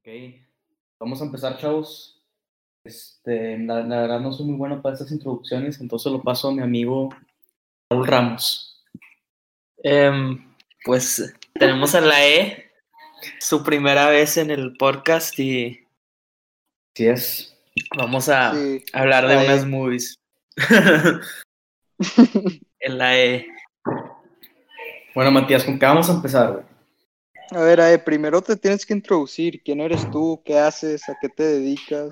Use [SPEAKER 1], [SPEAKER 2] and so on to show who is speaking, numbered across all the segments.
[SPEAKER 1] Ok, vamos a empezar, chavos. Este, la, la verdad no soy muy bueno para estas introducciones, entonces lo paso a mi amigo Raúl Ramos.
[SPEAKER 2] Em, pues tenemos a la E, su primera vez en el podcast y
[SPEAKER 1] Así es.
[SPEAKER 2] vamos a
[SPEAKER 3] Sí.
[SPEAKER 2] hablar de
[SPEAKER 3] la E.
[SPEAKER 2] unas movies. en la E.
[SPEAKER 1] Bueno, Matías, ¿con qué vamos a empezar, güey?
[SPEAKER 3] A ver, Ae, primero te tienes que introducir. ¿Quién eres tú? ¿Qué haces? ¿A qué te dedicas?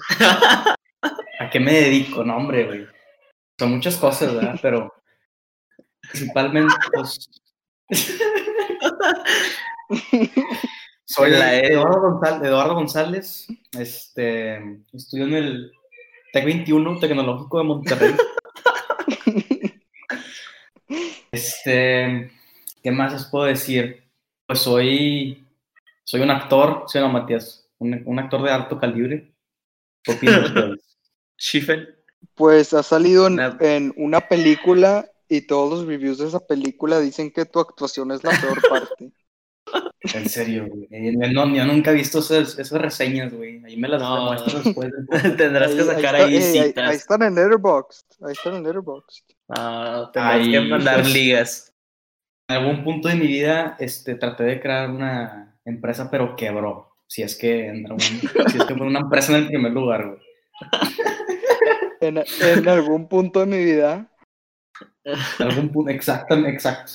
[SPEAKER 1] ¿A qué me dedico? No, hombre, güey. Son muchas cosas, ¿verdad? Pero principalmente, pues. Soy
[SPEAKER 2] La E.
[SPEAKER 1] Eduardo, González, Eduardo González. Este, estudio en el TEC 21 Tecnológico de Monterrey. Este, ¿qué más os puedo decir? Pues soy, soy un actor, soy no, Matías, un, un actor de alto calibre. ¿Qué opinan ustedes?
[SPEAKER 2] Shifen.
[SPEAKER 3] Pues has salido en,
[SPEAKER 2] Nada.
[SPEAKER 3] en una película y todos los reviews de esa película dicen que tu actuación es la peor parte.
[SPEAKER 1] En serio, güey. Eh, No, yo nunca he visto esas, esas reseñas, güey. Ahí me las
[SPEAKER 2] No.
[SPEAKER 1] demuestras después.
[SPEAKER 2] Tendrás que
[SPEAKER 3] Ahí-
[SPEAKER 2] sacar
[SPEAKER 3] está-
[SPEAKER 2] ahí,
[SPEAKER 3] eh, ahí-
[SPEAKER 2] citas.
[SPEAKER 3] ahí están en Letterboxd. Ahí están en Letterboxd.
[SPEAKER 2] Ah, tendrás
[SPEAKER 1] Ahí,
[SPEAKER 2] que mandar
[SPEAKER 1] pues.
[SPEAKER 2] ligas.
[SPEAKER 1] En algún punto de mi vida este, traté de crear una empresa, pero quebró. Si es que, entra un- si es que fue una empresa en el primer lugar, güey.
[SPEAKER 3] En, en algún punto de mi vida.
[SPEAKER 1] En algún punto, exactamente, exacto.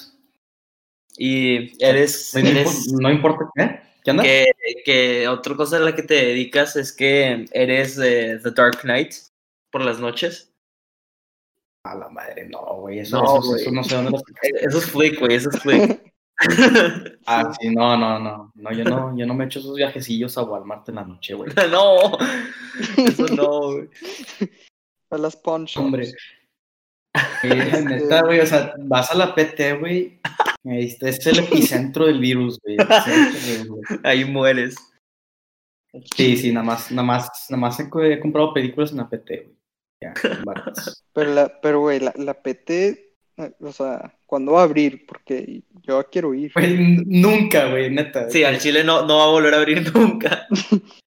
[SPEAKER 2] Y eres,
[SPEAKER 1] No, impo-
[SPEAKER 2] eres
[SPEAKER 1] no importa, ¿eh? ¿Qué onda?
[SPEAKER 2] que, que otra cosa a la que te dedicas es que eres eh, The Dark Knight por las noches.
[SPEAKER 1] A la madre, no, güey. Eso,
[SPEAKER 2] No,
[SPEAKER 1] eso-
[SPEAKER 2] güey.
[SPEAKER 1] eso no sé dónde lo sacaste.
[SPEAKER 2] Eh, Eso es flick, güey, eso es flick.
[SPEAKER 1] Ah, sí, no, no, no. No, yo no, yo no me echo esos viajecillos a Walmart en la noche, güey.
[SPEAKER 2] no, eso no, güey.
[SPEAKER 3] A las pawn shops.
[SPEAKER 1] Hombre. Eh,
[SPEAKER 3] Este,
[SPEAKER 1] neta, güey, o sea, vas a la PT, güey. ahí está, Es el epicentro del virus, güey. el centro del virus.
[SPEAKER 2] Ahí mueres.
[SPEAKER 1] Sí, sí, nada más, nada más, nada más he, co- he comprado películas en la PT, güey. Ya, baratas.
[SPEAKER 3] Pero, la, pero güey, la, la PT, eh, o sea, ¿cuándo va a abrir? Porque yo quiero ir.
[SPEAKER 1] Güey, n- nunca, güey, neta.
[SPEAKER 2] Sí, al Chile no, no va a volver a abrir nunca.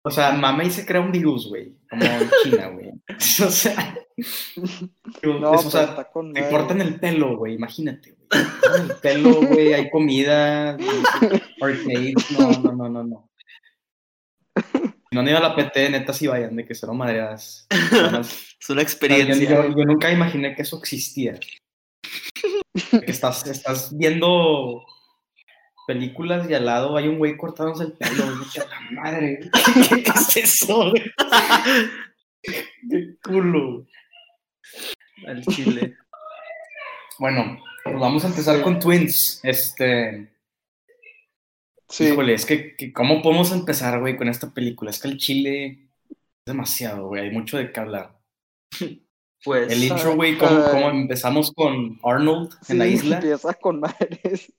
[SPEAKER 1] O sea, mame y se crea un virus, güey. Como en China, güey. O sea, digo,
[SPEAKER 3] No,
[SPEAKER 1] es- o
[SPEAKER 3] pues
[SPEAKER 1] sea,
[SPEAKER 3] está con
[SPEAKER 1] Te
[SPEAKER 3] madre.
[SPEAKER 1] cortan el pelo, güey, imagínate, güey. Te cortan el pelo, güey, hay comida, arcades, no, no, no, no, no. Si no han ido a la PT, neta, sí vayan, de que cero madreadas. Además,
[SPEAKER 2] Es una
[SPEAKER 1] Yo,
[SPEAKER 2] experiencia.
[SPEAKER 1] yo- yo nunca imaginé que eso existía. Que estás, estás viendo películas y al lado hay un güey cortándose el pelo, güey, que a la madre. ¿Qué es eso, güey? Qué culo, güey.
[SPEAKER 2] Al Chile.
[SPEAKER 1] Bueno, pues vamos a empezar con Twins. Este,
[SPEAKER 3] Sí.
[SPEAKER 1] híjole, es que, que ¿cómo podemos empezar, güey, con esta película? Es que el chile es demasiado, güey, hay mucho de qué hablar.
[SPEAKER 2] Pues,
[SPEAKER 1] El intro, güey,
[SPEAKER 3] Ah.
[SPEAKER 1] ¿cómo, cómo empezamos con Arnold en la
[SPEAKER 3] Sí,
[SPEAKER 1] isla?
[SPEAKER 3] Empieza con madres.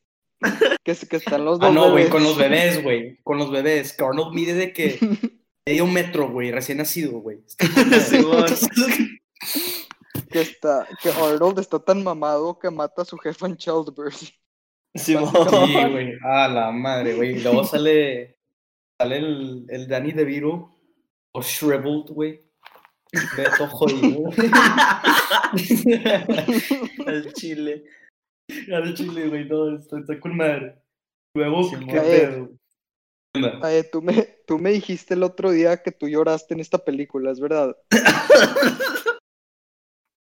[SPEAKER 3] que, que están los dos.
[SPEAKER 1] Ah, no, güey, con los
[SPEAKER 3] bebés.
[SPEAKER 1] bebés, güey, con los bebés. Que Arnold mide de que medio metro, güey, recién nacido, güey. Está con madre.
[SPEAKER 2] Simón.
[SPEAKER 3] Que, está, que Arnold está tan mamado que mata a su jefa en childbirth.
[SPEAKER 2] Simón.
[SPEAKER 1] Sí, güey, a la madre, güey. Y luego sale, sale el, el Danny DeVito, o Shriveled, güey. Ve todo jodido.
[SPEAKER 2] Al Chile.
[SPEAKER 1] Al chile, güey, no, está, está con madre. Luego,
[SPEAKER 2] Simón.
[SPEAKER 1] qué pedo. ¿Qué onda?
[SPEAKER 3] Ay, Ah, eh, tú, me, tú me dijiste el otro día que tú lloraste en esta película, es verdad.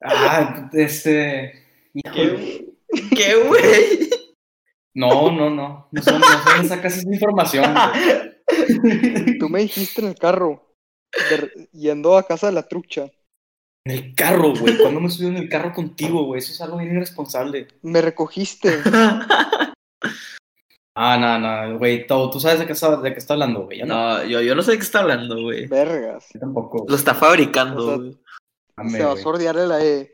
[SPEAKER 1] Ah, este. híjole.
[SPEAKER 2] ¿Qué, güey?
[SPEAKER 1] No, no, no. No sé no sé dónde sacas esa información. güey.
[SPEAKER 3] Tú me dijiste en el carro, de- yendo a casa de la trucha.
[SPEAKER 1] En el carro, güey. Cuando me subí en el carro contigo, güey? Eso es algo bien irresponsable.
[SPEAKER 3] Me recogiste.
[SPEAKER 1] Ah, no, no, güey. Todo. Tú sabes de qué está, de qué está hablando, güey. Yo no.
[SPEAKER 2] No, yo, yo no sé de qué está hablando, güey.
[SPEAKER 3] Vergas.
[SPEAKER 1] yo tampoco.
[SPEAKER 2] Lo
[SPEAKER 1] güey.
[SPEAKER 2] está fabricando,
[SPEAKER 3] O sea,
[SPEAKER 2] güey.
[SPEAKER 1] Dame,
[SPEAKER 3] Se va a
[SPEAKER 1] güey.
[SPEAKER 3] sordear el AE.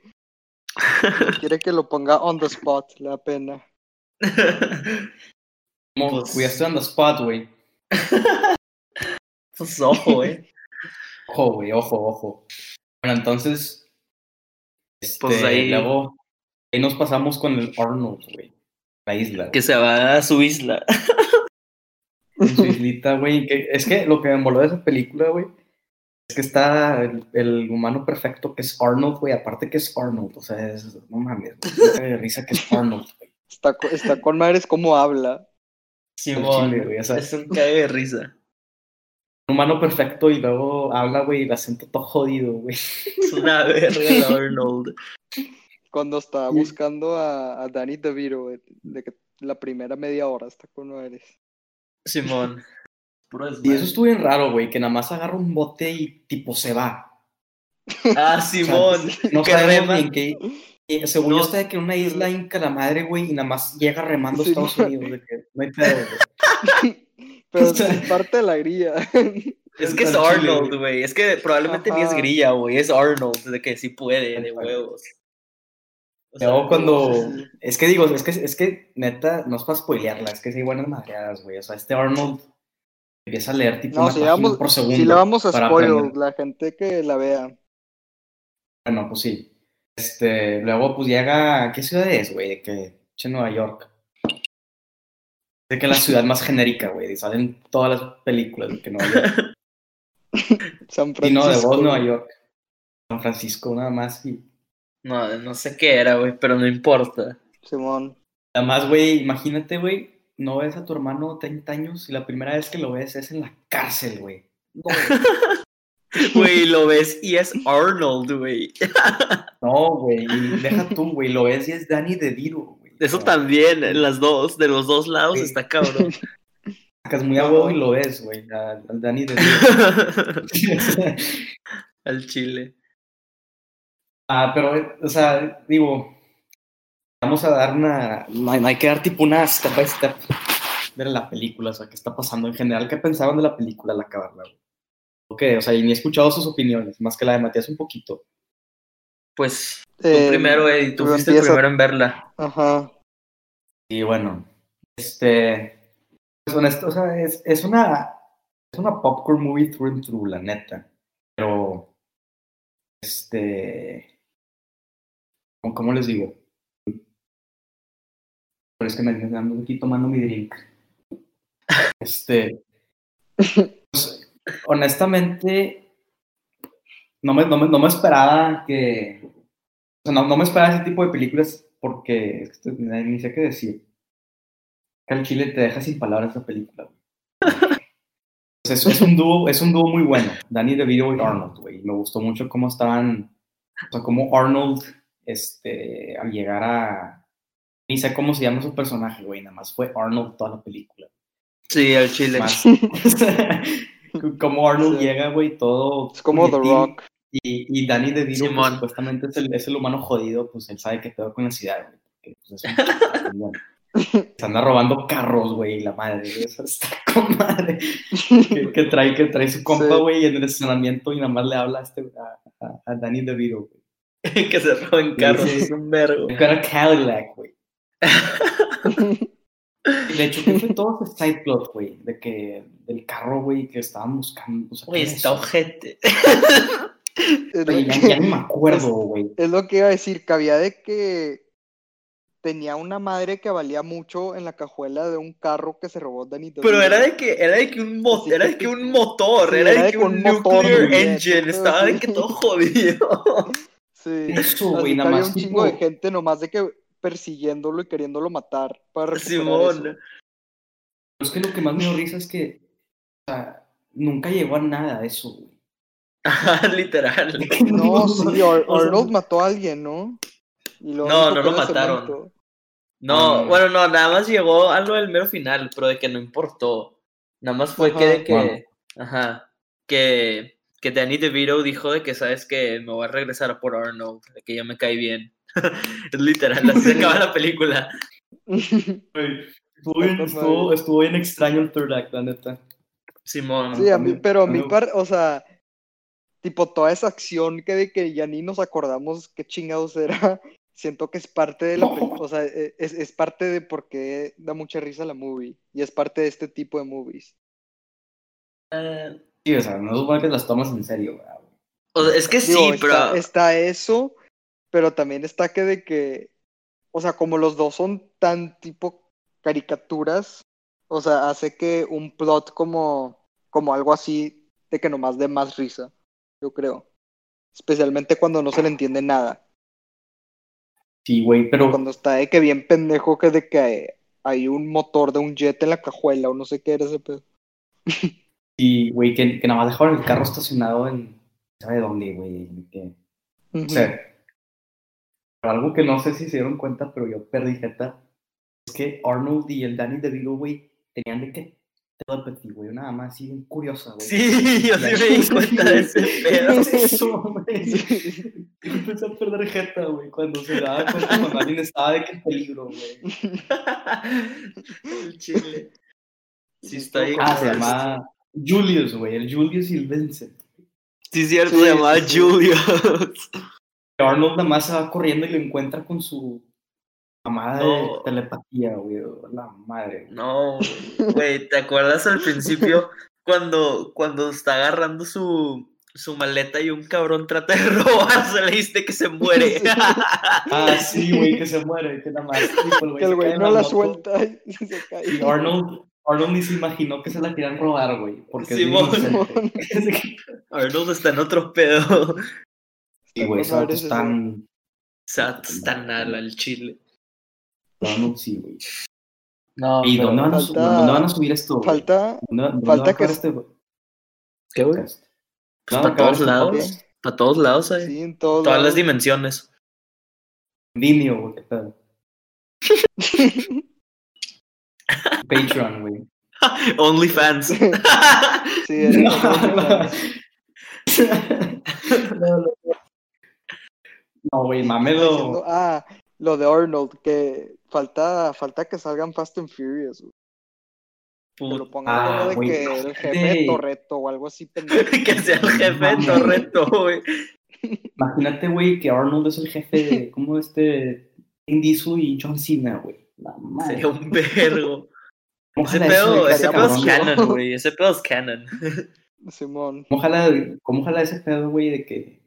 [SPEAKER 3] Quiere que lo ponga on the spot, la pena.
[SPEAKER 1] Como
[SPEAKER 2] Pues-
[SPEAKER 1] cuidaste on the spot, güey.
[SPEAKER 2] Pues ojo, güey.
[SPEAKER 1] Ojo, güey, ojo, ojo. Bueno, entonces. Este,
[SPEAKER 2] Pues ahí-
[SPEAKER 1] Luego, ahí nos pasamos con el Arnold, güey. La isla.
[SPEAKER 2] Que se va a su isla.
[SPEAKER 1] en su islita, güey. que- es que lo que me moló de esa película, güey, es que está el, el humano perfecto que es Arnold, güey. Aparte que es Arnold, o sea, es, no mames, güey, me da risa que es Arnold, güey.
[SPEAKER 3] Está, co- está con madres cómo habla.
[SPEAKER 2] Simón,
[SPEAKER 1] chile, güey, o sea-
[SPEAKER 2] es un cague de risa.
[SPEAKER 1] Un humano perfecto y luego habla, güey, y la siento todo jodido, güey.
[SPEAKER 2] Es una verga el Arnold.
[SPEAKER 3] Cuando está
[SPEAKER 1] Sí.
[SPEAKER 3] buscando a, a Danny DeVito, güey, de que la primera media hora está con madres.
[SPEAKER 2] Simón. Puro
[SPEAKER 1] Y eso
[SPEAKER 2] desmadre.
[SPEAKER 1] estuvo bien raro, güey, que nada más agarra un bote y tipo se va.
[SPEAKER 2] Ah,
[SPEAKER 1] O sea,
[SPEAKER 2] Simón.
[SPEAKER 1] no
[SPEAKER 2] que
[SPEAKER 1] sabemos
[SPEAKER 2] rema.
[SPEAKER 1] ni en qué. eh, según
[SPEAKER 2] No.
[SPEAKER 1] yo está de que en una isla inca la madre, güey, y nada más llega remando a
[SPEAKER 3] Sí,
[SPEAKER 1] Estados
[SPEAKER 3] no.
[SPEAKER 1] Unidos, de que no hay pedo, güey.
[SPEAKER 3] Pero
[SPEAKER 1] O sea-
[SPEAKER 3] es parte de la grilla.
[SPEAKER 2] Es que es
[SPEAKER 1] Al chile,
[SPEAKER 2] Arnold,
[SPEAKER 1] güey.
[SPEAKER 2] güey. Es que probablemente ni es
[SPEAKER 3] Ajá.
[SPEAKER 2] grilla, güey. Es Arnold, de que sí puede, de
[SPEAKER 1] Tal cual.
[SPEAKER 2] huevos. O
[SPEAKER 1] Luego cuando.
[SPEAKER 3] sí, sí.
[SPEAKER 1] Es que digo, es que, es que neta, no es para spoilearla, es que sí hay buenas madreadas, güey. O sea, este Arnold empieza a leer tipo
[SPEAKER 3] No,
[SPEAKER 1] una
[SPEAKER 3] si
[SPEAKER 1] página
[SPEAKER 3] vamos-
[SPEAKER 1] por segundo.
[SPEAKER 3] Si la vamos a
[SPEAKER 1] para
[SPEAKER 3] spoiler,
[SPEAKER 1] aprender.
[SPEAKER 3] la gente que la vea.
[SPEAKER 1] Bueno, pues sí. Este, luego, pues llega. ¿Qué ciudad es, güey? De que. Che, Nueva York. De que es la ciudad más genérica, güey. y Salen todas las películas de que Nueva York.
[SPEAKER 3] San
[SPEAKER 1] Y no,
[SPEAKER 3] Francisco.
[SPEAKER 1] de vos, Nueva York. San Francisco, nada más. Y
[SPEAKER 2] No, no sé qué era, güey, pero no importa.
[SPEAKER 3] Simón.
[SPEAKER 1] nada más, güey, imagínate, güey, no ves a tu hermano 30 años y la primera vez que lo ves es en la cárcel, güey. No, güey.
[SPEAKER 2] Güey, lo ves y es Arnold, güey.
[SPEAKER 1] No, güey, y deja tú, güey, lo ves y es Danny DeVito, güey.
[SPEAKER 2] Eso
[SPEAKER 1] O sea,
[SPEAKER 2] también, en las dos, de los dos lados
[SPEAKER 1] Sí.
[SPEAKER 2] está cabrón.
[SPEAKER 1] Sacas muy a huevo y lo ves, güey, al al Danny DeVito.
[SPEAKER 2] Al chile.
[SPEAKER 1] ah, pero, eh, o sea, digo, vamos a dar una... No hay, no hay que dar tipo una step by step de la película, o sea, qué está pasando en general, qué pensaban de la película al acabarla, güey. Ok, o sea, y ni he escuchado sus opiniones, más que la de Matías un poquito.
[SPEAKER 2] Pues tú
[SPEAKER 3] Eh,
[SPEAKER 2] primero, Eddie, tú
[SPEAKER 3] pero
[SPEAKER 2] fuiste el
[SPEAKER 3] empieza-
[SPEAKER 2] primero en verla.
[SPEAKER 3] Ajá.
[SPEAKER 1] Y bueno, este, pues honesto, o sea, es, es una, es una popcorn movie through and through, la neta. Pero, este, ¿cómo- ¿cómo les digo? Pero es que me ando aquí tomando mi drink. Este, pues, honestamente, no me, no me- no me esperaba que, o sea, no, no me esperaba ese tipo de películas porque es que estoy- ni sé qué decir. Que al chile te deja sin palabras la película. güey. Pues es, es un dúo, es un dúo muy bueno. Danny DeVito y Arnold, güey. Me gustó mucho cómo estaban, o sea, cómo Arnold, este, al llegar a, ni sé cómo se llama su personaje, güey. Nada más fue Arnold toda la película.
[SPEAKER 2] Sí, al chile.
[SPEAKER 1] Más, cómo Arnold
[SPEAKER 3] Sí.
[SPEAKER 1] llega, güey, todo.
[SPEAKER 3] Es como The
[SPEAKER 1] puñetín.
[SPEAKER 3] Rock.
[SPEAKER 1] Y, y Danny DeVito, pues,
[SPEAKER 2] Simón.
[SPEAKER 1] supuestamente es el, es el humano jodido, pues él sabe que todo con la ciudad, güey. porque, pues, es un chaval, ¿no? Se anda robando carros, güey, y la madre, güey, esa está con madre. Que, que trae, que trae su compa,
[SPEAKER 3] Sí.
[SPEAKER 1] güey, en el estacionamiento y nada más le habla a, este, a, a, a Danny DeVito, güey.
[SPEAKER 2] que se roban carros,
[SPEAKER 1] sí.
[SPEAKER 2] es un vergo.
[SPEAKER 1] Like a Cadillac, güey. Y De hecho, que fue todo ese side plot, güey, de que del carro, güey, que estaban buscando. O sea,
[SPEAKER 2] Güey,
[SPEAKER 1] ¿qué es
[SPEAKER 2] está
[SPEAKER 1] eso?
[SPEAKER 2] ojete.
[SPEAKER 3] Es lo
[SPEAKER 1] Güey, ya, ya
[SPEAKER 3] que-
[SPEAKER 1] ni me acuerdo, güey.
[SPEAKER 3] es lo que iba a decir, que había de que tenía una madre que valía mucho en la cajuela de un carro que se robó Danny
[SPEAKER 2] Pero
[SPEAKER 3] DeVito.
[SPEAKER 2] era de que era de que un mo-
[SPEAKER 3] Así
[SPEAKER 2] era de
[SPEAKER 3] que-
[SPEAKER 2] que un motor,
[SPEAKER 3] Sí,
[SPEAKER 2] era de que
[SPEAKER 3] con
[SPEAKER 2] un
[SPEAKER 3] un motor,
[SPEAKER 2] nuclear
[SPEAKER 1] güey,
[SPEAKER 2] engine,
[SPEAKER 3] todo
[SPEAKER 2] estaba de
[SPEAKER 3] así.
[SPEAKER 2] que todo jodido.
[SPEAKER 3] Sí.
[SPEAKER 1] Eso,
[SPEAKER 3] Así
[SPEAKER 1] güey,
[SPEAKER 3] que
[SPEAKER 1] nada
[SPEAKER 3] había
[SPEAKER 1] más.
[SPEAKER 3] un chingo
[SPEAKER 1] tipo-
[SPEAKER 3] de gente nomás de que persiguiéndolo y queriéndolo matar para recuperar
[SPEAKER 2] Simón.
[SPEAKER 3] eso.
[SPEAKER 1] Pero es que lo que más me dio risa es que o sea, nunca llegó a nada eso, güey.
[SPEAKER 2] Ajá, Literal.
[SPEAKER 3] No, sí, Ar-
[SPEAKER 1] O sea,
[SPEAKER 3] Arnold mató a alguien, ¿no? Y lo
[SPEAKER 2] No, no
[SPEAKER 3] único que
[SPEAKER 2] lo
[SPEAKER 3] era
[SPEAKER 2] mataron.
[SPEAKER 3] cemento.
[SPEAKER 1] No, no,
[SPEAKER 2] No,
[SPEAKER 1] no.
[SPEAKER 2] bueno, no, nada más llegó a lo del mero final, pero de que no importó. Nada más fue que de
[SPEAKER 3] Ajá.
[SPEAKER 2] que. Ajá. Que, que Danny DeVito dijo de que, sabes que me voy a regresar por Arnold, de que ya me cae bien. Es literal, así se acaba la película.
[SPEAKER 1] Estuvo bien,
[SPEAKER 3] Puta
[SPEAKER 1] estuvo,
[SPEAKER 3] madre.
[SPEAKER 1] estuvo bien extraño el third act, la neta.
[SPEAKER 2] Simón.
[SPEAKER 3] Sí, a mí, pero a mí,
[SPEAKER 1] Algo-
[SPEAKER 3] par- o sea, tipo toda esa acción que de que ya ni nos acordamos qué chingados era, siento que es parte de la, pel- o sea, e- es, es parte de por qué da mucha risa la movie y es parte de este tipo de movies.
[SPEAKER 2] Eh,
[SPEAKER 1] Sí, o sea, no supone que las tomas en serio, güey.
[SPEAKER 2] o sea, es que sí,
[SPEAKER 3] Digo, está,
[SPEAKER 2] pero.
[SPEAKER 3] está eso, pero también está que de que, o sea, como los dos son tan tipo caricaturas, O sea, hace que un plot como, como algo así de que nomás dé más risa, yo creo. Especialmente cuando no se le entiende nada.
[SPEAKER 1] Sí, güey, pero
[SPEAKER 3] Cuando está de que bien pendejo que de que hay, hay un motor de un jet en la cajuela o no sé qué era ese pedo.
[SPEAKER 1] sí, güey, que, que nada más dejaron el carro estacionado en. ¿Sabe dónde, güey? De que- O sea, algo que no sé si se dieron cuenta, pero yo perdí jeta. Es que Arnold y el Danny DeVito, güey, tenían de que telepathy, güey, una dama así bien curiosa, güey.
[SPEAKER 2] Sí, yo sí me di cuenta de ese pedo.
[SPEAKER 1] ¿Qué es eso, güey? Yo empecé a perder jeta, güey, cuando se daba cuenta cuando alguien estaba de que peligro, güey.
[SPEAKER 2] El chile. Sí, está ahí.
[SPEAKER 1] Ah, se llamaba Julius, güey, el Julius y el Vincent.
[SPEAKER 2] Sí, cierto,
[SPEAKER 3] Sí,
[SPEAKER 2] se llamaba
[SPEAKER 3] sí, sí.
[SPEAKER 2] Julio.
[SPEAKER 1] Arnold nada más se va corriendo y lo encuentra con su mamada
[SPEAKER 2] No.
[SPEAKER 1] de telepatía, güey, la madre. güey.
[SPEAKER 2] No, güey, ¿te acuerdas al principio cuando, cuando está agarrando su, su maleta y un cabrón trata de robársela y dice que se muere?
[SPEAKER 1] Ah, sí, güey, que se muere, que nada más. tipo,
[SPEAKER 3] que
[SPEAKER 1] se cae
[SPEAKER 3] el güey
[SPEAKER 1] en
[SPEAKER 3] no la
[SPEAKER 1] moto.
[SPEAKER 3] suelta y se cae.
[SPEAKER 1] Y Arnold, Arnold ni se imaginó que se la querían robar, güey, porque es
[SPEAKER 2] Simón.
[SPEAKER 1] inocente. Es de que
[SPEAKER 2] Arnold está en otro pedo.
[SPEAKER 1] Sí, güey, esos vatos
[SPEAKER 3] Está raro ese
[SPEAKER 1] están.
[SPEAKER 2] Sat está nada al chile.
[SPEAKER 1] Arnold sí, güey.
[SPEAKER 2] No,
[SPEAKER 1] ¿Y dónde van, a
[SPEAKER 3] falta-
[SPEAKER 1] su- dónde van a subir esto? güey?
[SPEAKER 3] Falta
[SPEAKER 1] ¿Dónde, dónde
[SPEAKER 3] falta
[SPEAKER 1] va a acabar
[SPEAKER 3] que-
[SPEAKER 1] este podcast?
[SPEAKER 2] ¿Qué, güey? Pues
[SPEAKER 1] ¿Dónde va a
[SPEAKER 2] para
[SPEAKER 1] acabar
[SPEAKER 2] todos
[SPEAKER 1] este
[SPEAKER 2] lados.
[SPEAKER 1] podcast?
[SPEAKER 2] Para todos lados hay.
[SPEAKER 3] sí, en todos
[SPEAKER 2] Todas las
[SPEAKER 3] lados.
[SPEAKER 2] dimensiones.
[SPEAKER 1] Vimeo, güey, qué pedo. Patreon, güey.
[SPEAKER 2] OnlyFans.
[SPEAKER 3] Sí, en-
[SPEAKER 1] No, güey,
[SPEAKER 3] diciendo,
[SPEAKER 1] mamelo.
[SPEAKER 3] ah, lo de Arnold, que falta, falta que salgan Fast and Furious, güey. Que lo
[SPEAKER 2] Put-
[SPEAKER 3] pongan
[SPEAKER 1] Ah,
[SPEAKER 3] como de
[SPEAKER 1] güey,
[SPEAKER 3] que el jefe de
[SPEAKER 1] sí.
[SPEAKER 3] Torreto o algo así pendejo.
[SPEAKER 2] que sea el jefe de
[SPEAKER 1] Mamá.
[SPEAKER 2] Torreto, güey.
[SPEAKER 1] Imagínate, güey, que Arnold es el jefe de. ¿Cómo este? Vin Diesel y John Cena, güey. La madre.
[SPEAKER 2] Sería un vergo. Ese
[SPEAKER 1] Ojalá eso
[SPEAKER 2] pedo,
[SPEAKER 1] de
[SPEAKER 2] ese
[SPEAKER 1] ese
[SPEAKER 2] pedo es
[SPEAKER 1] cabrón,
[SPEAKER 3] cabrón.
[SPEAKER 2] canon, güey. Ese pedo es canon.
[SPEAKER 3] Simón.
[SPEAKER 1] ¿Cómo ojalá, cómo ojalá ese pedo, güey, de que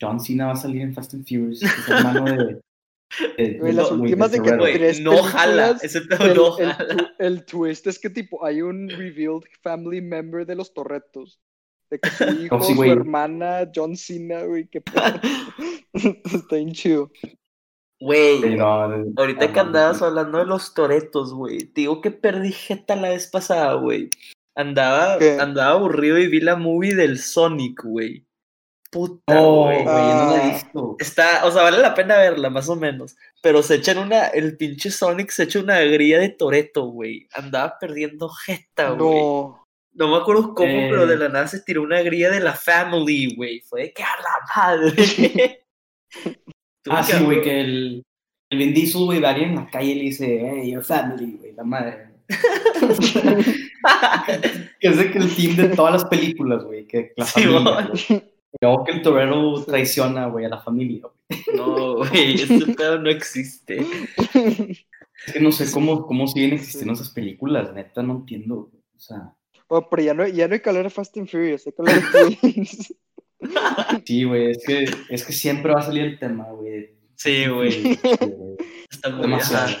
[SPEAKER 1] John Cena va a salir en Fast and Furious? que Es hermano de. de-
[SPEAKER 3] Güey, las
[SPEAKER 1] güey,
[SPEAKER 3] últimas de que
[SPEAKER 1] Ferrero.
[SPEAKER 3] Güey, tres
[SPEAKER 2] no jala.
[SPEAKER 3] películas,
[SPEAKER 2] Ese pedo
[SPEAKER 3] El,
[SPEAKER 2] no
[SPEAKER 3] el
[SPEAKER 2] jala.
[SPEAKER 3] tu- el twist es que tipo hay un revealed family member de los Torretos. De que su hijo,
[SPEAKER 1] sí,
[SPEAKER 3] su
[SPEAKER 1] güey.
[SPEAKER 3] hermana, John Cena, güey, qué pedo. Está bien chido.
[SPEAKER 1] Sí,
[SPEAKER 2] Güey.
[SPEAKER 1] no, de-
[SPEAKER 2] Ahorita que
[SPEAKER 1] ah, no,
[SPEAKER 2] andabas
[SPEAKER 1] sí.
[SPEAKER 2] hablando de los toretos, güey. Te digo que perdí jeta la vez pasada, güey. Andaba,
[SPEAKER 3] ¿Qué?
[SPEAKER 2] andaba aburrido y vi la movie del Sonic, güey. Puta,
[SPEAKER 1] No,
[SPEAKER 2] güey.
[SPEAKER 1] Oh, güey, yo no la he
[SPEAKER 3] Ah.
[SPEAKER 1] visto.
[SPEAKER 2] Está, o sea, vale la pena verla, más o menos. Pero se echan una, el pinche Sonic se echa una grilla de Toreto, güey. Andaba perdiendo
[SPEAKER 1] Ah,
[SPEAKER 2] jeta, güey. No.
[SPEAKER 3] No.
[SPEAKER 2] me acuerdo cómo,
[SPEAKER 1] Eh.
[SPEAKER 2] pero de la nada se tiró una grilla de la family, güey. Fue de que a la madre. Tuve
[SPEAKER 1] Ah,
[SPEAKER 2] que
[SPEAKER 1] sí, güey,
[SPEAKER 2] haber-
[SPEAKER 1] que el, el Vin Diesel, güey, varía en la calle y le dice, hey, your family, güey, la madre. que es de que el team de todas las películas, güey, que la
[SPEAKER 2] Sí,
[SPEAKER 1] familia,
[SPEAKER 2] mon.
[SPEAKER 1] güey. Y luego que el torero traiciona, güey, a la familia. güey.
[SPEAKER 2] No, güey, ese pedo no existe.
[SPEAKER 1] Es que no sé cómo, cómo siguen existiendo esas películas, neta, no entiendo. güey. O sea,
[SPEAKER 3] Bueno, pero ya no, ya no hay que hablar de Fast and Furious, hay que hablar de Twins.
[SPEAKER 1] sí, güey, es que, es que siempre va a salir el tema, güey.
[SPEAKER 2] Sí, güey, está muy
[SPEAKER 1] Demasiado.
[SPEAKER 2] ajá,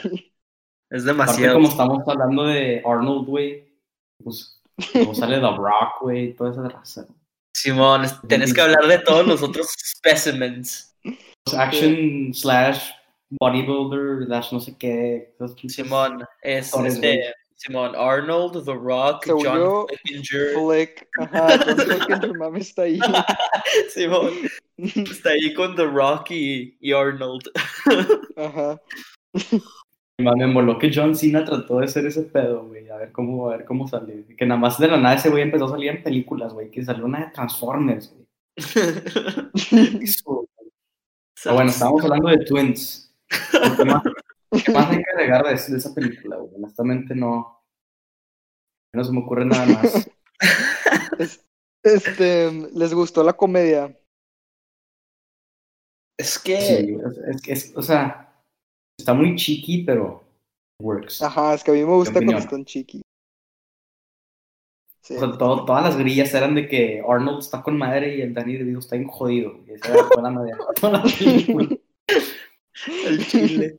[SPEAKER 1] Aparte,
[SPEAKER 2] Es demasiado.
[SPEAKER 1] como estamos hablando de Arnold, güey, pues como sale The Rock, güey, toda esa raza.
[SPEAKER 2] Simón, es- tenés que hablar de todos los otros specimens.
[SPEAKER 1] Pues, Action slash bodybuilder slash no sé qué. esas pinches-
[SPEAKER 2] Simón, es
[SPEAKER 1] Torres,
[SPEAKER 2] este,
[SPEAKER 1] güey.
[SPEAKER 2] Simón, Arnold, The Rock,
[SPEAKER 3] Según
[SPEAKER 2] John
[SPEAKER 3] yo,
[SPEAKER 2] Flickinger.
[SPEAKER 3] Fleck, ajá, John Fleck, tu mami está ahí.
[SPEAKER 2] Simón, está ahí con The Rock y, y Arnold.
[SPEAKER 3] Ajá.
[SPEAKER 1] Y más Me moló que John Cena trató de hacer ese pedo, güey. A ver cómo, a ver cómo sale. Que nada más de la nada ese güey empezó a salir en películas, güey. Que salió una de Transformers, güey. Eso, Pero Ah, bueno, estábamos hablando de Twins. ¿Qué más, qué más hay que agregar de, de esa película, güey? Honestamente no. No se me ocurre nada más.
[SPEAKER 3] Es- este, les gustó la comedia.
[SPEAKER 2] Es que,
[SPEAKER 1] Sí, güey, es- es, que es- o sea, está muy chiqui, pero works.
[SPEAKER 3] Ajá, es que a mí me gusta cuando
[SPEAKER 1] opinión?
[SPEAKER 3] están chiqui. Sí.
[SPEAKER 1] O sea, todo- todas las grillas eran de que Arnold está con madre y el Danny DeVito está bien jodido. güey. Esa era toda la madre. Toda la película.
[SPEAKER 2] el chile.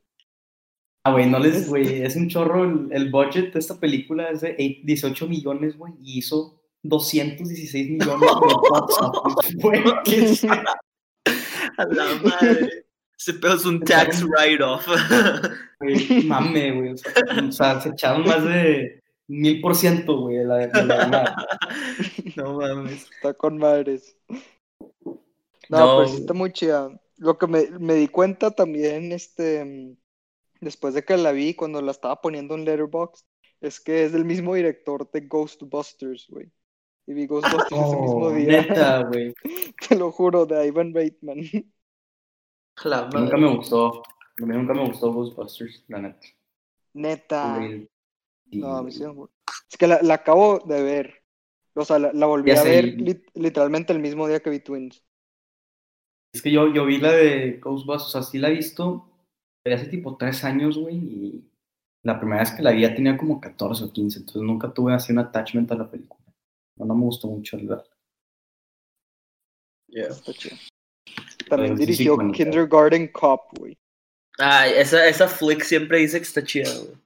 [SPEAKER 1] Ah, güey, no les,
[SPEAKER 3] Este
[SPEAKER 1] güey, es un chorro. El, el budget de esta película es de eight- 18 millones, güey, y hizo 216 millones de WhatsApp, güey. ¿Qué es?
[SPEAKER 2] A la madre. Ese pedo es un tax write-off.
[SPEAKER 1] güey, mame, güey. O sea, o sea, se echaron más de mil por ciento, güey, de la de la lana.
[SPEAKER 2] no mames.
[SPEAKER 3] Está con madres. No,
[SPEAKER 2] No.
[SPEAKER 3] pero sí
[SPEAKER 1] pues,
[SPEAKER 3] está muy chida. Lo que me, me di cuenta también, este, mm, después de que la vi, cuando la estaba poniendo en Letterboxd, es que es del mismo director de Ghostbusters, güey. Y vi Ghostbusters ese mismo
[SPEAKER 1] Oh,
[SPEAKER 3] día,
[SPEAKER 1] neta, güey.
[SPEAKER 3] te lo juro, de Ivan Reitman.
[SPEAKER 2] A la madre.
[SPEAKER 1] Nunca me gustó. A mí nunca me gustó Ghostbusters, la neta.
[SPEAKER 3] Neta.
[SPEAKER 1] Güey. Y-
[SPEAKER 3] Ah. No, a mí sí me gu- Es que la, la acabo de ver. O sea, la, la volví
[SPEAKER 1] Ya
[SPEAKER 3] a
[SPEAKER 1] sé,
[SPEAKER 3] ver
[SPEAKER 1] y-
[SPEAKER 3] lit- literalmente el mismo día que vi Twins.
[SPEAKER 1] Es que yo, yo vi la de Ghostbusters, o sea, sí la he visto pero hace tipo tres años, güey, y la primera vez que la vi ya tenía como 14 o 15, entonces nunca tuve así un attachment a la película. No, no me gustó mucho el verla.
[SPEAKER 2] Yeah.
[SPEAKER 3] Está chido.
[SPEAKER 1] Pero sí,
[SPEAKER 3] También
[SPEAKER 1] sí,
[SPEAKER 3] dirigió
[SPEAKER 1] cuando-
[SPEAKER 3] Kindergarten Cop, güey.
[SPEAKER 2] Ay, esa, esa flick siempre dice que está chida, güey.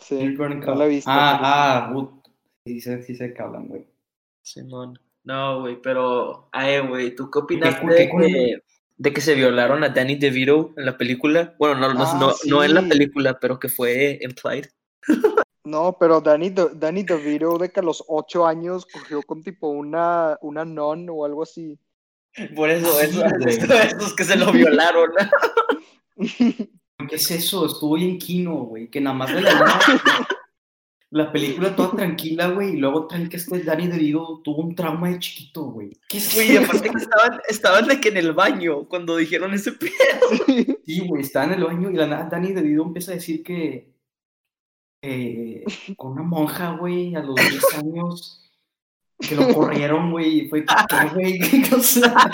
[SPEAKER 3] Sí.
[SPEAKER 1] No
[SPEAKER 3] la he visto,
[SPEAKER 1] Ah, ah, ut- sí sé, sí sé que hablan, güey.
[SPEAKER 2] Simón. No, güey, pero. Ay, güey, ¿tú qué opinas
[SPEAKER 1] cu-
[SPEAKER 2] de,
[SPEAKER 1] qué cu-
[SPEAKER 2] que- de que se violaron a Danny DeVito en la película? Bueno, no, no-
[SPEAKER 3] Ah,
[SPEAKER 2] no, no en la
[SPEAKER 3] sí.
[SPEAKER 2] película, pero que fue implied.
[SPEAKER 3] No, pero Danny, De- Danny DeVito de que a los ocho años cogió con tipo una, una non o algo así.
[SPEAKER 2] Por eso,
[SPEAKER 1] Sí,
[SPEAKER 2] eso,
[SPEAKER 1] güey.
[SPEAKER 2] eso- eso es que se lo violaron.
[SPEAKER 1] ¿Qué es eso? Estuvo en Kino, güey, que nada más de la nada, La película toda tranquila, güey, y luego traen que este Danny DeVito tuvo un trauma de chiquito, güey. ¿Qué es
[SPEAKER 2] Güey,
[SPEAKER 1] eso?
[SPEAKER 2] aparte que estaban, estaban de que en el baño cuando dijeron ese pedo.
[SPEAKER 3] Sí.
[SPEAKER 1] Sí, güey, está en el baño y la nada Danny DeVito empieza a decir que eh, con una monja, güey, a los 10 años, que lo corrieron, güey, y fue, ¿qué, güey? ¿Qué, o sea,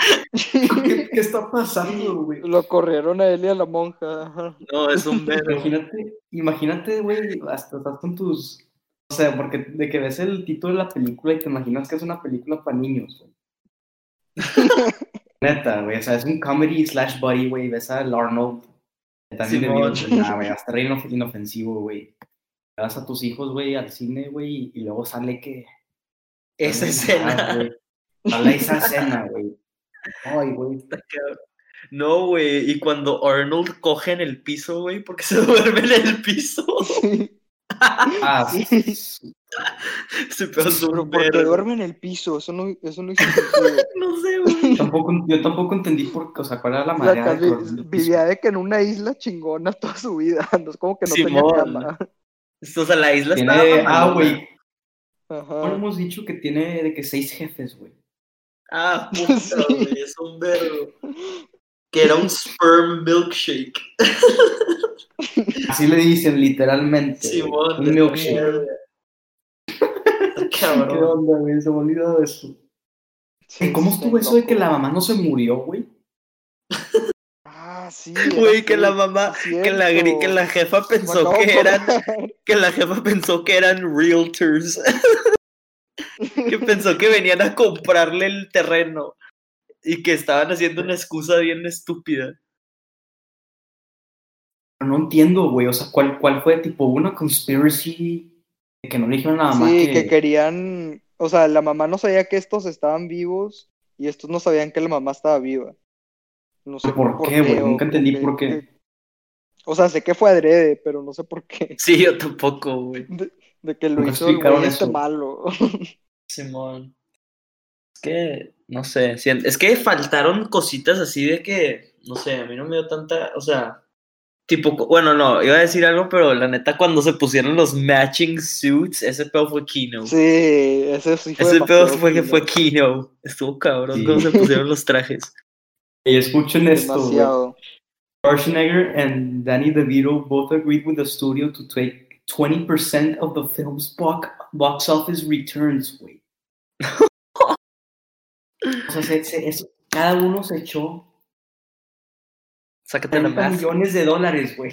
[SPEAKER 1] ¿qué- qué está pasando, güey?
[SPEAKER 3] Lo corrieron a él y a la monja. ajá.
[SPEAKER 2] No, es un verbo.
[SPEAKER 1] Imagínate, imagínate, güey, hasta estás con tus... O sea, porque de que ves el título de la película y te imaginas que es una película para niños, güey. Neta, güey, o sea, es un comedy slash buddy, güey, ves al Arnold. que También
[SPEAKER 2] Simón.
[SPEAKER 1] le digo, nah, güey, hasta re inof- inofensivo, güey. Le Vas a tus hijos, güey, al cine, güey, y luego sale que...
[SPEAKER 2] Esa
[SPEAKER 1] sale nada,
[SPEAKER 2] escena.
[SPEAKER 1] güey. Sale esa escena, güey. Ay, güey.
[SPEAKER 2] No, güey. Y cuando Arnold coge en el piso, güey, porque se duerme en el piso.
[SPEAKER 3] Sí.
[SPEAKER 1] Ah,
[SPEAKER 2] Ese pedo es
[SPEAKER 3] Pero
[SPEAKER 2] un
[SPEAKER 3] porque
[SPEAKER 2] verbo.
[SPEAKER 3] duerme en el piso, eso no, eso no hizo sentido.
[SPEAKER 2] No sé, güey.
[SPEAKER 1] tampoco, yo tampoco entendí por qué, o sea, cuál era la
[SPEAKER 3] La
[SPEAKER 1] manera
[SPEAKER 3] ca-
[SPEAKER 1] de... correr.
[SPEAKER 3] vivía de que en una isla chingona toda su vida. No es como que no
[SPEAKER 2] Simón.
[SPEAKER 3] tenía cama.
[SPEAKER 2] O sea, la isla
[SPEAKER 1] Tiene-
[SPEAKER 2] está.
[SPEAKER 1] ah, güey, ¿cuál
[SPEAKER 3] Ajá.
[SPEAKER 1] hemos dicho que tiene de que seis jefes, güey?
[SPEAKER 2] Ah, puta,
[SPEAKER 3] Sí.
[SPEAKER 2] güey, es un verbo. Que era un sperm milkshake.
[SPEAKER 1] Así le dicen literalmente. güey.
[SPEAKER 2] Simón.
[SPEAKER 1] un milkshake. ¿Qué
[SPEAKER 2] Cabrón.
[SPEAKER 1] onda, güey? Se me olvidó de eso.
[SPEAKER 3] Sí,
[SPEAKER 1] ¿Cómo
[SPEAKER 3] sí,
[SPEAKER 1] estuvo
[SPEAKER 3] está
[SPEAKER 1] eso de
[SPEAKER 3] loco.
[SPEAKER 1] que la mamá no se murió, güey?
[SPEAKER 3] Ah, sí.
[SPEAKER 2] Güey,
[SPEAKER 3] era
[SPEAKER 2] que
[SPEAKER 3] así,
[SPEAKER 2] la mamá,
[SPEAKER 3] es
[SPEAKER 2] que la, gri- que
[SPEAKER 3] cierto.
[SPEAKER 2] la jefa
[SPEAKER 3] Me
[SPEAKER 2] pensó
[SPEAKER 3] acabo de
[SPEAKER 2] que eran,
[SPEAKER 3] acordar.
[SPEAKER 2] que la jefa pensó que eran realtors. que pensó que venían a comprarle el terreno y que estaban haciendo una excusa bien estúpida.
[SPEAKER 1] Pero no entiendo, güey. O sea, ¿cuál, cuál fue? Tipo, ¿hubo una conspiracy de que no le dijeron a la mamá
[SPEAKER 3] Sí,
[SPEAKER 1] que...
[SPEAKER 3] que querían, o sea, la mamá no sabía que estos estaban vivos y estos no sabían que la mamá estaba viva. No sé
[SPEAKER 1] ¿Por qué, güey?
[SPEAKER 3] o
[SPEAKER 1] Nunca entendí
[SPEAKER 3] qué-
[SPEAKER 1] por qué.
[SPEAKER 3] O sea, sé que fue adrede, pero no sé por qué.
[SPEAKER 2] Sí, yo tampoco, güey.
[SPEAKER 3] De que lo
[SPEAKER 1] Nunca
[SPEAKER 3] hizo el
[SPEAKER 1] explicaron
[SPEAKER 3] güey este
[SPEAKER 1] eso.
[SPEAKER 3] malo.
[SPEAKER 2] Simón. Es que, no sé, si- es que faltaron cositas así de que, no sé, a mí no me dio tanta, o sea, tipo, cu- bueno, no, iba a decir algo, pero la neta cuando se pusieron los matching suits, ese pedo fue Kino.
[SPEAKER 3] Sí, ese sí fue.
[SPEAKER 2] ese pedo
[SPEAKER 3] demasiado
[SPEAKER 2] fue que
[SPEAKER 3] fino.
[SPEAKER 2] fue Kino. Estuvo cabrón
[SPEAKER 1] Sí.
[SPEAKER 2] cuando se pusieron los trajes.
[SPEAKER 1] Y escuchen esto, güey.
[SPEAKER 3] demasiado.
[SPEAKER 1] Schwarzenegger and Danny DeVito both agreed with the studio to take 20% of the film's box, box office returns, güey. o sea, se- se- eso- cada uno se echó
[SPEAKER 2] Sácate la
[SPEAKER 1] 30
[SPEAKER 2] más.
[SPEAKER 1] millones de dólares, güey.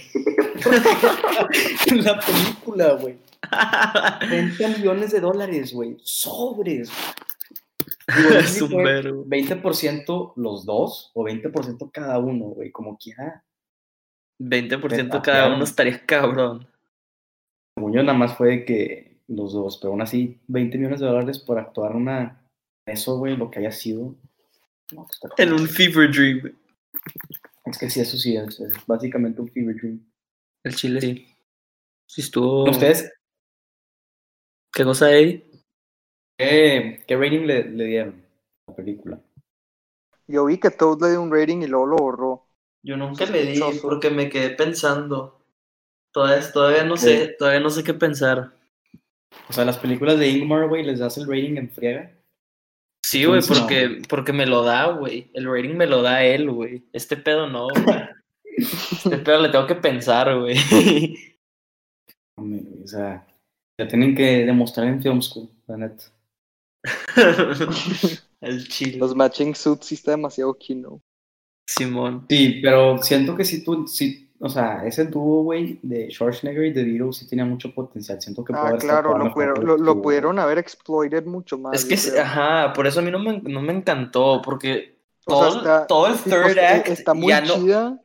[SPEAKER 1] en la película, güey. 30 millones de dólares, güey. Sobres. güey. Digo,
[SPEAKER 2] es
[SPEAKER 1] Pues sí
[SPEAKER 2] un
[SPEAKER 1] fue
[SPEAKER 2] verbo.
[SPEAKER 1] 20% los dos o 20% cada uno, güey, como quiera.
[SPEAKER 2] 20%
[SPEAKER 1] Ventajearon.
[SPEAKER 2] cada uno estaría cabrón.
[SPEAKER 1] Según yo, nada más fue de que los dos, pero aún así, 20 millones de dólares por actuar una. Eso, güey, lo que haya sido. No, pues, está
[SPEAKER 2] En
[SPEAKER 1] cabrón.
[SPEAKER 2] un fever dream.
[SPEAKER 1] Es que sí, eso sí, es, es básicamente un fever dream.
[SPEAKER 2] El chile sí. Sí estuvo.
[SPEAKER 1] ¿Ustedes
[SPEAKER 2] ¿Qué cosa, Eddie?
[SPEAKER 1] qué, qué rating le, le dieron a la película?
[SPEAKER 3] Yo vi que Toad le dio un rating y luego lo borró.
[SPEAKER 2] Yo nunca le di
[SPEAKER 3] Sospechoso.
[SPEAKER 2] porque me quedé pensando. Todavía, todavía no sé, todavía no sé qué pensar.
[SPEAKER 1] O sea, las películas de Ingmar, güey, les das el rating en friega.
[SPEAKER 2] Sí, güey,
[SPEAKER 1] Entonces,
[SPEAKER 2] porque, porque me lo da, güey. El rating me lo da él, güey. Este pedo no, güey. Este pedo le tengo que pensar, güey.
[SPEAKER 1] Hombre, güey, O sea, te tienen que demostrar en film school, la neta.
[SPEAKER 2] El chile.
[SPEAKER 3] Los matching suits sí está demasiado kino.
[SPEAKER 2] Simón.
[SPEAKER 1] Sí, pero siento que si tú, sí, o sea, ese dúo, güey, de Schwarzenegger y de Viro sí tenía mucho potencial. Siento que puede
[SPEAKER 3] Ah,
[SPEAKER 1] haber
[SPEAKER 3] claro,
[SPEAKER 1] sacado
[SPEAKER 3] lo
[SPEAKER 1] mejor
[SPEAKER 3] pudieron, lo,
[SPEAKER 1] producto,
[SPEAKER 3] lo
[SPEAKER 1] güey.
[SPEAKER 3] pudieron haber exploited mucho más.
[SPEAKER 2] Es que,
[SPEAKER 3] yo
[SPEAKER 2] sí,
[SPEAKER 3] creo.
[SPEAKER 2] ajá, por eso a mí no me, no me encantó, porque
[SPEAKER 3] O sea,
[SPEAKER 2] todo,
[SPEAKER 3] está-
[SPEAKER 2] todo el
[SPEAKER 3] sí,
[SPEAKER 2] third
[SPEAKER 3] pues, eh,
[SPEAKER 2] act
[SPEAKER 3] está muy
[SPEAKER 2] ya no-
[SPEAKER 3] chida.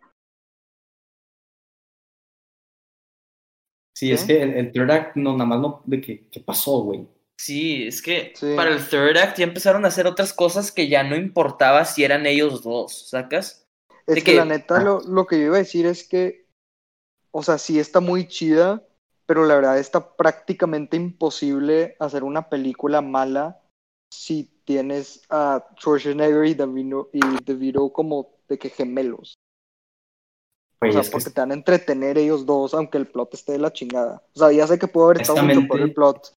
[SPEAKER 1] Sí, es
[SPEAKER 3] ¿Eh?
[SPEAKER 1] que el, el third act, no, nada más no, de que, ¿qué pasó, güey?
[SPEAKER 2] Sí, es que
[SPEAKER 3] Sí.
[SPEAKER 2] para el third act ya empezaron a hacer otras cosas que ya no importaba si eran ellos dos, ¿sacas?
[SPEAKER 3] Es
[SPEAKER 2] de
[SPEAKER 3] que,
[SPEAKER 2] que-
[SPEAKER 3] la neta, lo, lo que yo iba a decir es que, o sea, sí está muy chida, pero la verdad está prácticamente imposible hacer una película mala si tienes a Schwarzenegger y DeVito, y DeVito como de que gemelos.
[SPEAKER 1] Güey,
[SPEAKER 3] o sea,
[SPEAKER 1] es que
[SPEAKER 3] porque te van a entretener ellos dos, aunque el plot esté de la chingada. O sea, ya sé que puedo haber estado mucho por el
[SPEAKER 1] Honestamente-
[SPEAKER 3] plot,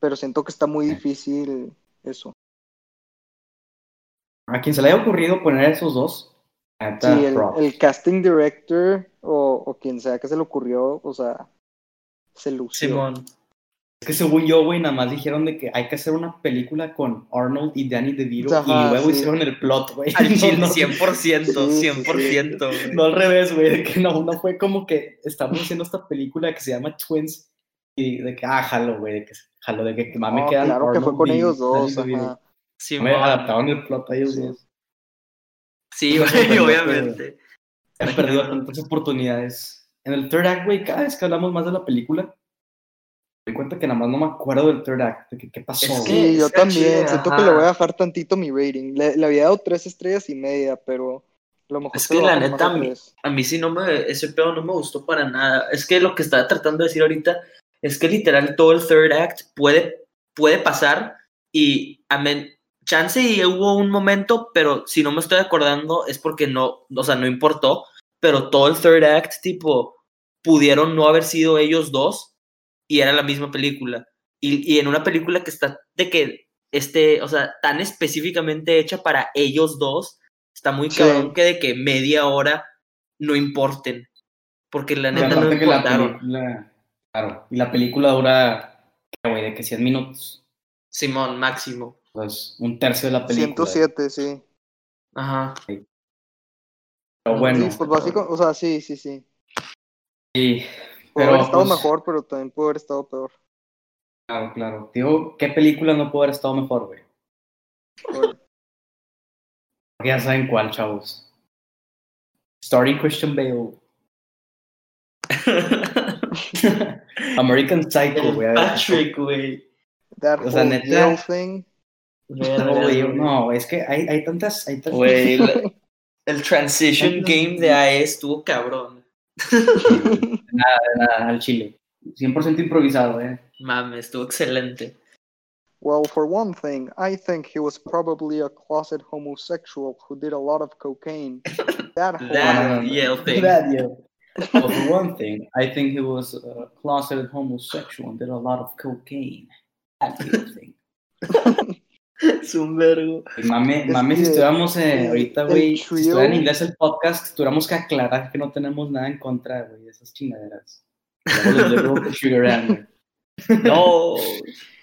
[SPEAKER 3] pero siento que está muy difícil eso.
[SPEAKER 1] a quien se le haya ocurrido poner a esos dos, la
[SPEAKER 3] Sí,
[SPEAKER 1] neta,
[SPEAKER 3] el,
[SPEAKER 1] props.
[SPEAKER 3] el casting director o, o quien sea que se le ocurrió, o sea, se lució.
[SPEAKER 2] Simón.
[SPEAKER 1] Es que según yo, güey, nada más dijeron de que hay que hacer una película con Arnold y Danny DeVito
[SPEAKER 3] Ajá,
[SPEAKER 1] y luego
[SPEAKER 3] sí.
[SPEAKER 1] hicieron el plot, güey.
[SPEAKER 2] Al
[SPEAKER 1] No,
[SPEAKER 2] chile,
[SPEAKER 1] no,
[SPEAKER 2] 100%,
[SPEAKER 3] Sí, sí,
[SPEAKER 2] 100%. güey.
[SPEAKER 1] No al revés, güey, de que no, no fue como que estamos haciendo esta película que se llama Twins y de que, ah, jalo, güey, de que jalo, de que, que mami
[SPEAKER 3] No,
[SPEAKER 1] quedan
[SPEAKER 3] claro que fue
[SPEAKER 1] Arnold
[SPEAKER 3] con
[SPEAKER 1] y
[SPEAKER 3] ellos dos.
[SPEAKER 1] Danny DeVito.
[SPEAKER 3] ajá.
[SPEAKER 1] Me
[SPEAKER 2] Simón.
[SPEAKER 1] adaptaron el plot a ellos
[SPEAKER 3] Sí.
[SPEAKER 1] dos.
[SPEAKER 2] Sí,
[SPEAKER 1] No,
[SPEAKER 2] güey,
[SPEAKER 1] no, no,
[SPEAKER 2] obviamente.
[SPEAKER 1] Han perdido tantas oportunidades. En el third act, güey, cada vez que hablamos más de la película, me doy cuenta que nada más no me acuerdo del third act, de que qué pasó,
[SPEAKER 2] Es que-
[SPEAKER 1] güey.
[SPEAKER 3] Sí, yo
[SPEAKER 2] está
[SPEAKER 3] también.
[SPEAKER 2] chida,
[SPEAKER 3] Siento
[SPEAKER 2] ajá.
[SPEAKER 3] que le voy a bajar tantito mi rating. Le, le había dado tres estrellas y media, pero a lo mejor
[SPEAKER 2] Es
[SPEAKER 3] se lo
[SPEAKER 2] que la
[SPEAKER 3] bajo más
[SPEAKER 2] neta,
[SPEAKER 3] a
[SPEAKER 2] mi-
[SPEAKER 3] tres.
[SPEAKER 2] A mí sí no me, ese pedo no me gustó para nada. Es que lo que estaba tratando de decir ahorita es que literal todo el third act puede, puede pasar y amén. Chance y hubo un momento, pero si no me estoy acordando es porque no, o sea, no importó, pero todo el third act tipo pudieron no haber sido ellos dos y era la misma película. Y, y en una película que está de que este, o sea, tan específicamente hecha para ellos dos, está muy
[SPEAKER 3] Sí.
[SPEAKER 2] cabrón que de que media hora no importen. Porque la
[SPEAKER 1] Y
[SPEAKER 2] neta no
[SPEAKER 1] aparte que la
[SPEAKER 2] importaron.
[SPEAKER 1] película, claro, y la película dura, ¿qué, güey, de que 100 minutos,
[SPEAKER 2] Simón, máximo.
[SPEAKER 1] o sea, es un tercio de la película.
[SPEAKER 3] 107, sí.
[SPEAKER 2] Ajá.
[SPEAKER 1] Pero bueno,
[SPEAKER 3] sí, pues básico, o sea, sí, sí, sí.
[SPEAKER 1] sí,
[SPEAKER 3] Pudo
[SPEAKER 1] Pero,
[SPEAKER 3] haber estado
[SPEAKER 1] pues-
[SPEAKER 3] mejor, pero también pudo haber estado peor.
[SPEAKER 1] claro, claro. Digo, ¿qué película no pudo haber estado mejor, güey?
[SPEAKER 3] Bueno,
[SPEAKER 1] Porque Ya saben cuál, chavos. Starting Christian Bale. American Psycho, güey. a ver.
[SPEAKER 2] Patrick, güey.
[SPEAKER 3] That
[SPEAKER 1] O sea,
[SPEAKER 3] whole
[SPEAKER 1] neta-
[SPEAKER 3] Yale thing.
[SPEAKER 1] No, Oh, güey, no, es que hay, hay tantas, hay tantas.
[SPEAKER 2] Güey, la- el transition
[SPEAKER 1] Tantas-
[SPEAKER 2] game de AE estuvo cabrón.
[SPEAKER 1] nada, al chile. 100% improvisado, eh.
[SPEAKER 2] Mames, estuvo excelente.
[SPEAKER 3] Well, for one thing, I think he was probably a closet homosexual who did a lot of cocaine. That whole
[SPEAKER 2] That-
[SPEAKER 1] No, no, no.
[SPEAKER 2] yeah, thing.
[SPEAKER 1] That, yeah. Well, for one thing, I think he was a closeted homosexual and did a lot of cocaine. That yeah thing.
[SPEAKER 2] Es un vergo.
[SPEAKER 1] Y Mame,
[SPEAKER 3] Es
[SPEAKER 1] mame si
[SPEAKER 3] que
[SPEAKER 1] estuviéramos eh,
[SPEAKER 3] el-
[SPEAKER 1] ahorita,
[SPEAKER 3] el
[SPEAKER 1] güey, si
[SPEAKER 3] trío-
[SPEAKER 1] estuviera en inglés el podcast, tuviéramos que aclarar que no tenemos nada en contra, güey, de esas chingaderas. Somos los de Rock Sugar Ann, güey.
[SPEAKER 2] No,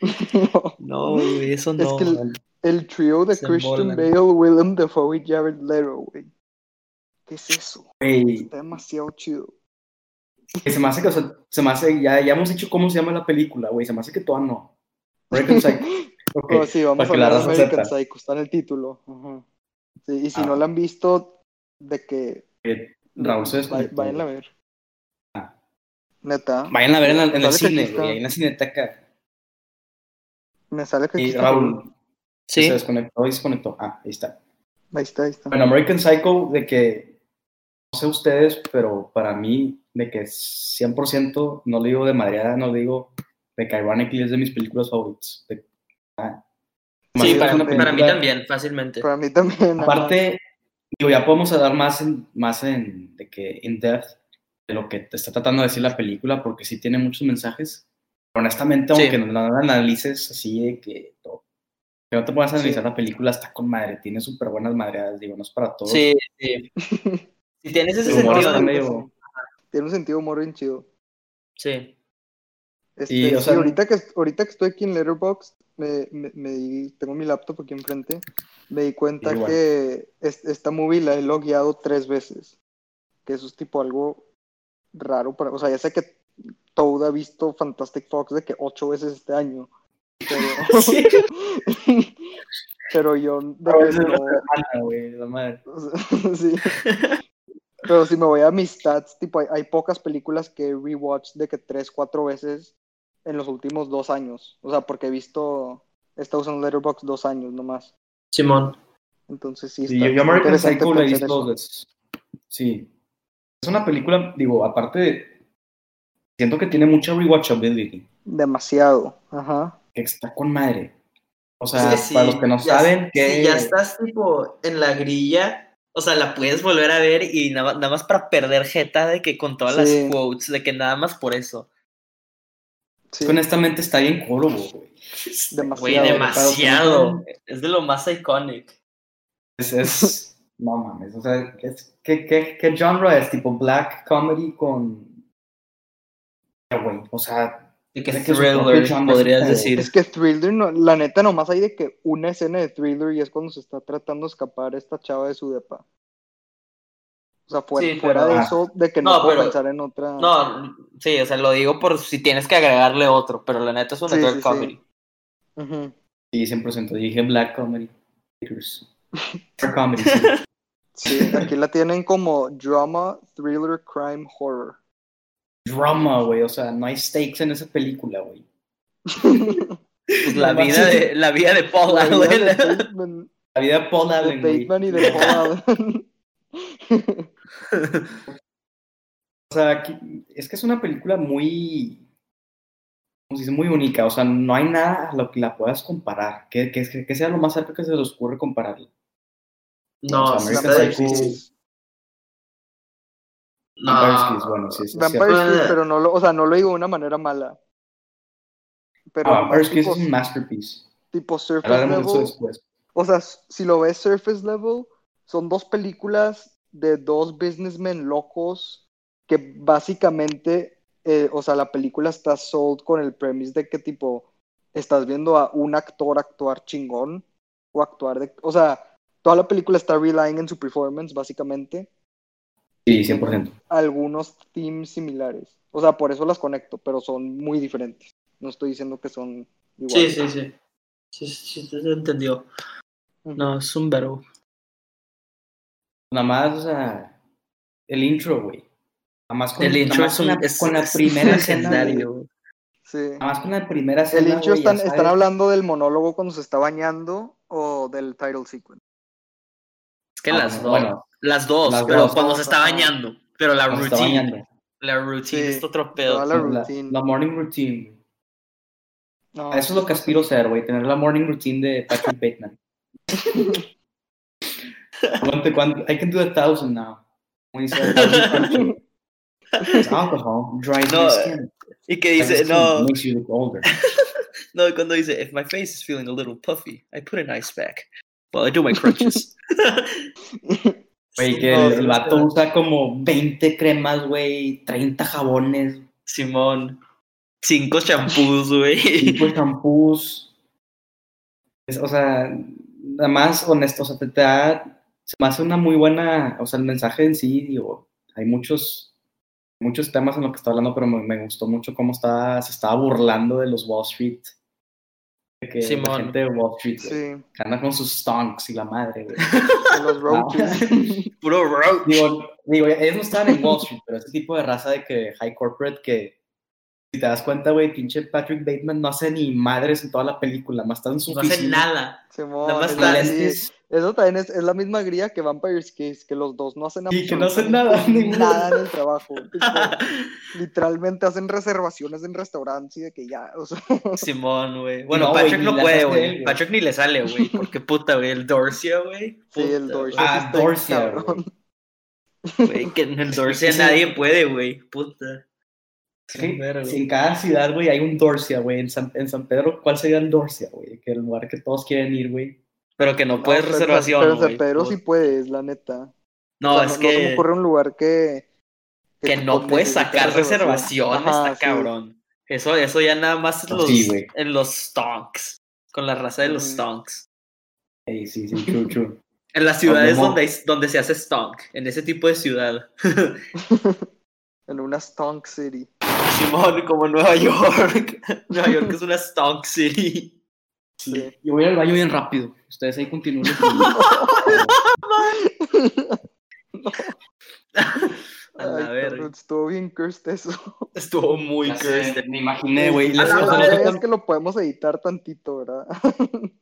[SPEAKER 3] No.
[SPEAKER 2] no, güey, eso no.
[SPEAKER 3] Es que el, el trío de
[SPEAKER 2] Se
[SPEAKER 3] Christian
[SPEAKER 2] embolan.
[SPEAKER 3] Bale, Willem Dafoe y Jared Leto, güey. ¿Qué es eso?
[SPEAKER 1] Güey,
[SPEAKER 3] Está demasiado chido.
[SPEAKER 1] que se me hace que, o sea, se me hace, ya, ya hemos dicho cómo se llama la película, güey, se me hace que todavía no. American Psycho. Ok,
[SPEAKER 3] Pero sí, vamos a
[SPEAKER 1] para que la
[SPEAKER 3] hablar de
[SPEAKER 1] raza
[SPEAKER 3] American
[SPEAKER 1] sepa.
[SPEAKER 3] Psycho, está en el título. Ajá. Sí, y si
[SPEAKER 1] Ah.
[SPEAKER 3] no la han visto, de que
[SPEAKER 1] eh, Raúl se
[SPEAKER 3] Vay-
[SPEAKER 1] desconectó.
[SPEAKER 3] Vayan a ver.
[SPEAKER 1] Ah.
[SPEAKER 3] Neta.
[SPEAKER 1] Vayan a ver en, la- en el
[SPEAKER 3] Dale,
[SPEAKER 1] cine,
[SPEAKER 3] aquí está.
[SPEAKER 1] güey, en la cineteca.
[SPEAKER 3] Me sale que aquí
[SPEAKER 1] Y
[SPEAKER 3] está
[SPEAKER 1] Raúl
[SPEAKER 2] Sí.
[SPEAKER 1] se desconectó y se conectó. Ah, ahí está.
[SPEAKER 3] Ahí está, ahí está.
[SPEAKER 1] Bueno, American Psycho, de que no sé ustedes, pero para mí, de que 100% no le digo de madreada, no le digo de que Ironically es de mis películas favoritas. De- ah.
[SPEAKER 2] Sí,
[SPEAKER 1] Es
[SPEAKER 2] para,
[SPEAKER 1] una
[SPEAKER 2] para mí
[SPEAKER 1] película-
[SPEAKER 2] también, fácilmente.
[SPEAKER 3] Para mí también. ajá.
[SPEAKER 1] Aparte, digo, ya podemos hablar más en, más en, de que in depth de lo que te está tratando de decir la película, porque sí tiene muchos mensajes. Pero honestamente,
[SPEAKER 2] Sí.
[SPEAKER 1] aunque no la analices así de que, no, que no te puedas analizar
[SPEAKER 3] Sí.
[SPEAKER 1] la película, está con madre, tiene súper buenas madreadas, digo, no es para todos.
[SPEAKER 2] Sí, sí. Si tienes ese
[SPEAKER 1] El humor
[SPEAKER 2] sentido,
[SPEAKER 1] está
[SPEAKER 2] de-
[SPEAKER 1] medio-
[SPEAKER 3] Tiene un sentido humor bien chido.
[SPEAKER 2] sí.
[SPEAKER 3] Este,
[SPEAKER 1] Sí, o
[SPEAKER 3] sí,
[SPEAKER 1] sea,
[SPEAKER 3] ahorita, que, ahorita que estoy aquí en Letterboxd, me, me- me di- tengo mi laptop aquí enfrente, me di cuenta
[SPEAKER 1] Igual.
[SPEAKER 3] que es- esta movie la he logueado tres veces. Que eso es tipo algo raro. Para, o sea, ya sé que Toad ha visto Fantastic Fox de que ocho veces este año. Pero,
[SPEAKER 1] Sí.
[SPEAKER 3] pero yo de
[SPEAKER 1] Pero
[SPEAKER 3] que
[SPEAKER 1] es una
[SPEAKER 3] no-
[SPEAKER 1] semana, ah, güey, la madre.
[SPEAKER 3] sí. Pero si me voy a mis stats, tipo, hay, hay pocas películas que he rewatch de que tres, cuatro veces en los últimos dos años. O sea, porque he visto, he estado usando Letterboxd dos años nomás.
[SPEAKER 2] Simón.
[SPEAKER 3] Entonces sí,
[SPEAKER 1] Sí,
[SPEAKER 3] está-
[SPEAKER 1] yo, yo
[SPEAKER 3] está
[SPEAKER 1] American
[SPEAKER 3] interesante
[SPEAKER 1] Psycho la he
[SPEAKER 3] pensar
[SPEAKER 1] visto
[SPEAKER 3] eso.
[SPEAKER 1] dos veces. Sí. Es una película, digo, aparte de- Siento que tiene mucha rewatchability.
[SPEAKER 3] Demasiado, ajá.
[SPEAKER 1] que está con madre. O sea,
[SPEAKER 2] Sí, sí,
[SPEAKER 1] para los que no
[SPEAKER 2] ya-
[SPEAKER 1] saben, que
[SPEAKER 2] Si ya estás tipo en la grilla, o sea, la puedes volver a ver y nada, nada más para perder jeta de que con todas
[SPEAKER 3] Sí.
[SPEAKER 2] las quotes, de que nada más por eso.
[SPEAKER 3] Sí,
[SPEAKER 1] honestamente está bien coro, güey.
[SPEAKER 2] Güey,
[SPEAKER 3] demasiado.
[SPEAKER 2] demasiado. Es de lo más iconic.
[SPEAKER 1] Es, es- no mames, o sea, es, ¿qué, qué, ¿qué genre es? Tipo black comedy con... Ah, güey, o sea,
[SPEAKER 2] De que
[SPEAKER 1] De que su
[SPEAKER 2] thriller,
[SPEAKER 1] propio chamba
[SPEAKER 2] podrías
[SPEAKER 1] es-
[SPEAKER 2] decir.
[SPEAKER 3] Es que Thriller, no- la neta, nomás hay de que una escena de Thriller y es cuando se está tratando de escapar esta chava de su depa. O sea, fuera,
[SPEAKER 2] Sí,
[SPEAKER 3] fuera
[SPEAKER 1] Ah.
[SPEAKER 2] pero-
[SPEAKER 3] de eso, de que no,
[SPEAKER 2] No,
[SPEAKER 3] puedo
[SPEAKER 2] pero-
[SPEAKER 3] pensar en otra.
[SPEAKER 2] No, sí, o sea, lo digo por si tienes que agregarle otro, pero la neta es una
[SPEAKER 3] Sí,
[SPEAKER 2] thriller
[SPEAKER 3] sí, sí.
[SPEAKER 2] comedy.
[SPEAKER 3] Ujú.
[SPEAKER 1] sí, 100%, dije black comedy. Black comedy, sí.
[SPEAKER 3] Sí, aquí la tienen como drama, thriller, crime, horror.
[SPEAKER 1] Drama, güey, o sea, no hay stakes en esa película, güey.
[SPEAKER 2] Pues la,
[SPEAKER 1] Nomás-
[SPEAKER 2] vida de, la vida de Paul
[SPEAKER 3] La vida
[SPEAKER 2] Allen.
[SPEAKER 3] de Bateman,
[SPEAKER 1] La vida de Paul
[SPEAKER 3] de
[SPEAKER 1] Allen, güey.
[SPEAKER 3] Bateman y de Paul Allen.
[SPEAKER 1] O sea, aquí- es que es una película muy, ¿cómo se dice? muy única. O sea, no hay nada a lo que la puedas comparar. Que, que, que sea lo más cerca que se les ocurre compararla.
[SPEAKER 2] No,
[SPEAKER 1] O
[SPEAKER 2] sí
[SPEAKER 1] sea,
[SPEAKER 2] está
[SPEAKER 1] American
[SPEAKER 2] difícil.
[SPEAKER 1] Psycho- Vampire Skills,
[SPEAKER 2] No.
[SPEAKER 1] bueno, sí, sí, es
[SPEAKER 3] Vampire
[SPEAKER 1] cierto.
[SPEAKER 3] Skills, pero no lo, o sea, no lo digo de una manera mala. Pero
[SPEAKER 1] Ah, Vampire
[SPEAKER 3] más
[SPEAKER 1] Skills
[SPEAKER 3] tipo, Pues
[SPEAKER 1] es un masterpiece.
[SPEAKER 3] tipo surface
[SPEAKER 1] Hablaremos de eso
[SPEAKER 3] level.
[SPEAKER 1] después.
[SPEAKER 3] O sea, si lo ves surface level, son dos películas de dos businessmen locos que básicamente, eh, o sea, la película está sold con el premise de que tipo, estás viendo a un actor actuar chingón o actuar de... O sea, toda la película está relying en su performance, básicamente.
[SPEAKER 1] Sí, 100%.
[SPEAKER 3] Algunos themes similares. O sea, por eso las conecto, pero son muy diferentes. No estoy diciendo que son
[SPEAKER 2] Sí,
[SPEAKER 3] iguales.
[SPEAKER 2] sí, sí. Sí, sí, sí, te entendió.
[SPEAKER 3] Ujú.
[SPEAKER 2] No, es un verbo.
[SPEAKER 1] Nada más, o sea, el intro, güey. Nada más con,
[SPEAKER 2] El
[SPEAKER 1] nada
[SPEAKER 2] intro
[SPEAKER 1] más
[SPEAKER 2] es
[SPEAKER 1] con
[SPEAKER 2] un
[SPEAKER 1] la,
[SPEAKER 2] es,
[SPEAKER 1] con la
[SPEAKER 2] es
[SPEAKER 1] primera escena, güey.
[SPEAKER 2] legendario. güey.
[SPEAKER 3] Sí.
[SPEAKER 1] Nada más con la primera
[SPEAKER 3] El
[SPEAKER 1] escena,
[SPEAKER 3] intro
[SPEAKER 1] güey, ya
[SPEAKER 3] están,
[SPEAKER 1] sabes.
[SPEAKER 3] están hablando del monólogo cuando se está bañando o del title sequence.
[SPEAKER 2] Es que
[SPEAKER 1] Ah,
[SPEAKER 2] las,
[SPEAKER 1] bueno,
[SPEAKER 2] dos,
[SPEAKER 1] bueno,
[SPEAKER 2] las dos,
[SPEAKER 1] las
[SPEAKER 2] pero
[SPEAKER 1] dos.
[SPEAKER 2] cuando se está
[SPEAKER 3] Ajá.
[SPEAKER 2] bañando. Pero la
[SPEAKER 1] cuando se está
[SPEAKER 2] routine,
[SPEAKER 1] bañando.
[SPEAKER 2] la routine
[SPEAKER 3] Sí,
[SPEAKER 2] es otro
[SPEAKER 3] toda
[SPEAKER 2] pedo.
[SPEAKER 3] La
[SPEAKER 1] La,
[SPEAKER 3] routine.
[SPEAKER 1] la morning routine, güey.
[SPEAKER 3] No,
[SPEAKER 2] Ah,
[SPEAKER 1] A Eso es lo que aspiro a ser, güey, tener la morning routine de Patrick Bateman. ¿Cuánto, cuánto? I can do a thousand now. When he said, "How do you function?" It's alcohol, dries
[SPEAKER 2] No,
[SPEAKER 1] your skin.
[SPEAKER 2] Y que
[SPEAKER 1] Dries your
[SPEAKER 2] dice,
[SPEAKER 1] skin,
[SPEAKER 2] no,
[SPEAKER 1] Makes you look older.
[SPEAKER 2] no, y cuando dice, if my face is feeling a little puffy, I put an ice pack. Well, I do my crunches.
[SPEAKER 1] Güey, que
[SPEAKER 2] No,
[SPEAKER 1] el,
[SPEAKER 2] sí,
[SPEAKER 1] el vato usa como 20 cremas, güey, 30 jabones,
[SPEAKER 2] Simón. Cinco champús, güey.
[SPEAKER 1] 5 shampoos. Es- o sea, nada más honesto, o sea, te, te da, se me hace una muy buena, o sea, el mensaje en sí, digo, hay muchos, muchos temas en los que está hablando, pero me, me gustó mucho cómo está, se estaba burlando de los Wall Street de que la
[SPEAKER 2] Simón.
[SPEAKER 1] gente de Wall Street, güey,
[SPEAKER 3] Sí,
[SPEAKER 1] que anda con sus stonks y la madre, güey. Ah.
[SPEAKER 3] con los roaches.
[SPEAKER 2] Puro roach.
[SPEAKER 1] Digo, digo, ellos no estaban en Wall Street, pero ese tipo de raza de que high corporate que, si te das cuenta, güey, pinche Patrick Bateman no hace ni madres en toda la película, más está en su
[SPEAKER 2] No hace
[SPEAKER 1] oficina.
[SPEAKER 2] nada.
[SPEAKER 3] Simón,
[SPEAKER 2] Nada más
[SPEAKER 3] es
[SPEAKER 2] la
[SPEAKER 3] la-
[SPEAKER 1] lentes.
[SPEAKER 3] Eso también es, es la misma grilla que Vampire's Kiss, que los dos no hacen
[SPEAKER 1] Sí, que no hacen
[SPEAKER 3] absolutamente
[SPEAKER 1] nada,
[SPEAKER 3] nada en el trabajo. Tipo, literalmente hacen reservaciones en restaurantes y de que ya, o sea,
[SPEAKER 2] Simón, güey. Bueno,
[SPEAKER 1] No, güey,
[SPEAKER 2] Patrick
[SPEAKER 1] ni
[SPEAKER 2] no
[SPEAKER 1] le
[SPEAKER 2] puede,
[SPEAKER 1] hace él,
[SPEAKER 2] güey.
[SPEAKER 1] güey.
[SPEAKER 2] Patrick ni le sale, güey. Porque puta, güey. El Dorsia, güey.
[SPEAKER 3] sí, el
[SPEAKER 2] Puta,
[SPEAKER 3] Dorset
[SPEAKER 1] Ah,
[SPEAKER 3] está bien
[SPEAKER 1] Dorset,
[SPEAKER 3] cabrón.
[SPEAKER 1] güey.
[SPEAKER 2] güey, Que en el Dorsia
[SPEAKER 1] Sí.
[SPEAKER 2] nadie puede, güey. Puta.
[SPEAKER 1] Sí,
[SPEAKER 2] Verga.
[SPEAKER 1] sí, en cada ciudad, güey, hay un Dorsia, güey. En San, en San Pedro, ¿cuál sería el Dorsia, güey? Que el lugar que todos quieren ir, güey.
[SPEAKER 2] Pero que no puedes
[SPEAKER 3] No, pero-
[SPEAKER 2] reservación,
[SPEAKER 3] Pero
[SPEAKER 2] güey.
[SPEAKER 3] San Pedro sí
[SPEAKER 2] Puta.
[SPEAKER 3] puedes, la neta.
[SPEAKER 2] No,
[SPEAKER 3] O sea,
[SPEAKER 2] es
[SPEAKER 3] no se me
[SPEAKER 2] que,
[SPEAKER 3] ocurre un lugar que...
[SPEAKER 2] que no
[SPEAKER 3] con-
[SPEAKER 2] puedes
[SPEAKER 3] necesite
[SPEAKER 2] sacar reservación.
[SPEAKER 3] reservación. Ajá,
[SPEAKER 2] está
[SPEAKER 3] sí.
[SPEAKER 2] cabrón. Eso, eso ya nada más en los,
[SPEAKER 1] Sí, güey.
[SPEAKER 2] en los stonks. Con la raza de los
[SPEAKER 3] Ujú.
[SPEAKER 2] stonks.
[SPEAKER 1] Ey, sí, sí, true, true.
[SPEAKER 2] En las ciudades
[SPEAKER 1] Hablemos-
[SPEAKER 2] donde, hay- donde se hace stonk. En ese tipo de ciudad.
[SPEAKER 3] En una Stonk City.
[SPEAKER 2] Simón, como Nueva York. Nueva York es una stonk city.
[SPEAKER 3] Sí.
[SPEAKER 1] Yo voy al baño bien rápido. Ustedes ahí continúen.
[SPEAKER 2] A la
[SPEAKER 3] Ay,
[SPEAKER 2] verga.
[SPEAKER 3] cabrón, Estuvo bien cursed eso.
[SPEAKER 2] Estuvo muy
[SPEAKER 1] Ya sé,
[SPEAKER 2] cursed.
[SPEAKER 1] Me imaginé, güey. Les-
[SPEAKER 2] A Eh, la
[SPEAKER 1] o sea,
[SPEAKER 2] madre.
[SPEAKER 1] nosotros-
[SPEAKER 3] es que lo podemos editar tantito, ¿verdad?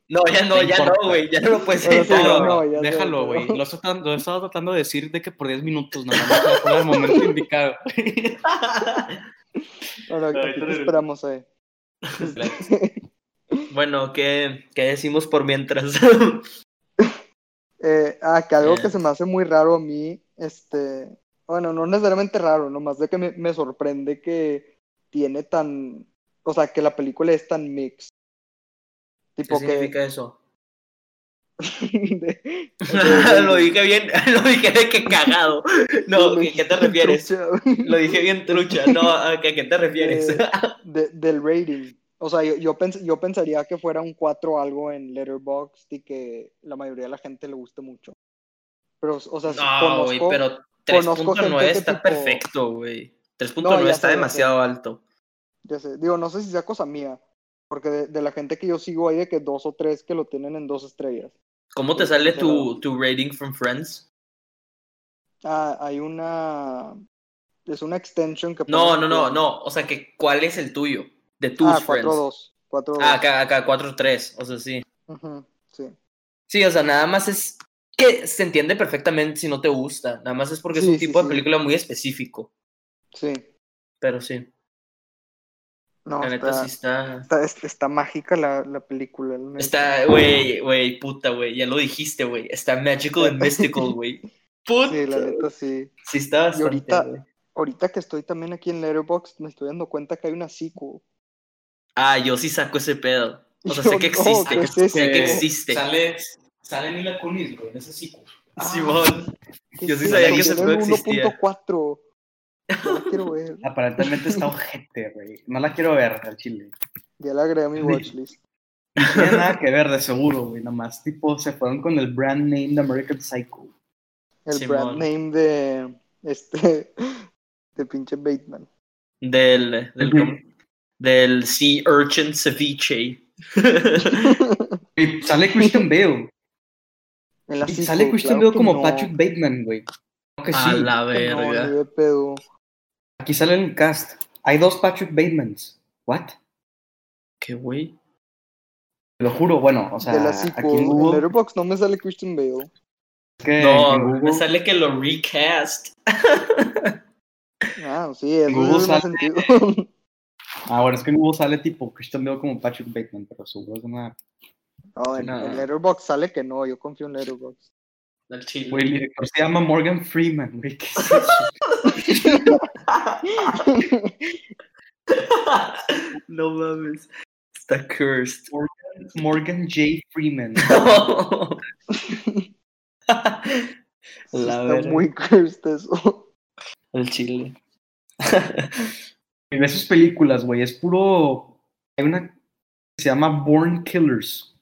[SPEAKER 2] No, ya no,
[SPEAKER 1] No
[SPEAKER 2] ya no,
[SPEAKER 1] importa.
[SPEAKER 2] güey. Ya no lo puedes
[SPEAKER 3] Ahora sí,
[SPEAKER 2] editar.
[SPEAKER 3] no,
[SPEAKER 2] güey.
[SPEAKER 3] no, ya sé,
[SPEAKER 1] Déjalo,
[SPEAKER 3] pero-
[SPEAKER 1] güey. Lo, estoy tratando- lo estaba tratando de decir de que por 10 minutos nada más fue el momento indicado.
[SPEAKER 3] Bueno,
[SPEAKER 2] Ahorita
[SPEAKER 3] aquí te
[SPEAKER 2] regreso.
[SPEAKER 3] esperamos, eh.
[SPEAKER 2] Bueno, ¿qué, qué decimos por mientras?
[SPEAKER 3] Eh, ah, que algo
[SPEAKER 2] Eh.
[SPEAKER 3] que se me hace muy raro a mí, este, bueno, no necesariamente raro, nomás de que me, me sorprende que tiene tan, o sea, que la película es tan mix.
[SPEAKER 2] ¿Qué
[SPEAKER 3] Tipo que...
[SPEAKER 2] significa eso?
[SPEAKER 3] de-
[SPEAKER 2] lo dije bien, lo dije de que cagado. No, ¿qué, qué te refieres? Lo dije bien trucha. No, ¿a qué, qué te refieres?
[SPEAKER 3] Eh, de- del rating. O sea, yo, yo, pens- yo pensaría que fuera un 4 algo en Letterboxd y que la mayoría de la gente le guste mucho. Pero, o sea, sí
[SPEAKER 2] no, güey,
[SPEAKER 3] pues, conozco-
[SPEAKER 2] pero 3.9
[SPEAKER 3] conozco gente que
[SPEAKER 2] está
[SPEAKER 3] tipo-
[SPEAKER 2] perfecto, güey. 3.9
[SPEAKER 3] No, ya
[SPEAKER 2] está
[SPEAKER 3] sé, ya
[SPEAKER 2] demasiado alto.
[SPEAKER 3] Ya sé, digo, no sé si sea cosa mía, porque de, de la gente que yo sigo hay de que dos o tres que lo tienen en dos estrellas.
[SPEAKER 2] ¿Cómo te
[SPEAKER 3] Sí,
[SPEAKER 2] sale
[SPEAKER 3] sí,
[SPEAKER 2] tu, tu rating from Friends?
[SPEAKER 3] Ah, hay una... Es una extension que...
[SPEAKER 2] No,
[SPEAKER 3] pones
[SPEAKER 2] no, no,
[SPEAKER 3] que-
[SPEAKER 2] no. O sea, que ¿cuál es el tuyo? De tus
[SPEAKER 3] Pues, Ah,
[SPEAKER 2] friends.
[SPEAKER 3] 4-2. 4-2.
[SPEAKER 2] Ah, acá, acá, 4-3. O sea, sí.
[SPEAKER 3] Ujú, sí.
[SPEAKER 2] Sí, o sea, nada más es que se entiende perfectamente si no te gusta. Nada más es porque es
[SPEAKER 3] Sí,
[SPEAKER 2] un
[SPEAKER 3] sí,
[SPEAKER 2] tipo
[SPEAKER 3] sí.
[SPEAKER 2] de película muy específico.
[SPEAKER 3] Sí.
[SPEAKER 2] Pero sí,
[SPEAKER 3] No,
[SPEAKER 2] la neta
[SPEAKER 3] está,
[SPEAKER 2] sí está.
[SPEAKER 3] está, es- está mágica la, la película. la neta.
[SPEAKER 2] Está, güey, güey, puta, güey. Ya lo dijiste, güey. Está magical and mystical, güey. Puta.
[SPEAKER 3] Sí, la neta sí.
[SPEAKER 2] Sí, está bastante.
[SPEAKER 3] Y ahorita-
[SPEAKER 2] güey.
[SPEAKER 3] Ahorita que estoy también aquí en Letterboxd, me estoy dando cuenta que hay una sequel.
[SPEAKER 2] Ah, yo sí saco ese pedo. O sea,
[SPEAKER 3] Yo
[SPEAKER 2] sé que
[SPEAKER 3] no,
[SPEAKER 2] existe.
[SPEAKER 3] ¿qué es eso?
[SPEAKER 2] sé que existe.
[SPEAKER 1] Sale, sale Mila Kunis, güey, en ese ciclo.
[SPEAKER 2] Simón.
[SPEAKER 3] ¿Qué
[SPEAKER 2] Yo
[SPEAKER 3] es
[SPEAKER 2] sí sabía
[SPEAKER 3] eso?
[SPEAKER 2] que ese
[SPEAKER 3] Tienen
[SPEAKER 2] juego existía.
[SPEAKER 3] 1.4. Ya la quiero ver.
[SPEAKER 1] Aparentemente está ojete, güey. No la quiero ver al chile.
[SPEAKER 3] Ya la agregué a mi watchlist.
[SPEAKER 1] No tiene nada que ver, de seguro, güey. Nada más, tipo, se fueron con el brand name de American Psycho.
[SPEAKER 3] El
[SPEAKER 2] Simón.
[SPEAKER 3] brand name de este de pinche Bateman.
[SPEAKER 2] Del, del,
[SPEAKER 1] Ujú.
[SPEAKER 2] del Sea Urchin Ceviche.
[SPEAKER 1] Y sale Christian Bale.
[SPEAKER 3] En la
[SPEAKER 1] Y
[SPEAKER 3] sequel,
[SPEAKER 1] sale Christian Bale
[SPEAKER 3] claro que
[SPEAKER 1] como
[SPEAKER 3] no,
[SPEAKER 1] Patrick Bateman, güey. Creo que
[SPEAKER 2] A
[SPEAKER 1] sí.
[SPEAKER 2] la
[SPEAKER 3] que no,
[SPEAKER 2] verga.
[SPEAKER 3] ni de pedo.
[SPEAKER 1] Aquí sale el cast. Hay dos Patrick Batemans. ¿What?
[SPEAKER 2] Qué güey.
[SPEAKER 1] Te lo juro, bueno, o sea,
[SPEAKER 3] de la
[SPEAKER 1] aquí
[SPEAKER 3] sequel.
[SPEAKER 1] en
[SPEAKER 3] En
[SPEAKER 1] Google,
[SPEAKER 3] Letterboxd no me sale Christian Bale.
[SPEAKER 1] es que
[SPEAKER 2] No,
[SPEAKER 1] en
[SPEAKER 2] me
[SPEAKER 1] Google,
[SPEAKER 2] sale que lo recast.
[SPEAKER 3] Ah, sí, eso
[SPEAKER 1] Google
[SPEAKER 3] tiene más
[SPEAKER 1] sale-
[SPEAKER 3] sentido.
[SPEAKER 1] ah, bueno, es que en Google sale tipo Christian Bale como Patrick Bateman, pero seguro es una
[SPEAKER 3] No, en,
[SPEAKER 2] No.
[SPEAKER 3] en Letterboxd sale que no, yo confío en Letterboxd.
[SPEAKER 2] Del chile.
[SPEAKER 1] Güey, el director se llama Morgan Freeman, güey. ¿qué es eso?
[SPEAKER 2] no mames. Está cursed.
[SPEAKER 1] Morgan J. Freeman.
[SPEAKER 2] La
[SPEAKER 3] Está
[SPEAKER 2] verga.
[SPEAKER 3] muy cursed eso.
[SPEAKER 2] El chile.
[SPEAKER 1] Y ve sus películas, güey. Es puro. Hay una que se llama Born Killers.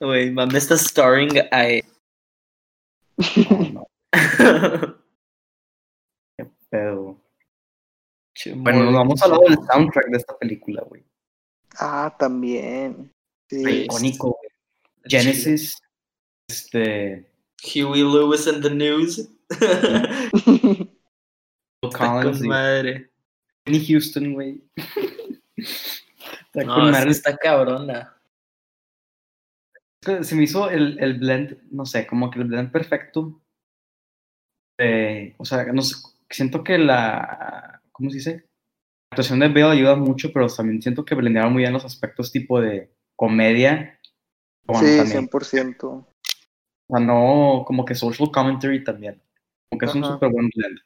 [SPEAKER 2] Güey, mami está starring a.
[SPEAKER 1] No, no, pero. Bueno, nos vamos a hablar del soundtrack de esta película, güey.
[SPEAKER 3] Ah, también. Sí.
[SPEAKER 1] Fue icónico. güey. Genesis, este,
[SPEAKER 2] Huey Lewis and the News.
[SPEAKER 1] Phil
[SPEAKER 2] Está
[SPEAKER 1] Collins,
[SPEAKER 2] con
[SPEAKER 1] y
[SPEAKER 2] madre.
[SPEAKER 1] Whitney Houston, güey. Está
[SPEAKER 2] No,
[SPEAKER 1] con
[SPEAKER 2] sí
[SPEAKER 1] madre.
[SPEAKER 2] está cabrona.
[SPEAKER 1] Se me hizo el, el blend, no sé, como que el blend perfecto. de- o sea, no sé, siento que la, ¿cómo se dice? La actuación de Bale ayuda mucho, pero también siento que blendearon muy bien los aspectos tipo de comedia. con
[SPEAKER 3] Sí,
[SPEAKER 1] también
[SPEAKER 3] 100%.
[SPEAKER 1] O sea, no, como que social commentary también. Como que es un
[SPEAKER 3] Ajá.
[SPEAKER 1] súper buen blend.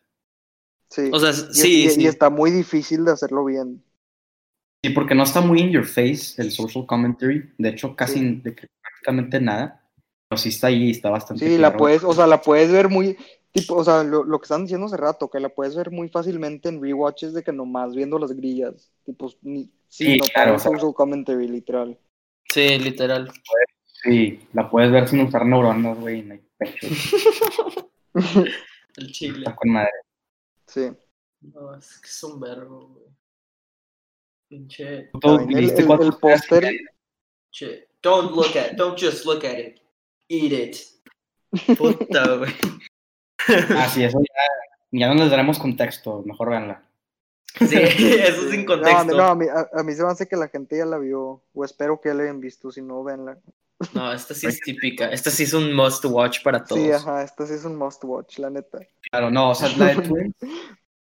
[SPEAKER 3] Sí.
[SPEAKER 2] O sea,
[SPEAKER 3] Y-
[SPEAKER 2] sí,
[SPEAKER 3] y-
[SPEAKER 2] sí.
[SPEAKER 3] y está muy difícil de hacerlo bien.
[SPEAKER 1] Sí, porque no está muy in your face el social commentary. De hecho, casi
[SPEAKER 3] Sí.
[SPEAKER 1] de que prácticamente nada. Pero sí está ahí, está bastante.
[SPEAKER 3] Sí, la
[SPEAKER 1] claro.
[SPEAKER 3] puedes, o sea, la puedes ver muy, tipo, o sea, lo, lo que están diciendo hace rato, que la puedes ver muy fácilmente en rewatches de que nomás viendo las grillas, tipo, ni, sin
[SPEAKER 1] Sí,
[SPEAKER 3] notar
[SPEAKER 1] claro,
[SPEAKER 3] el
[SPEAKER 1] claro.
[SPEAKER 3] social commentary, literal.
[SPEAKER 2] Sí, literal.
[SPEAKER 1] Sí, la puedes ver sin usar neuronas, güey. en el pecho.
[SPEAKER 2] El chile.
[SPEAKER 1] Está con madre.
[SPEAKER 3] sí.
[SPEAKER 2] No, es que es un verbo, güey. Pinche.
[SPEAKER 1] ¿Tú todo
[SPEAKER 3] También el-
[SPEAKER 1] viste
[SPEAKER 3] el-
[SPEAKER 1] cuatro
[SPEAKER 3] el
[SPEAKER 1] estrellas y
[SPEAKER 3] póster.
[SPEAKER 1] media?
[SPEAKER 2] Che, don't look at don't just look at it. Eat it. Puta, güey.
[SPEAKER 1] Ah, sí, eso ya, ya no les daremos contexto. Mejor véanla.
[SPEAKER 2] Sí, eso
[SPEAKER 3] Sí.
[SPEAKER 2] sin
[SPEAKER 3] No, a mí-
[SPEAKER 2] contexto.
[SPEAKER 3] No, a, mí, a- a mí se me hace que la gente ya la vio, o espero que ya la hayan visto, si no, venla.
[SPEAKER 2] No, esta sí es típica. Esta sí es un must watch para todos.
[SPEAKER 3] Sí, ajá, esta sí es un must watch, la neta.
[SPEAKER 1] Claro, no, o sea, la de Twins.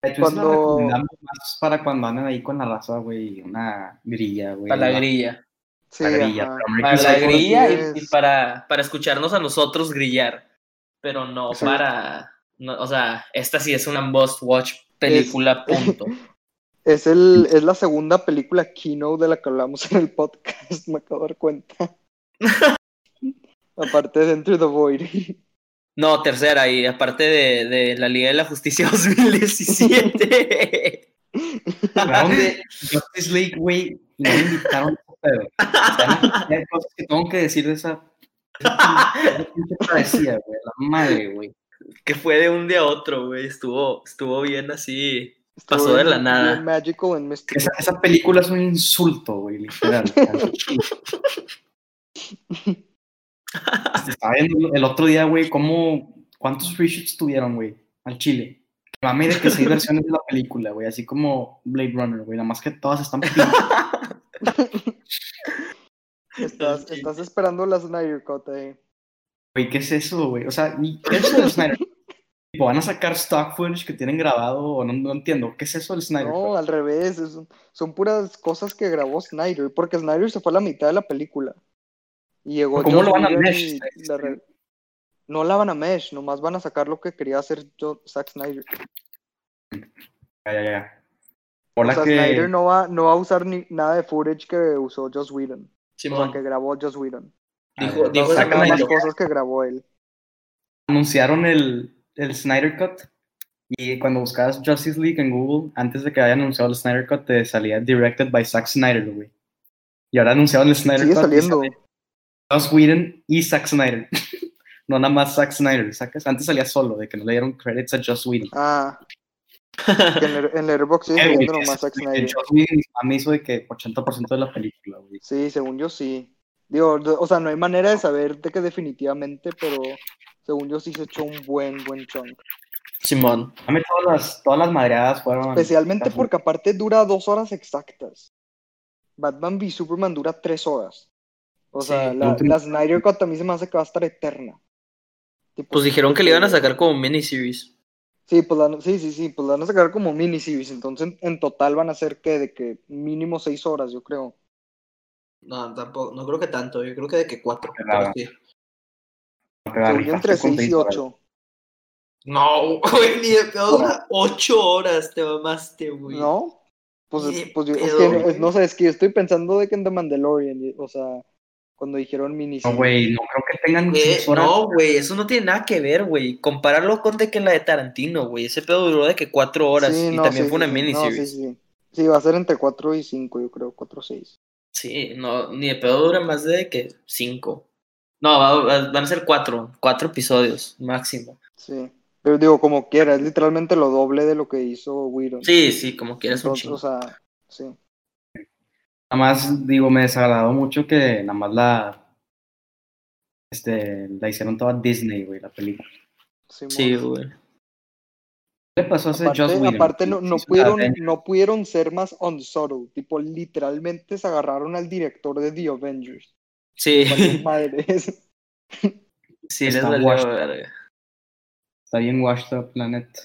[SPEAKER 1] La de Twins la
[SPEAKER 3] Cuando-
[SPEAKER 1] recomendamos más para cuando andan ahí con la raza, güey. Una grilla, güey.
[SPEAKER 2] Para la grilla.
[SPEAKER 3] Sí,
[SPEAKER 1] La grilla.
[SPEAKER 3] ajá.
[SPEAKER 1] pero
[SPEAKER 2] Para
[SPEAKER 1] American
[SPEAKER 2] la
[SPEAKER 1] Psycho-
[SPEAKER 2] grilla y,
[SPEAKER 3] es.
[SPEAKER 2] y para, para escucharnos a nosotros grillar. Pero no
[SPEAKER 3] Exacto.
[SPEAKER 2] para. no, o sea, esta sí es una must watch película, punto.
[SPEAKER 3] Es, el, es la segunda película keynote de la que hablamos en el podcast, me acabo de dar cuenta. Aparte de Enter the Void.
[SPEAKER 2] No, tercera, y aparte de, de la Liga de la Justicia 2017.
[SPEAKER 1] Hablaron de Justice League, güey, y no me invitaron, pero hay cosas que tengo que decir de esa. ¿Qué parecía, güey? La madre, güey.
[SPEAKER 2] que fue de un día a otro, güey. Estuvo, estuvo bien así. Pasó
[SPEAKER 3] Estuvo
[SPEAKER 2] de la
[SPEAKER 3] bien-
[SPEAKER 2] nada.
[SPEAKER 3] bien Magical and Mystical.
[SPEAKER 1] Esa, esa película es un insulto, güey, literal. Este, Estaba viendo el otro día, güey, cómo, cuántos reshoots tuvieron, güey, al Chile. Mame de que seis versiones de la película, güey, así como Blade Runner, güey, nada más que todas están pinches.
[SPEAKER 3] Estás,
[SPEAKER 2] Sí.
[SPEAKER 3] estás esperando la Snyder Cut eh. ahí.
[SPEAKER 1] Güey, ¿qué es eso, güey? O sea, ni- ¿qué es eso del Snyder? Tipo, ¿van a sacar stock footage que tienen grabado? O no, no entiendo. ¿Qué es eso del Snyder?
[SPEAKER 3] No, al revés. es un- son puras cosas que grabó Snyder. Porque Snyder se fue a la mitad de la película. Y llegó
[SPEAKER 1] ¿Cómo lo van a
[SPEAKER 3] Whedon
[SPEAKER 1] mesh?
[SPEAKER 3] y la re- No la van a mesh. Nomás van a sacar lo que quería hacer yo, Zack Snyder.
[SPEAKER 1] Ya, ya, ya.
[SPEAKER 3] O
[SPEAKER 1] Por la
[SPEAKER 3] sea,
[SPEAKER 1] que...
[SPEAKER 3] Snyder no va, no va a usar ni, nada de footage que usó Joss Whedon. O sea,
[SPEAKER 2] Simón,
[SPEAKER 3] que grabó Joss Whedon.
[SPEAKER 2] dijo,
[SPEAKER 1] Dijo-
[SPEAKER 2] dijo
[SPEAKER 3] Sacan
[SPEAKER 1] sacan
[SPEAKER 2] Snyder,
[SPEAKER 3] las
[SPEAKER 1] el-
[SPEAKER 3] cosas que grabó él.
[SPEAKER 1] Anunciaron el, el Snyder Cut. Y cuando buscabas Justice League en Google, antes de que haya anunciado el Snyder Cut, te salía Directed by Zack Snyder, güey. Y ahora anunciaron el Snyder
[SPEAKER 3] Sigue
[SPEAKER 1] Cut. y
[SPEAKER 3] saliendo.
[SPEAKER 1] sale Joss Whedon y Zack Snyder. no nada más Zack Snyder, ¿sacas? Antes salía solo, de que no le dieron credits a Joss Whedon.
[SPEAKER 3] Ah. Que en, Letter- en Letterboxd sigue
[SPEAKER 1] Eh, güey,
[SPEAKER 3] saliendo
[SPEAKER 1] es-
[SPEAKER 3] nomás Zack
[SPEAKER 1] güey,
[SPEAKER 3] Snyder.
[SPEAKER 1] Joss Whedon a mí hizo de que 80% de la película, güey.
[SPEAKER 3] Sí, según yo sí. Digo, de- o sea, no hay manera de saber de que definitivamente, pero según yo sí se echó un buen, buen chunk.
[SPEAKER 2] Simón.
[SPEAKER 1] A mí todas las, todas las madreadas fueron.
[SPEAKER 3] Especialmente
[SPEAKER 1] Ajá.
[SPEAKER 3] porque aparte dura dos horas exactas. Batman v Superman dura tres horas. O
[SPEAKER 2] Sí,
[SPEAKER 3] sea, la,
[SPEAKER 1] última-
[SPEAKER 3] la Snyder Cut a mí se me hace que va a estar eterna. Tipo, eh,
[SPEAKER 2] Pues dijeron que le iban a sacar como miniseries.
[SPEAKER 3] Sí, pues la, sí, sí, sí, pues la van a sacar como miniseries. Entonces, en, en total van a ser que de que mínimo seis horas, yo creo.
[SPEAKER 2] No, tampoco, no creo que tanto, yo creo que de que cuatro.
[SPEAKER 1] pero Nada. Te la
[SPEAKER 3] Según yo, entre
[SPEAKER 1] rifaste con
[SPEAKER 3] seis y
[SPEAKER 1] seis horas.
[SPEAKER 3] ocho.
[SPEAKER 2] No, güey, ni de pedo dura ocho horas, te mamaste, güey.
[SPEAKER 3] ¿No? Pues,
[SPEAKER 2] Ni
[SPEAKER 3] es- pues yo,
[SPEAKER 2] de
[SPEAKER 3] es
[SPEAKER 2] pedo,
[SPEAKER 3] que no,
[SPEAKER 2] güey.
[SPEAKER 3] es- no sé, es que yo estoy pensando de que en The Mandalorian, y- o sea, cuando dijeron miniseries.
[SPEAKER 1] No, güey, no creo que tengan
[SPEAKER 2] Güey,
[SPEAKER 1] seis horas.
[SPEAKER 2] Eh, no, güey, eso no tiene nada que ver, güey. Compararlo con de que la de Tarantino, güey. Ese pedo duró de que cuatro horas
[SPEAKER 3] Sí,
[SPEAKER 2] y
[SPEAKER 3] no,
[SPEAKER 2] también
[SPEAKER 3] sí,
[SPEAKER 2] fue una
[SPEAKER 3] sí, sí. No,
[SPEAKER 2] miniseries.
[SPEAKER 3] sí, sí. Sí, va a ser entre 4 y 5, yo creo, 4 o 6.
[SPEAKER 2] Sí, no, ni de pedo dura más de que cinco. No, va- va- van a ser cuatro, cuatro episodios máximo.
[SPEAKER 3] Sí. Pero digo, como quiera, es literalmente lo doble de lo que hizo Whedon.
[SPEAKER 2] Sí, sí, como quieras un
[SPEAKER 3] Entonces,
[SPEAKER 2] chingo.
[SPEAKER 3] o sea, sí.
[SPEAKER 1] Nada más, digo, me desagradó mucho que nada más la. Este, la hicieron toda Disney, güey, la película.
[SPEAKER 3] Simón.
[SPEAKER 2] Sí, güey.
[SPEAKER 1] ¿Qué le pasó a ese
[SPEAKER 3] Aparte,
[SPEAKER 1] Joss Whedon?
[SPEAKER 3] aparte no, no
[SPEAKER 1] Hizo la
[SPEAKER 3] pudieron,
[SPEAKER 2] Ah, eh.
[SPEAKER 1] de-
[SPEAKER 3] no pudieron ser más unsubtle. Tipo, literalmente se agarraron al director de The Avengers.
[SPEAKER 2] Sí,
[SPEAKER 3] Valió madres.
[SPEAKER 2] sí, les
[SPEAKER 1] Está
[SPEAKER 2] valió
[SPEAKER 1] washed.
[SPEAKER 2] verga.
[SPEAKER 1] Está bien washed up, la neta.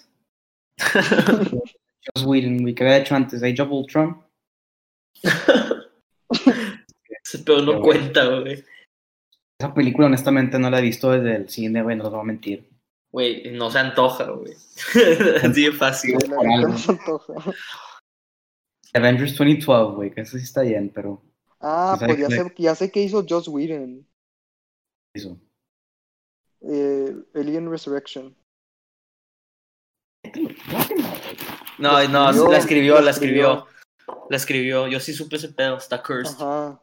[SPEAKER 1] Joss Whedon, güey, ¿qué había hecho antes? Age of Ultron.
[SPEAKER 2] Ese pedo
[SPEAKER 1] Pero
[SPEAKER 2] no
[SPEAKER 1] bueno.
[SPEAKER 2] cuenta, güey.
[SPEAKER 1] Esa película, honestamente, no la he visto desde el cine, güey, no te voy a mentir.
[SPEAKER 2] Güey, no se antoja, güey. Así de fácil.
[SPEAKER 3] La
[SPEAKER 1] por
[SPEAKER 3] neta
[SPEAKER 1] algo.
[SPEAKER 3] no se antoja.
[SPEAKER 1] Avengers 2012, güey, que eso sí está bien, pero.
[SPEAKER 3] Ah,
[SPEAKER 1] Pues
[SPEAKER 3] pues
[SPEAKER 1] ahí
[SPEAKER 3] ya
[SPEAKER 1] fue.
[SPEAKER 3] sé, ya sé que hizo Joss Whedon.
[SPEAKER 1] Eso.
[SPEAKER 3] eh, Alien Resurrection.
[SPEAKER 2] No, no,
[SPEAKER 3] escribió,
[SPEAKER 2] la escribió,
[SPEAKER 3] la
[SPEAKER 2] la escribió. La escribió. Yo sí supe ese pedo, está cursed.
[SPEAKER 3] Ajá.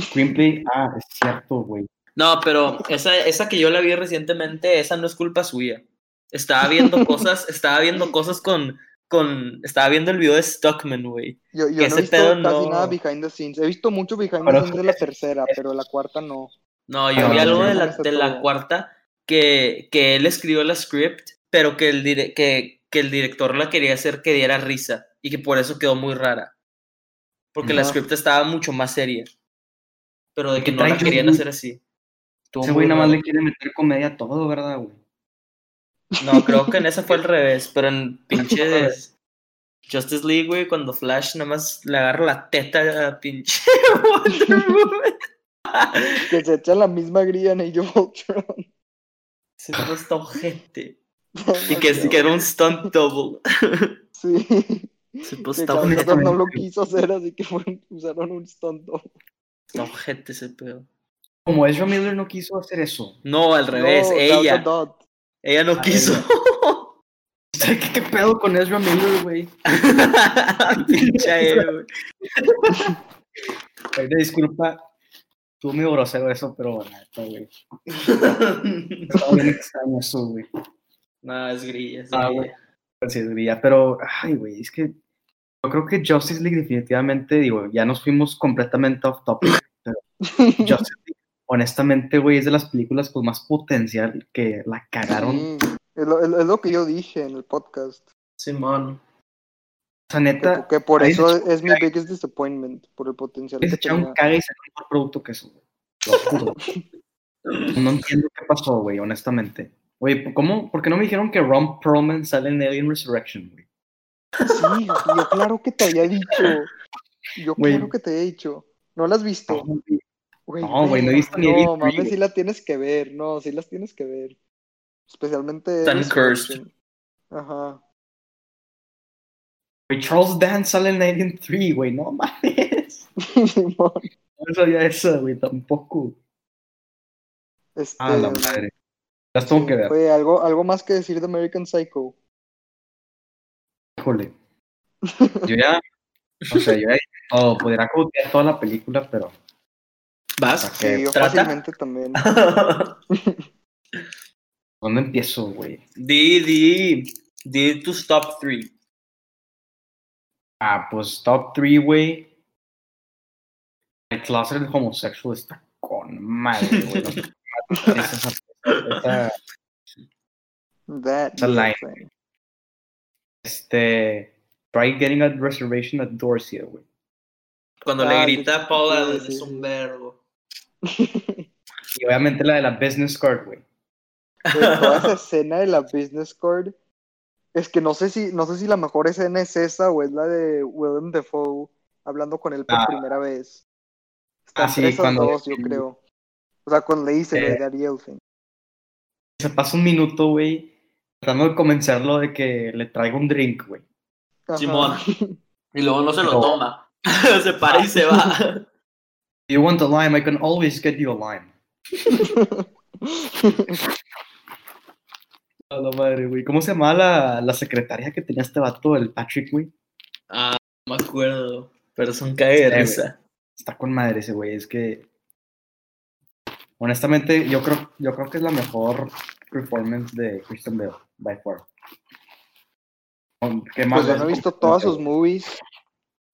[SPEAKER 1] Screenplay, ah, es cierto, güey.
[SPEAKER 2] No, pero esa, esa que yo la vi recientemente, esa no es culpa suya. Estaba viendo cosas, estaba viendo cosas con, con, estaba viendo el video de Stockman, güey.
[SPEAKER 3] Yo,
[SPEAKER 2] Que
[SPEAKER 3] yo no
[SPEAKER 2] ese
[SPEAKER 3] he visto
[SPEAKER 2] pedo
[SPEAKER 3] casi
[SPEAKER 2] no-
[SPEAKER 3] nada behind the scenes. He visto mucho behind
[SPEAKER 1] Pero-
[SPEAKER 3] the scenes de la tercera, pero la cuarta no.
[SPEAKER 2] No, yo
[SPEAKER 1] Ah,
[SPEAKER 2] vi algo
[SPEAKER 1] sí.
[SPEAKER 2] de la, de la cuarta que, que él escribió la script, pero que el, dire- que, que el director la quería hacer que diera risa y que por eso quedó muy rara. Porque la
[SPEAKER 3] Ajá.
[SPEAKER 2] script estaba mucho más seria. Pero de
[SPEAKER 1] ¿Y
[SPEAKER 2] que
[SPEAKER 1] qué
[SPEAKER 2] no la
[SPEAKER 1] trae John
[SPEAKER 2] querían
[SPEAKER 1] Wick?
[SPEAKER 2] hacer así. Estuvo
[SPEAKER 1] Ese
[SPEAKER 2] muy
[SPEAKER 1] güey nada más
[SPEAKER 2] raro.
[SPEAKER 1] le quiere meter comedia a todo, ¿verdad, güey?
[SPEAKER 2] No, creo que en esa fue al revés, pero en pinches Justice League, güey, cuando Flash nada más le agarra la teta a pinche Wonder Woman.
[SPEAKER 3] Que se echa la misma grilla en Age of Ultron.
[SPEAKER 2] Se fue hasta ojete. Y que, es- que Pues era un stunt double.
[SPEAKER 3] Sí.
[SPEAKER 2] Se
[SPEAKER 3] Que
[SPEAKER 2] puso hasta
[SPEAKER 1] cabrón.
[SPEAKER 2] ojete,
[SPEAKER 3] Carlos no lo quiso hacer, así que fueron- usaron un stonto.
[SPEAKER 2] hasta ojete ese pedo.
[SPEAKER 1] Como Ezra Miller no quiso hacer eso.
[SPEAKER 2] No, al revés, ella. Ella no
[SPEAKER 1] Ah,
[SPEAKER 2] quiso.
[SPEAKER 1] ¿Qué, qué pedo con Ezra Miller, güey?
[SPEAKER 2] Pinche ella, güey.
[SPEAKER 1] Ay, Disculpa, tú me grosero eso, pero bueno, güey. Estaba bien extraño eso, güey.
[SPEAKER 2] No, es grilla. es
[SPEAKER 1] Ah,
[SPEAKER 2] grilla.
[SPEAKER 1] güey. Así es, güey, ya, pero, ay, güey, es que yo creo que Justice League definitivamente, digo, ya nos fuimos completamente off topic, pero Justice League, honestamente, güey, es de las películas con más potencial que la cagaron.
[SPEAKER 3] Sí. Es lo, es lo- es lo que yo dije en el podcast.
[SPEAKER 2] Simón.
[SPEAKER 1] O sea,
[SPEAKER 3] Que,
[SPEAKER 1] neta,
[SPEAKER 3] que por
[SPEAKER 1] ahí
[SPEAKER 3] eso
[SPEAKER 1] les-
[SPEAKER 3] es mi biggest disappointment, por el potencial
[SPEAKER 1] les
[SPEAKER 3] que
[SPEAKER 1] echaron
[SPEAKER 3] tenía.
[SPEAKER 1] un Este caga y sacó un mejor producto que eso, güey. Lo juro. No entiendo qué pasó, güey, honestamente. Güey, ¿cómo? ¿Por qué no me dijeron que Ron Perlman sale en Alien Resurrection, güey?
[SPEAKER 3] Sí, yo claro que te había dicho. Yo
[SPEAKER 1] Güey.
[SPEAKER 3] claro que te había dicho. ¿No la has visto? Güey,
[SPEAKER 1] No, güey, no he visto ni
[SPEAKER 3] No,
[SPEAKER 1] Elite Three,
[SPEAKER 3] mames,
[SPEAKER 1] güey.
[SPEAKER 3] sí la tienes que ver, no, sí las tienes que ver. Especialmente.
[SPEAKER 2] Tan
[SPEAKER 3] Resurrection. Ajá.
[SPEAKER 1] Güey, Charles Dance sale en Alien 3, güey, no mames.
[SPEAKER 3] Simón,
[SPEAKER 1] No sabía eso, güey, tampoco.
[SPEAKER 3] este,
[SPEAKER 1] Ah, la madre. Las tengo que ver,
[SPEAKER 3] Oye, algo, algo más que decir de American Psycho.
[SPEAKER 1] híjole. Yo ya, o sea, yo ya todo, podría cotear toda la película, pero ¿para
[SPEAKER 2] ¿Vas?
[SPEAKER 3] Sí,
[SPEAKER 1] qué?
[SPEAKER 3] yo
[SPEAKER 2] ¿Trata?
[SPEAKER 3] fácilmente también.
[SPEAKER 1] ¿Dónde empiezo, güey?
[SPEAKER 2] di, di. Di tus top 3.
[SPEAKER 1] Ah, pues top 3, güey. El closet homosexual está con madre, güey. No sé qué madre es esa- esa-
[SPEAKER 3] That
[SPEAKER 1] Esa line.
[SPEAKER 3] thing.
[SPEAKER 1] este. Try getting a reservation at Dorsia, güey.
[SPEAKER 2] Cuando le
[SPEAKER 3] Ah,
[SPEAKER 2] grita
[SPEAKER 3] sí,
[SPEAKER 2] a Paula,
[SPEAKER 3] sí,
[SPEAKER 2] es
[SPEAKER 3] sí, sí.
[SPEAKER 2] un verbo.
[SPEAKER 1] Y obviamente la de la business card, güey.
[SPEAKER 3] Güey, toda esa escena de la business card. Es que no sé si, no sé si la mejor escena es esa o es la de Willem Dafoe hablando con él por
[SPEAKER 1] Ah.
[SPEAKER 3] primera vez. Están
[SPEAKER 1] Ah, sí,
[SPEAKER 3] entre esas
[SPEAKER 1] cuando-
[SPEAKER 3] dos, yo creo. O sea, cuando le dice
[SPEAKER 1] Eh.
[SPEAKER 3] de Daddy Elfin.
[SPEAKER 1] Se pasa un minuto, güey, tratando de convencerlo de que le traiga un drink, güey.
[SPEAKER 3] Ajá.
[SPEAKER 2] Simón. Y luego no se lo
[SPEAKER 1] No.
[SPEAKER 2] toma. se para y se va.
[SPEAKER 1] You want a lime, I can always get you a lime. A la madre, güey. ¿Cómo se llama la, la secretaria que tenía este vato, el Patrick, güey?
[SPEAKER 2] Ah, no me acuerdo. Pero son cae de
[SPEAKER 1] Sí, güey.
[SPEAKER 2] risa.
[SPEAKER 1] Está con madre ese güey, es que. Honestamente, yo creo, yo creo que es la mejor performance de Christian Bale, by far. Con- ¿Qué más?
[SPEAKER 3] Pues yo no he visto todas sus movies,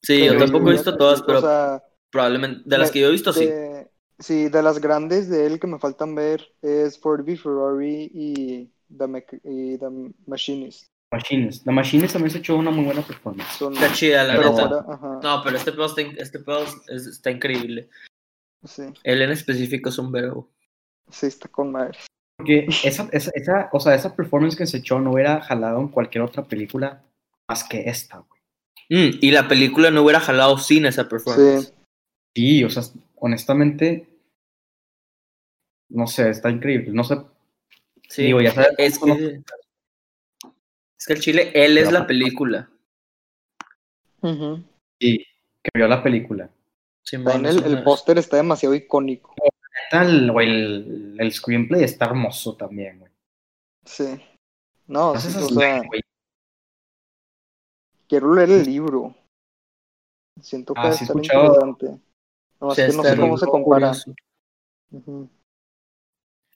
[SPEAKER 2] Sí, yo
[SPEAKER 3] Pero
[SPEAKER 2] tampoco he
[SPEAKER 3] yo-
[SPEAKER 2] visto todas, pero
[SPEAKER 3] O sea,
[SPEAKER 2] probablemente de las
[SPEAKER 3] me-
[SPEAKER 2] que yo he visto, sí.
[SPEAKER 3] de- sí, de las grandes de él que me faltan ver es Ford v Ferrari y The, Mech- y The Machinist.
[SPEAKER 1] Machines. La Machines también se echó una muy buena performance.
[SPEAKER 3] Son,
[SPEAKER 2] Está chida, la
[SPEAKER 3] pero
[SPEAKER 2] neta.
[SPEAKER 3] fuera- ajá,
[SPEAKER 2] No, pero este pedo está, in- este pedo es- está increíble.
[SPEAKER 3] sí,
[SPEAKER 2] Él en específico es un verbo.
[SPEAKER 3] sí, está con madre.
[SPEAKER 1] Porque esa, esa, esa, o sea, esa performance que se echó no hubiera jalado en cualquier otra película más que esta, güey.
[SPEAKER 2] Mm, y la película no hubiera jalado sin esa performance.
[SPEAKER 3] Sí,
[SPEAKER 1] Sí, o sea, honestamente, no sé, está increíble. No sé,
[SPEAKER 2] Sí,
[SPEAKER 1] digo, ya sabes,
[SPEAKER 2] es
[SPEAKER 1] ¿no?
[SPEAKER 2] que... Es que el chile, él es
[SPEAKER 1] Pero-
[SPEAKER 2] la película.
[SPEAKER 3] Ujú.
[SPEAKER 1] que vio la película.
[SPEAKER 2] Simón,
[SPEAKER 3] También
[SPEAKER 2] es
[SPEAKER 3] el, el
[SPEAKER 2] una-
[SPEAKER 3] póster está demasiado icónico.
[SPEAKER 1] Tal, güey, el, el screenplay está hermoso también, güey.
[SPEAKER 3] Sí. No,
[SPEAKER 1] Todas
[SPEAKER 3] sí,
[SPEAKER 1] esas
[SPEAKER 3] o sea,
[SPEAKER 1] líneas, güey.
[SPEAKER 3] quiero leer el libro. Siento que
[SPEAKER 1] Ah,
[SPEAKER 3] va a
[SPEAKER 1] sí,
[SPEAKER 3] estar
[SPEAKER 1] escuchaba.
[SPEAKER 3] interesante. No,
[SPEAKER 2] o sea,
[SPEAKER 3] es que no
[SPEAKER 2] está
[SPEAKER 3] sé cómo se
[SPEAKER 2] algo
[SPEAKER 3] compara.
[SPEAKER 2] curioso.
[SPEAKER 3] Ujú.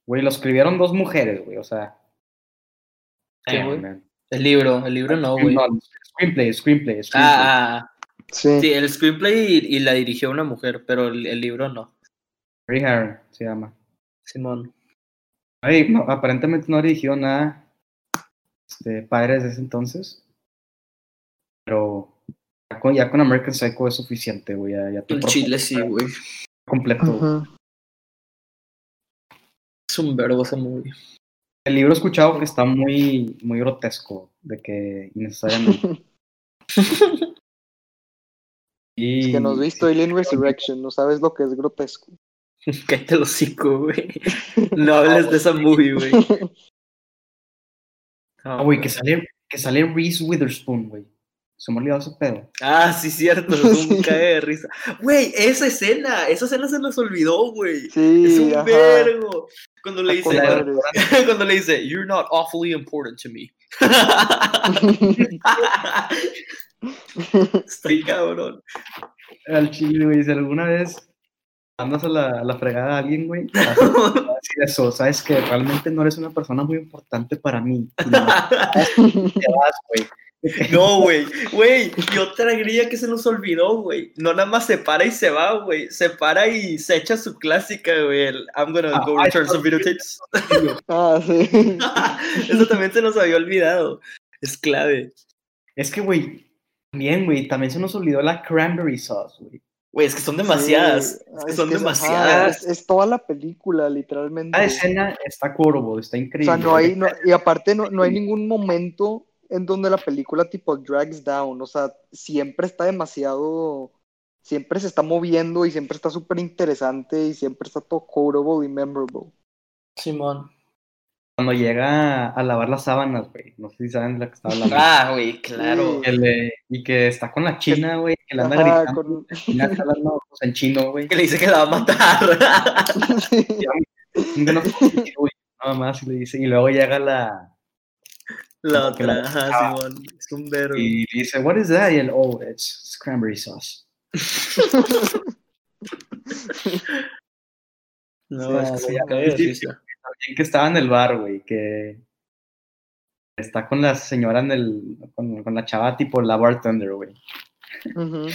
[SPEAKER 1] Güey, lo escribieron dos mujeres, güey, o sea.
[SPEAKER 2] Sí,
[SPEAKER 1] damn,
[SPEAKER 2] güey.
[SPEAKER 1] man.
[SPEAKER 2] El libro, el libro no, güey.
[SPEAKER 1] No, screenplay, screenplay, screenplay.
[SPEAKER 2] Ah, ah,
[SPEAKER 3] Sí.
[SPEAKER 2] sí, el screenplay y, y la dirigió una mujer, pero el, el libro no.
[SPEAKER 1] Mary Harron se llama.
[SPEAKER 2] Simón.
[SPEAKER 1] Ay, no, aparentemente no dirigió nada este, padres de ese entonces. Pero ya con, ya con American Psycho es suficiente, güey. Ya, ya te
[SPEAKER 2] En
[SPEAKER 1] propongo
[SPEAKER 2] Chile sí, güey.
[SPEAKER 1] completo. güey.
[SPEAKER 3] Ujú.
[SPEAKER 2] Es un verbo ese movie.
[SPEAKER 1] El libro he escuchado que está muy, muy grotesco, de que innecesariamente. y,
[SPEAKER 3] Es que nos visto Alien Resurrection, no sabes lo que es grotesco.
[SPEAKER 2] Cállate el hocico, güey. No hables de esa movie, güey.
[SPEAKER 1] Ah, güey, que sale, que sale Reese Witherspoon, güey. Se me ha olvidado ese pedo.
[SPEAKER 2] Ah, sí, cierto, se tuvo un
[SPEAKER 3] Sí.
[SPEAKER 2] cague de risa. Güey, esa escena, esa escena se nos olvidó, güey. es
[SPEAKER 3] Sí,
[SPEAKER 2] un
[SPEAKER 3] ajá.
[SPEAKER 2] vergo. Cuando le
[SPEAKER 3] Está con
[SPEAKER 2] dice,
[SPEAKER 3] madre.
[SPEAKER 2] cuando le dice, you're not awfully important to me. Está cabrón.
[SPEAKER 1] Al chile, güey, si alguna vez andas a la, a la fregada a alguien, güey, así decir eso, sabes que realmente no eres una persona muy importante para mí. Y no, te vas, güey.
[SPEAKER 2] No, güey, güey, y otra grilla que se nos olvidó, güey. No nada más se para y se va, güey. Se para y se echa su clásica, güey. el I'm gonna
[SPEAKER 1] Ah,
[SPEAKER 2] go
[SPEAKER 1] ay,
[SPEAKER 2] return some
[SPEAKER 1] no,
[SPEAKER 2] video tapes.
[SPEAKER 3] Ah, sí.
[SPEAKER 2] Eso también se nos había olvidado. Es clave.
[SPEAKER 1] Es que, güey, también, güey, también se nos olvidó la cranberry sauce, güey.
[SPEAKER 2] Güey, es que son demasiadas.
[SPEAKER 3] Sí.
[SPEAKER 2] Es que
[SPEAKER 3] Ah, Es
[SPEAKER 2] son
[SPEAKER 3] que es- ajá,
[SPEAKER 2] demasiadas. Ah,
[SPEAKER 3] Es, es toda la película, literalmente.
[SPEAKER 1] La escena está corvo, está
[SPEAKER 3] O
[SPEAKER 1] increíble.
[SPEAKER 3] sea, no hay, no- y aparte no, no hay
[SPEAKER 1] Sí.
[SPEAKER 3] ningún momento en donde la película tipo drags down, o sea, siempre está demasiado, siempre se está moviendo y siempre está súper interesante y siempre está todo quotable y memorable.
[SPEAKER 2] Simón.
[SPEAKER 1] Cuando llega a lavar las sábanas, güey, no sé si saben de la que está hablando.
[SPEAKER 2] Ah, güey, claro.
[SPEAKER 1] Que le- y que está con la china, güey, que le anda
[SPEAKER 3] Ajá,
[SPEAKER 1] gritando,
[SPEAKER 3] con-
[SPEAKER 1] china, está hablando o sea, en chino, güey.
[SPEAKER 2] Que le dice que la va a matar.
[SPEAKER 1] Nunca nos- Uy, nada más, y le dice, y luego llega la,
[SPEAKER 2] la
[SPEAKER 1] Que la-
[SPEAKER 2] otra, ajá, Simón. Es un verbo.
[SPEAKER 1] y dice, what is that? Y él, oh, it's, it's cranberry sauce.
[SPEAKER 2] No, es que se
[SPEAKER 1] güey,
[SPEAKER 2] me
[SPEAKER 1] al
[SPEAKER 2] cae de
[SPEAKER 1] principio.
[SPEAKER 2] risa.
[SPEAKER 1] También que estaba en el bar, güey, que está con la señora en el, con, con la chava tipo la bartender, güey. Al
[SPEAKER 3] Ujú.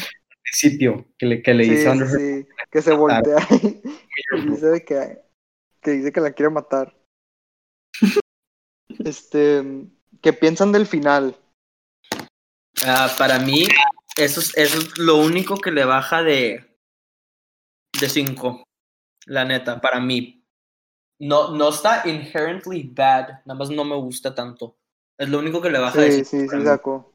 [SPEAKER 1] principio, que le, que le
[SPEAKER 3] Sí,
[SPEAKER 1] dice under
[SPEAKER 3] sí,
[SPEAKER 1] her
[SPEAKER 3] sí, que se voltea y
[SPEAKER 1] mirror, güey.
[SPEAKER 3] dice de que, que dice que la quiere matar. Este, ¿qué piensan del final?
[SPEAKER 2] Ah, para mí, eso es, eso es lo único que le baja de. de 5. La neta, para mí. No, no está inherently bad, nada más no me gusta tanto. Es lo único que le baja de
[SPEAKER 3] Sí,
[SPEAKER 2] cinco
[SPEAKER 3] sí,
[SPEAKER 2] para
[SPEAKER 3] sí,
[SPEAKER 2] mí.
[SPEAKER 3] saco.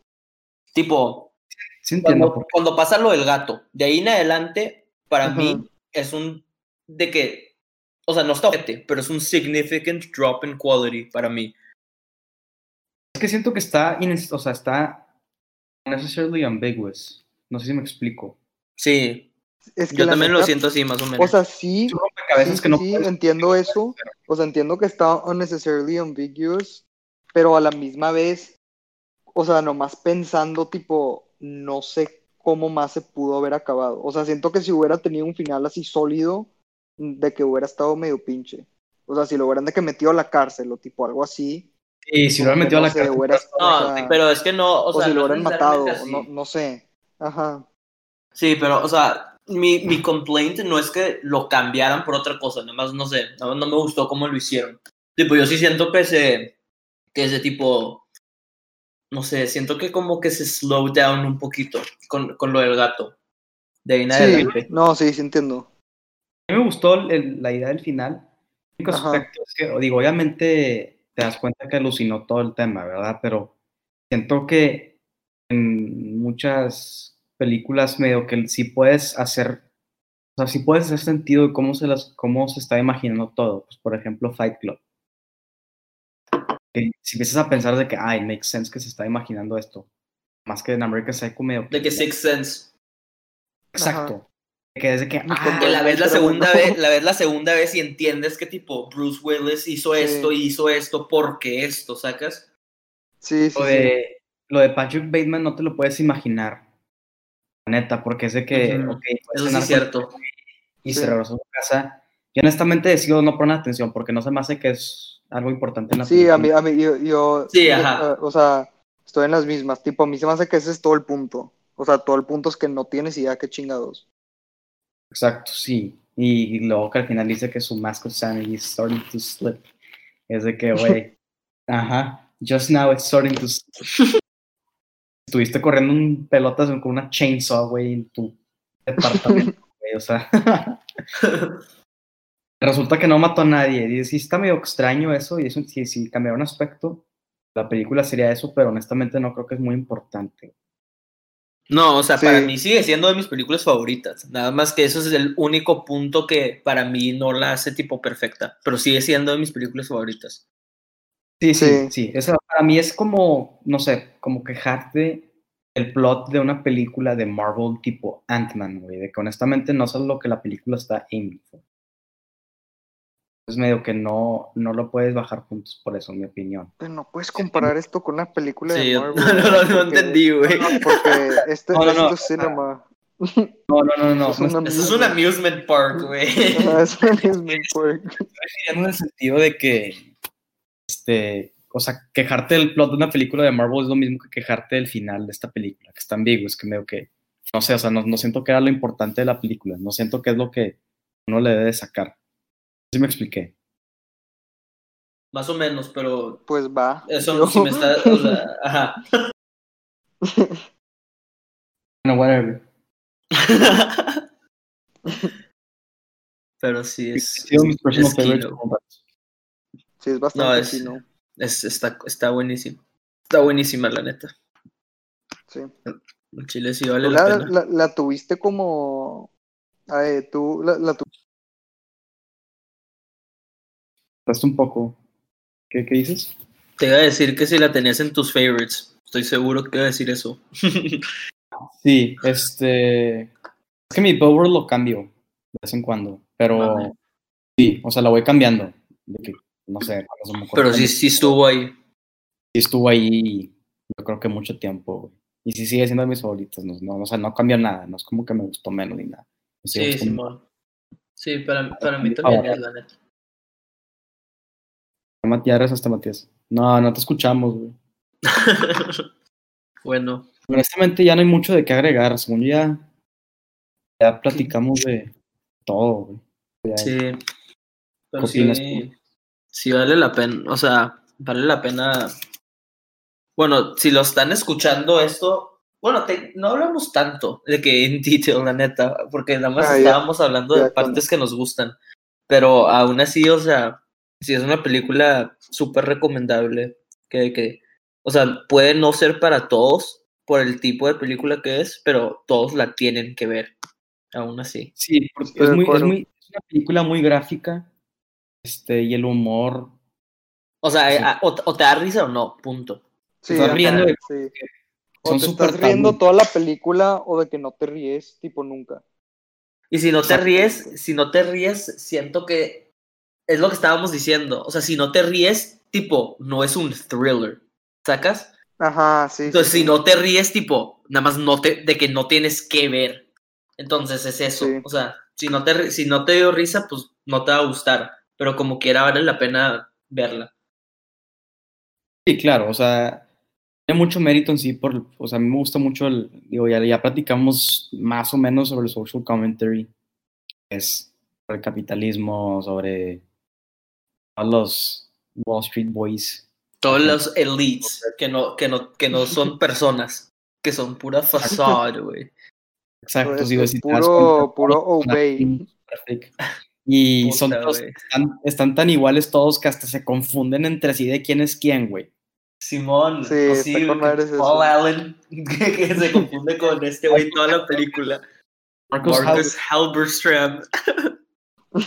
[SPEAKER 2] Tipo,
[SPEAKER 1] Sí entiendo,
[SPEAKER 2] cuando,
[SPEAKER 1] por-
[SPEAKER 2] cuando pasa lo del gato, de ahí en adelante, para
[SPEAKER 3] Ajá.
[SPEAKER 2] mí es un de que, o sea, no está ojete, pero es un significant drop in quality para mí.
[SPEAKER 1] es que siento que está, ines- o sea, está necessarily ambiguous. No sé si me explico.
[SPEAKER 2] Sí,
[SPEAKER 3] Es que
[SPEAKER 2] yo
[SPEAKER 3] la
[SPEAKER 2] también lo
[SPEAKER 3] neta-
[SPEAKER 2] siento así, más o menos.
[SPEAKER 3] O sea, sí,
[SPEAKER 1] Es un rompecabezas
[SPEAKER 3] sí,
[SPEAKER 1] que no
[SPEAKER 3] sí,
[SPEAKER 1] puedes-
[SPEAKER 3] entiendo eso. O sea, entiendo que está unnecessarily ambiguous, pero a la misma vez, o sea, nomás pensando, tipo, no sé cómo más se pudo haber acabado. O sea, siento que si hubiera tenido un final así sólido, de que hubiera estado medio pinche. O sea, si lo hubieran de que metido a la cárcel o tipo algo así.
[SPEAKER 1] Y si lo hubieran metido a
[SPEAKER 3] como que no
[SPEAKER 1] la
[SPEAKER 3] sé,
[SPEAKER 1] cárcel,
[SPEAKER 3] hubiera-
[SPEAKER 2] no,
[SPEAKER 3] o sea,
[SPEAKER 2] pero es que no, o,
[SPEAKER 3] O,
[SPEAKER 2] sea,
[SPEAKER 3] si lo
[SPEAKER 2] no
[SPEAKER 3] hubieran matado,
[SPEAKER 2] necesariamente
[SPEAKER 3] no,
[SPEAKER 2] así.
[SPEAKER 3] no sé. Ajá.
[SPEAKER 2] Sí, pero, o sea, mi, mi complaint no es que lo cambiaran por otra cosa, nada más, no sé, nada más no me gustó cómo lo hicieron. Tipo, yo sí siento que ese, que ese tipo, no sé, siento que como que se slow down un poquito con, con lo del gato. De ahí en adelante.
[SPEAKER 3] Sí, no, sí, sí entiendo.
[SPEAKER 1] A mí me gustó el- la idea del final. El único
[SPEAKER 3] Ajá.
[SPEAKER 1] aspecto es que, digo, obviamente te das cuenta que alucinó todo el tema, ¿verdad? Pero siento que en muchas películas medio que sí puedes hacer, o sea, sí puedes hacer sentido de cómo se, las, cómo se está imaginando todo. Pues, por ejemplo, Fight Club. Que si empiezas a pensar de que, ay, makes sense que se está imaginando esto. Más que en American Psycho medio...
[SPEAKER 2] De que Sixth Sense.
[SPEAKER 1] Exacto. Que es de que,
[SPEAKER 3] Porque
[SPEAKER 2] Que
[SPEAKER 1] "Ah,
[SPEAKER 2] la ves la
[SPEAKER 3] pero
[SPEAKER 2] segunda
[SPEAKER 3] bueno.
[SPEAKER 2] vez, la ves la segunda vez y entiendes que tipo Bruce Willis hizo
[SPEAKER 3] Sí.
[SPEAKER 2] esto y hizo esto porque esto, ¿sacas?
[SPEAKER 3] Sí, sí,
[SPEAKER 1] lo
[SPEAKER 3] sí.
[SPEAKER 1] de, lo de Patrick Bateman no te lo puedes imaginar. La neta, porque es de que,
[SPEAKER 2] Ujú.
[SPEAKER 1] ok, fue a
[SPEAKER 2] Eso sí
[SPEAKER 1] cenar
[SPEAKER 2] es cierto.
[SPEAKER 1] con- Y
[SPEAKER 3] Sí.
[SPEAKER 1] se regresó a su casa. Yo honestamente decido no poner atención porque no se me hace que es algo importante en la
[SPEAKER 3] Sí, a mí,
[SPEAKER 1] película.
[SPEAKER 3] a mí, yo, yo-
[SPEAKER 2] Sí,
[SPEAKER 3] yo,
[SPEAKER 2] ajá.
[SPEAKER 3] eh, o sea, estoy en las mismas, tipo, a mí se me hace que ese es todo el punto, o sea, todo el punto es que no tienes idea qué chingados.
[SPEAKER 1] Exacto, sí. Y, luego que al final dice que su mask of sanity is starting to slip. Es de que, güey, ajá, just now it's starting to slip. Estuviste corriendo un pelotas con una chainsaw, güey, en tu departamento, güey, o sea. Resulta que no mató a nadie. Y sí está medio extraño eso, y eso, si, si cambiara un aspecto, la película sería eso, pero honestamente no creo que es muy importante.
[SPEAKER 2] No, o sea,
[SPEAKER 3] Sí.
[SPEAKER 2] para mí sigue siendo de mis películas favoritas. Nada más que eso es el único punto que para mí no la hace tipo perfecta, pero sigue siendo de mis películas favoritas.
[SPEAKER 1] Sí, sí,
[SPEAKER 3] Sí.
[SPEAKER 1] sí. Esa para mí es como, no sé, como quejarte el plot de una película de Marvel tipo Ant-Man, güey, de que honestamente no es a lo que la película está aiming for. Es medio que no, no lo puedes bajar puntos por eso, en mi opinión.
[SPEAKER 3] Pero no puedes comparar esto con una película
[SPEAKER 2] Sí,
[SPEAKER 3] de
[SPEAKER 2] yo-
[SPEAKER 3] Marvel.
[SPEAKER 2] no, no, no,
[SPEAKER 3] porque-
[SPEAKER 2] entendí, güey.
[SPEAKER 3] Porque este
[SPEAKER 1] No, no, no,
[SPEAKER 3] esto
[SPEAKER 1] o
[SPEAKER 3] es cinema.
[SPEAKER 1] No, no, no, no.
[SPEAKER 3] Es
[SPEAKER 1] no estoy
[SPEAKER 3] una-
[SPEAKER 2] Eso es un amusement park, güey.
[SPEAKER 3] Ajá, es un amusement park.
[SPEAKER 1] diciendo en el sentido de que, este, o sea, quejarte del plot de una película de Marvel es lo mismo que quejarte del final de esta película, que está ambiguo, es que medio que, no sé, o sea, no, no siento que era lo importante de la película, no siento que es lo que uno le debe sacar. ¿Sí me expliqué?
[SPEAKER 2] Más o menos, pero
[SPEAKER 3] Pues va.
[SPEAKER 2] eso
[SPEAKER 3] Yo-
[SPEAKER 2] sí me está, o sea, ajá.
[SPEAKER 1] Bueno, whatever.
[SPEAKER 2] Pero sí
[SPEAKER 1] Es,
[SPEAKER 2] es,
[SPEAKER 1] mis personal
[SPEAKER 2] es
[SPEAKER 1] favorites
[SPEAKER 2] kilo.
[SPEAKER 1] comebacks.
[SPEAKER 3] Sí, es bastante
[SPEAKER 2] No, es-
[SPEAKER 3] fino.
[SPEAKER 2] es- está, está buenísimo. Está buenísima la neta.
[SPEAKER 3] Sí.
[SPEAKER 2] El chile sí vale
[SPEAKER 3] Tú
[SPEAKER 2] la,
[SPEAKER 3] Pues la,
[SPEAKER 2] pena.
[SPEAKER 3] la- la tuviste como. Ay, tú la, la tuviste.
[SPEAKER 1] Resta un poco. ¿Qué, qué dices?
[SPEAKER 2] Te iba a decir que si la tenías en tus favorites, estoy seguro que iba a decir eso.
[SPEAKER 1] Sí, este. Es que mi power lo cambio de vez en cuando, pero
[SPEAKER 2] Vale.
[SPEAKER 1] sí, o sea, la voy cambiando. De que, no sé, cuando se me ocurre
[SPEAKER 2] Pero sí,
[SPEAKER 1] cambiar.
[SPEAKER 2] sí estuvo ahí.
[SPEAKER 1] sí estuvo ahí, yo creo que mucho tiempo, güey. Y sí sigue siendo de mis favoritos, no, no, o sea, no cambia nada, no es como que me gustó menos ni nada. Me sigue
[SPEAKER 2] Sí,
[SPEAKER 1] gustando.
[SPEAKER 2] Simón. Sí, para, para mí
[SPEAKER 1] Ah,
[SPEAKER 2] también
[SPEAKER 1] bueno.
[SPEAKER 2] es la neta.
[SPEAKER 1] Matías, rezo hasta Matías. No, no te escuchamos, güey.
[SPEAKER 2] bueno,
[SPEAKER 1] Honestamente, ya no hay mucho de qué agregar, según yo ya, ya platicamos de todo, güey. Ya,
[SPEAKER 2] sí. Pero
[SPEAKER 1] ¿Qué opinas
[SPEAKER 2] sí, sí vale la pena. O sea, vale la pena. Bueno, si lo están escuchando esto. Bueno, te- no hablamos tanto de que en detail, la neta, porque nada más
[SPEAKER 3] Ah, ya.
[SPEAKER 2] estábamos hablando de
[SPEAKER 3] Ya, claro.
[SPEAKER 2] partes que nos gustan. Pero aún así, o sea, sí es una película súper recomendable. Que, que, o sea, puede no ser para todos por el tipo de película que es, pero todos la tienen que ver, aún así.
[SPEAKER 1] Sí, porque
[SPEAKER 3] Estoy
[SPEAKER 1] es,
[SPEAKER 3] de
[SPEAKER 1] muy, es,
[SPEAKER 3] acuerdo.
[SPEAKER 1] muy- es una película muy gráfica, este, y el humor,
[SPEAKER 2] O sea,
[SPEAKER 1] Sí.
[SPEAKER 2] a- o, o te da risa o no, punto.
[SPEAKER 3] Sí,
[SPEAKER 1] estás
[SPEAKER 3] ajá,
[SPEAKER 1] riendo de-
[SPEAKER 3] sí. O
[SPEAKER 1] son
[SPEAKER 3] te
[SPEAKER 1] súper
[SPEAKER 3] estás riendo
[SPEAKER 1] tabú.
[SPEAKER 3] toda la película o de que no te ríes, tipo nunca.
[SPEAKER 2] Y si no te
[SPEAKER 1] Exacto.
[SPEAKER 2] ríes, si no te ríes, siento que es lo que estábamos diciendo. O sea, si no te ríes, tipo, no es un thriller. ¿Sacas?
[SPEAKER 3] Ajá, sí.
[SPEAKER 2] Entonces,
[SPEAKER 3] sí,
[SPEAKER 2] si no te ríes, tipo, nada más no te, de que no tienes que ver. Entonces es eso.
[SPEAKER 3] Sí.
[SPEAKER 2] O sea, si no, te, ri- si no te dio risa, pues no te va a gustar. Pero como quiera, vale la pena verla.
[SPEAKER 1] Sí, claro, o sea, tiene mucho mérito en sí, por, o sea, a mí me gusta mucho el, digo, ya, ya platicamos más o menos sobre el social commentary, que es sobre el capitalismo, sobre todos los Wall Street Boys.
[SPEAKER 2] Todos los elites que no, que no, que no son personas, que son pura facade, güey.
[SPEAKER 1] Exacto,
[SPEAKER 3] Pues,
[SPEAKER 1] digo,
[SPEAKER 3] es
[SPEAKER 1] si te das
[SPEAKER 3] puro,
[SPEAKER 1] cuenta,
[SPEAKER 3] puro
[SPEAKER 1] todos son
[SPEAKER 3] obey.
[SPEAKER 1] Perfecto. Y
[SPEAKER 2] Puta,
[SPEAKER 1] son todos-
[SPEAKER 2] güey.
[SPEAKER 1] están, están tan iguales todos que hasta se confunden entre sí de quién es quién, güey.
[SPEAKER 2] Simón,
[SPEAKER 3] Sí, está
[SPEAKER 2] posible
[SPEAKER 3] con
[SPEAKER 2] que
[SPEAKER 3] madres eso.
[SPEAKER 2] Paul Allen, que, que se confunde con este güey toda la película.
[SPEAKER 1] Marcus
[SPEAKER 2] Marcus Halberstram.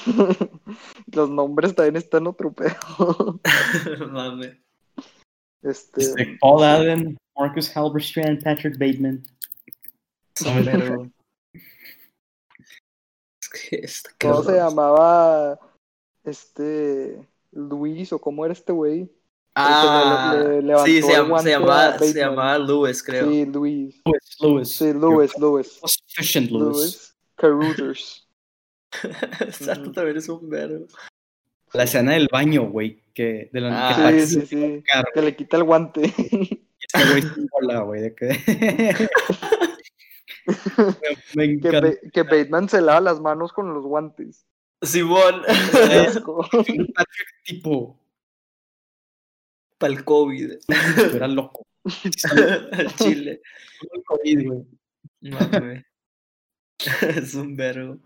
[SPEAKER 3] Los nombres también están otro pedo.
[SPEAKER 2] Mame.
[SPEAKER 3] Este,
[SPEAKER 1] Halberstadt, Paul Allen, Marcus Halberstrand, Patrick Bateman.
[SPEAKER 3] pero-
[SPEAKER 2] Es que está
[SPEAKER 3] ¿Cómo se
[SPEAKER 2] cabrón.
[SPEAKER 3] llamaba? Este. Luis, o cómo era este güey.
[SPEAKER 2] Ah,
[SPEAKER 3] El que le- le levantó
[SPEAKER 2] sí, se,
[SPEAKER 3] el
[SPEAKER 2] llam- se
[SPEAKER 3] guante a
[SPEAKER 2] llamaba, se
[SPEAKER 3] Bateman.
[SPEAKER 2] llamaba Lewis, creo.
[SPEAKER 3] Sí, Luis.
[SPEAKER 1] Lewis, Lewis.
[SPEAKER 3] Sí, Luis, Luis.
[SPEAKER 1] Constitution Lewis.
[SPEAKER 3] Luis Carruthers.
[SPEAKER 2] Exacto, también es un verbo.
[SPEAKER 1] La escena del baño, güey, que de la
[SPEAKER 2] Ah,
[SPEAKER 1] que Patrick
[SPEAKER 3] Sí,
[SPEAKER 1] se
[SPEAKER 3] sí, sí.
[SPEAKER 1] cara,
[SPEAKER 3] Que le quita el guante.
[SPEAKER 1] este güey sin bola, güey, de que me, me
[SPEAKER 3] Que,
[SPEAKER 1] encanta.
[SPEAKER 3] Ba- que Bateman se lava las manos con los guantes.
[SPEAKER 2] Simón,
[SPEAKER 3] Qué asco.
[SPEAKER 1] Patrick tipo
[SPEAKER 2] para el COVID.
[SPEAKER 1] era loco.
[SPEAKER 2] Al Chile.
[SPEAKER 1] El COVID, güey.
[SPEAKER 2] Mame. es un verbo.